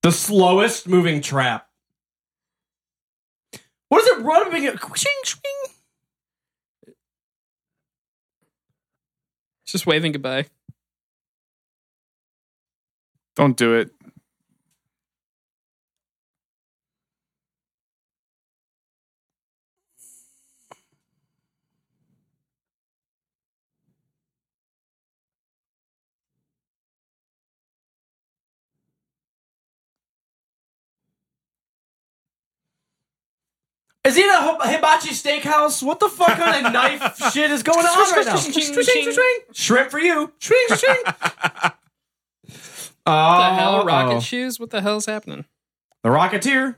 Speaker 2: the slowest moving trap. What is it running? Shing, shing.
Speaker 4: It's Just waving goodbye.
Speaker 3: Don't do it.
Speaker 2: Is he in a hi- hibachi steakhouse? What the fuck kind of knife shit is going on right now?
Speaker 4: Shing, shing,
Speaker 2: Shing, shing,
Speaker 4: shing.
Speaker 2: shing. Shrimp for you. Shing, shing. Oh,
Speaker 4: What the hell? Rocket
Speaker 2: oh.
Speaker 4: shoes? What the hell's happening?
Speaker 2: the Rocketeer.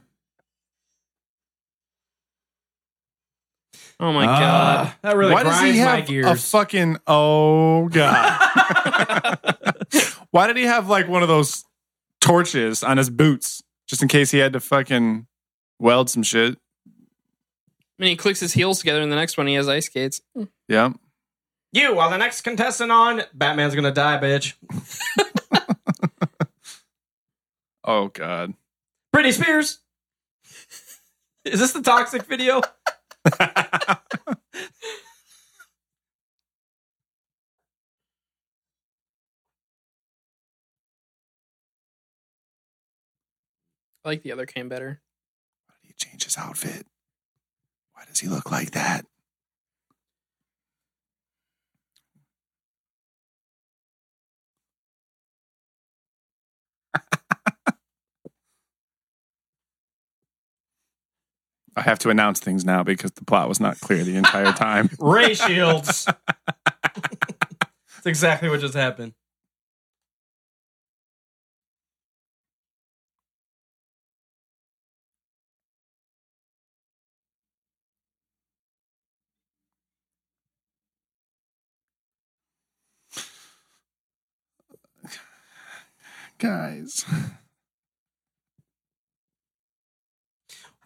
Speaker 4: Oh my
Speaker 2: Ah,
Speaker 4: god.
Speaker 2: that really
Speaker 3: Why does
Speaker 2: grinds
Speaker 3: he
Speaker 2: my
Speaker 3: have a
Speaker 2: gears.
Speaker 3: fucking oh god? Why did he have like one of those torches on his boots just in case he had to fucking weld some shit?
Speaker 4: I mean, he clicks his heels together, and the next one he has ice skates.
Speaker 3: Yeah.
Speaker 2: you are the next contestant on Batman's gonna die, bitch.
Speaker 3: Oh god.
Speaker 2: Britney Spears. Is this the toxic video?
Speaker 4: I like the other cane better.
Speaker 3: He changed his outfit. Why does he look like that? I have to announce things now because the plot was not clear the entire time.
Speaker 2: Ray Shields. That's exactly what just happened.
Speaker 3: guys.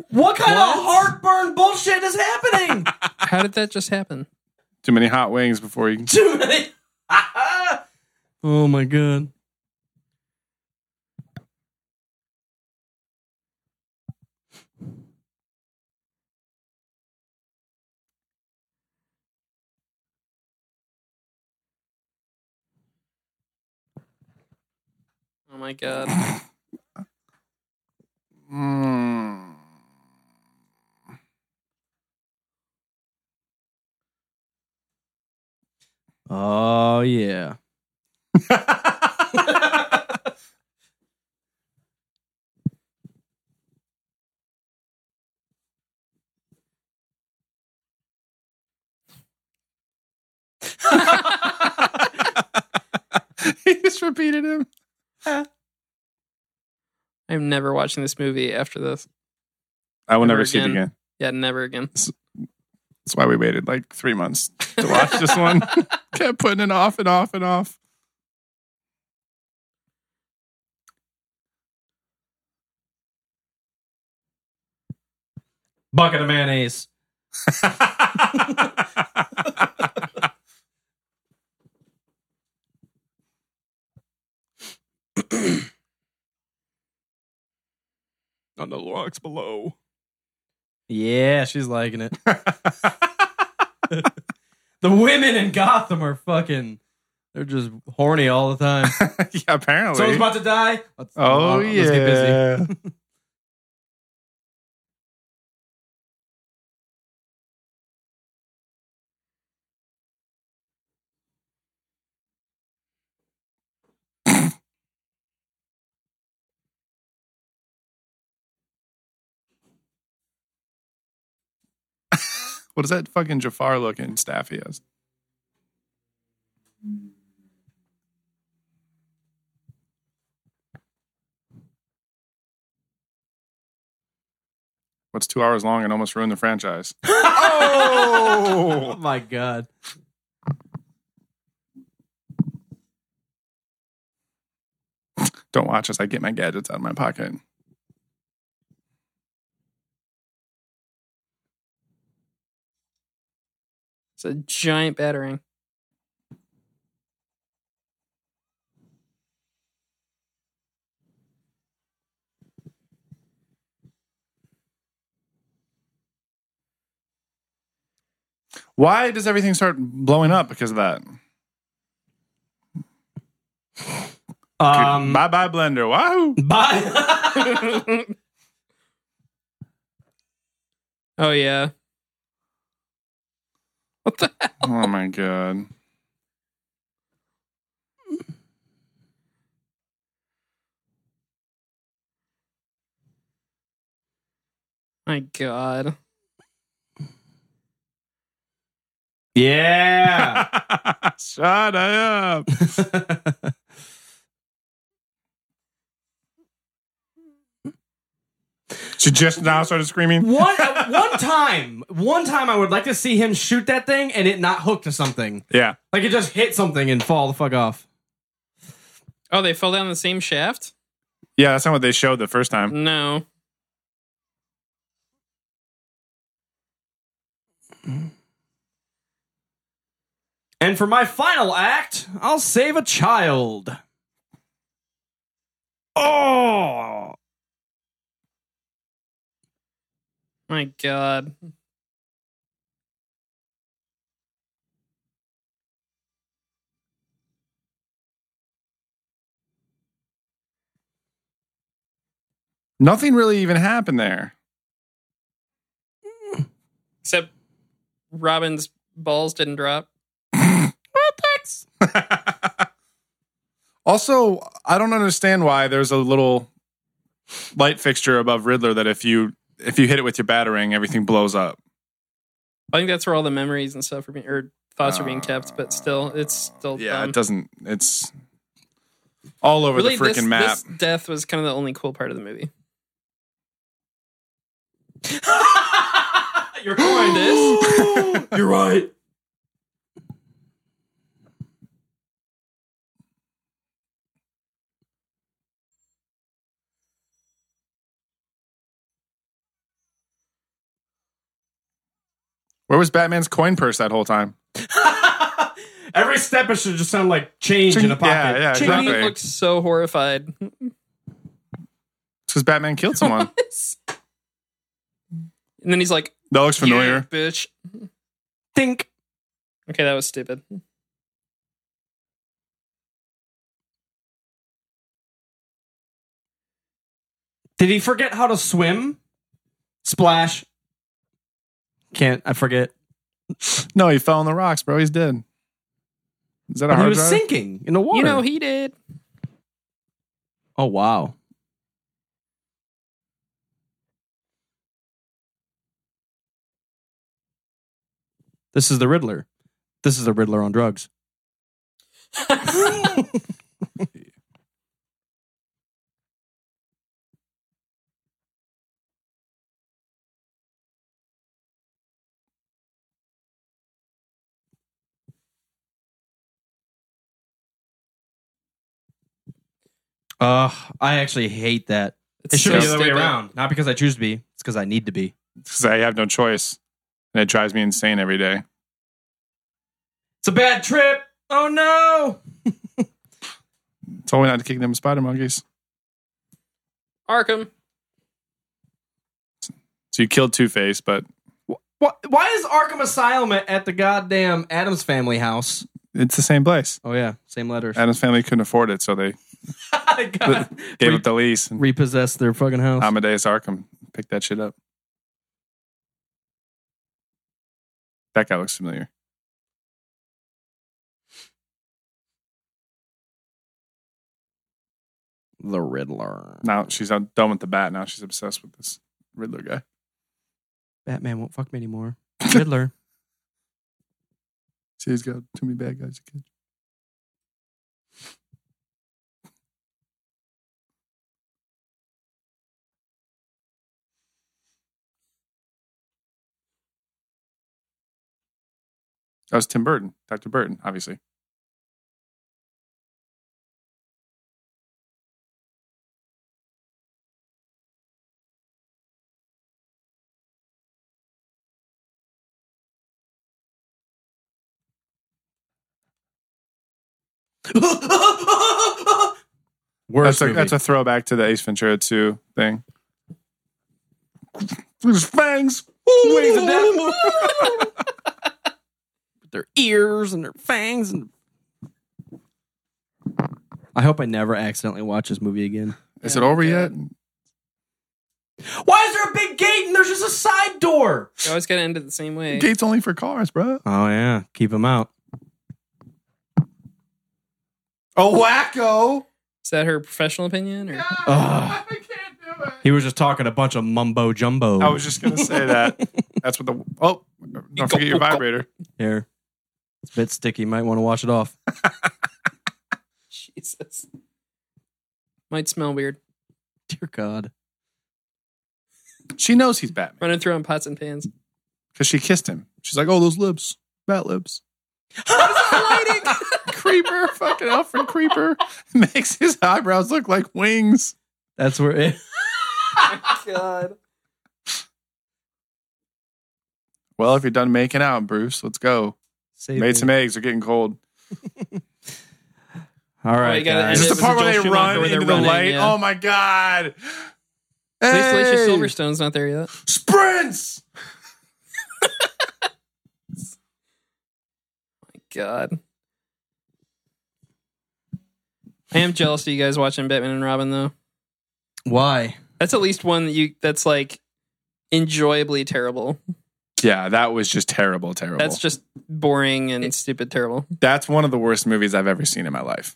Speaker 2: What kind
Speaker 4: What?
Speaker 2: of heartburn bullshit is happening?
Speaker 4: How did that just happen?
Speaker 3: Too many hot wings before you.
Speaker 2: Dude. oh my god.
Speaker 4: Oh my god.
Speaker 3: Mm.
Speaker 2: Oh yeah.
Speaker 3: he just repeated him.
Speaker 4: I'm never watching this movie after this.
Speaker 3: I will
Speaker 4: Never
Speaker 3: never see it
Speaker 4: again.
Speaker 3: again.
Speaker 4: Yeah, never again.
Speaker 3: That's why we waited like three months to watch this one. Kept putting it off and off and off.
Speaker 2: Bucket of mayonnaise.
Speaker 3: On the rocks below.
Speaker 2: Yeah, she's liking it. the women in Gotham are fucking. They're just horny all the time.
Speaker 3: yeah, apparently.
Speaker 2: Someone's about to die. Let's, uh,
Speaker 3: oh
Speaker 2: let's
Speaker 3: yeah.
Speaker 2: get busy.
Speaker 3: What is that fucking Jafar looking staff he has? What's two hours long and almost ruined the franchise?
Speaker 2: Oh
Speaker 3: oh!
Speaker 2: my god.
Speaker 3: Don't watch as I get my gadgets out of my pocket.
Speaker 4: It's a giant battering.
Speaker 3: Why does everything start blowing up because of that?
Speaker 2: Um,
Speaker 3: bye bye, Blender. Wahoo!
Speaker 2: bye.
Speaker 4: oh yeah. What the heck?
Speaker 3: oh my god.
Speaker 4: My god.
Speaker 2: yeah.
Speaker 3: Shut up. She just now started screaming.
Speaker 2: one at one time, one time, I would like to see him shoot that thing and it not hook to something.
Speaker 3: Yeah.
Speaker 2: Like it just hit something and fall the fuck off.
Speaker 4: Oh, they fell down the same shaft?
Speaker 3: Yeah, that's not what they showed the first time.
Speaker 4: No.
Speaker 2: And for my final act, I'll save a child.
Speaker 3: Oh.
Speaker 4: My god.
Speaker 3: Nothing really even happened there.
Speaker 4: Except Robin's balls didn't drop.
Speaker 3: also, I don't understand why there's a little light fixture above Riddler that if you if you hit it with your battering, everything blows up.
Speaker 4: I think that's where all the memories and stuff are being or thoughts are being kept, but still it's still
Speaker 3: Yeah,
Speaker 4: dumb.
Speaker 3: it doesn't it's all over the freaking
Speaker 4: this,
Speaker 3: map.
Speaker 4: this death was kind of the only cool part of the movie.
Speaker 2: You're going this? You're right.
Speaker 3: Where was Batman's coin purse that whole time?
Speaker 6: Every step it should just sound like change in a
Speaker 3: Yeah,
Speaker 6: pocket.
Speaker 3: yeah,
Speaker 4: Cheney
Speaker 3: exactly.
Speaker 4: looks so horrified.
Speaker 3: Because Batman killed someone.
Speaker 4: and then he's like,
Speaker 3: that looks
Speaker 4: "Yeah,
Speaker 3: familiar.
Speaker 4: bitch."
Speaker 2: Think.
Speaker 4: Okay, that was stupid.
Speaker 2: Did he forget how to swim?
Speaker 6: Splash.
Speaker 2: Can't I forget?
Speaker 3: No, he fell on the rocks, bro. He's dead. Is that a
Speaker 2: But he
Speaker 3: hard
Speaker 2: was
Speaker 3: drive?
Speaker 2: sinking in the water.
Speaker 4: You know he did.
Speaker 2: oh wow. This is the Riddler. This is the Riddler on drugs. Ugh, I actually hate that.
Speaker 4: It's
Speaker 2: It should
Speaker 4: so
Speaker 2: be the other way
Speaker 4: stupid.
Speaker 2: around. Not because I choose to be, it's because I need to be.
Speaker 3: Because I have no choice. And it drives me insane every day.
Speaker 2: It's a bad trip. Oh no.
Speaker 3: Told me not to kick them spider monkeys.
Speaker 4: Arkham.
Speaker 3: So you killed Two Face, but
Speaker 2: Why, why is Arkham Asylum at at the goddamn Adams family house?
Speaker 3: it's the same place.
Speaker 2: Oh yeah, same letters.
Speaker 3: Adam's family couldn't afford it, so they
Speaker 2: God.
Speaker 3: gave
Speaker 2: Re-
Speaker 3: up the lease. And
Speaker 2: repossess their fucking house.
Speaker 3: Amadeus Arkham picked that shit up. That guy looks familiar.
Speaker 2: the Riddler.
Speaker 3: Now she's not done with the bat. Now she's obsessed with this Riddler guy.
Speaker 2: Batman won't fuck me anymore. Riddler.
Speaker 3: See, he's got too many bad guys to catch. That was Tim Burton, Dr. Burton, obviously.
Speaker 6: Worst
Speaker 3: that's, a,
Speaker 6: movie.
Speaker 3: that's a throwback to the Ace Ventura 2 thing. Look at his fangs. Ooh, wings of death.
Speaker 2: their ears and their fangs and I hope I never accidentally watch this movie again.
Speaker 3: Is
Speaker 4: Yeah,
Speaker 3: it over
Speaker 4: okay.
Speaker 3: yet?
Speaker 2: Why is there a big gate and there's just a side door?
Speaker 4: You always got to end it the same way.
Speaker 3: Gate's only for cars, bro.
Speaker 2: Oh yeah, keep him out.
Speaker 3: Oh, wacko.
Speaker 4: Is that her professional opinion? Or?
Speaker 2: Ugh.
Speaker 3: I can't do it.
Speaker 2: He was just talking a bunch of mumbo jumbo.
Speaker 3: I was just gonna say that. That's what the oh, don't forget your vibrator.
Speaker 2: here. It's a bit sticky. Might want to wash it off.
Speaker 4: Jesus. Might smell weird.
Speaker 2: Dear God.
Speaker 3: She knows he's Batman
Speaker 4: Running through on pots and pans.
Speaker 3: because she kissed him. She's like, oh, those lips, bat lips. creeper, fucking Alfred Creeper makes his eyebrows look like wings.
Speaker 2: That's where it.
Speaker 4: God.
Speaker 3: Well, if you're done making out, Bruce, let's go.
Speaker 2: Save
Speaker 3: Made
Speaker 2: me.
Speaker 3: some eggs. They're getting cold.
Speaker 2: All
Speaker 4: Oh,
Speaker 2: right.
Speaker 4: you gotta
Speaker 2: guys.
Speaker 4: end
Speaker 3: Is
Speaker 4: it
Speaker 3: this the
Speaker 4: was
Speaker 3: part
Speaker 4: Joel
Speaker 3: where they
Speaker 4: Schumacher
Speaker 3: run
Speaker 4: where they're
Speaker 3: into the
Speaker 4: running,
Speaker 3: light?
Speaker 4: yeah.
Speaker 3: Oh my god!
Speaker 4: At least Alicia
Speaker 3: Hey!
Speaker 4: Silverstone's not there yet.
Speaker 3: sprints.
Speaker 4: God. I am jealous of you guys watching Batman and Robin though.
Speaker 2: Why?
Speaker 4: That's at least one that you that's like enjoyably terrible.
Speaker 3: Yeah, that was just terrible. Terrible.
Speaker 4: That's just boring and stupid terrible.
Speaker 3: That's one of the worst movies I've ever seen in my life.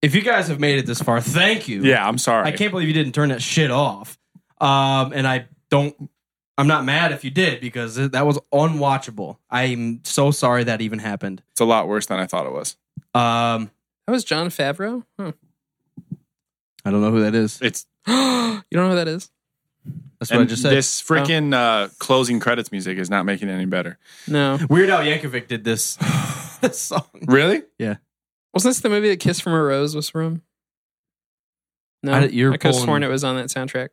Speaker 2: If you guys have made it this far, thank you.
Speaker 3: Yeah, I'm sorry.
Speaker 2: I can't believe you didn't turn that shit off. Um, and I don't. I'm not mad if you did because th- that was unwatchable. I'm so sorry that even happened.
Speaker 3: It's a lot worse than I thought it was.
Speaker 2: Um,
Speaker 4: That was John Favreau? Huh.
Speaker 2: I don't know who that is.
Speaker 3: It's
Speaker 4: you don't know who that is?
Speaker 2: That's what I
Speaker 3: and
Speaker 2: just said.
Speaker 3: this freaking
Speaker 4: Oh.
Speaker 3: uh, closing credits music is not making it any better.
Speaker 4: No.
Speaker 2: Weird Al Yankovic did this this song.
Speaker 3: Really?
Speaker 4: Wasn't this the movie that Kiss from a Rose was from? No.
Speaker 2: I- you're
Speaker 4: I could have
Speaker 2: pulling-
Speaker 4: sworn it was on that soundtrack.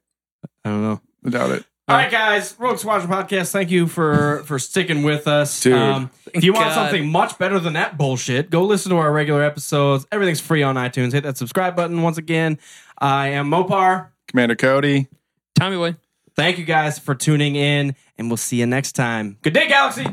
Speaker 2: I don't know.
Speaker 3: I doubt it.
Speaker 2: All right, guys, Rogue Squadron podcast. Thank you for for sticking with us. Um,
Speaker 3: Dude.
Speaker 2: if you want
Speaker 4: God.
Speaker 2: something much better than that bullshit, go listen to our regular episodes. Everything's free on iTunes. Hit that subscribe button once again. I am Mopar.
Speaker 3: Commander Cody.
Speaker 4: Tommy Boy.
Speaker 2: Thank you guys for tuning in, and we'll see you next time. Good day, Galaxy.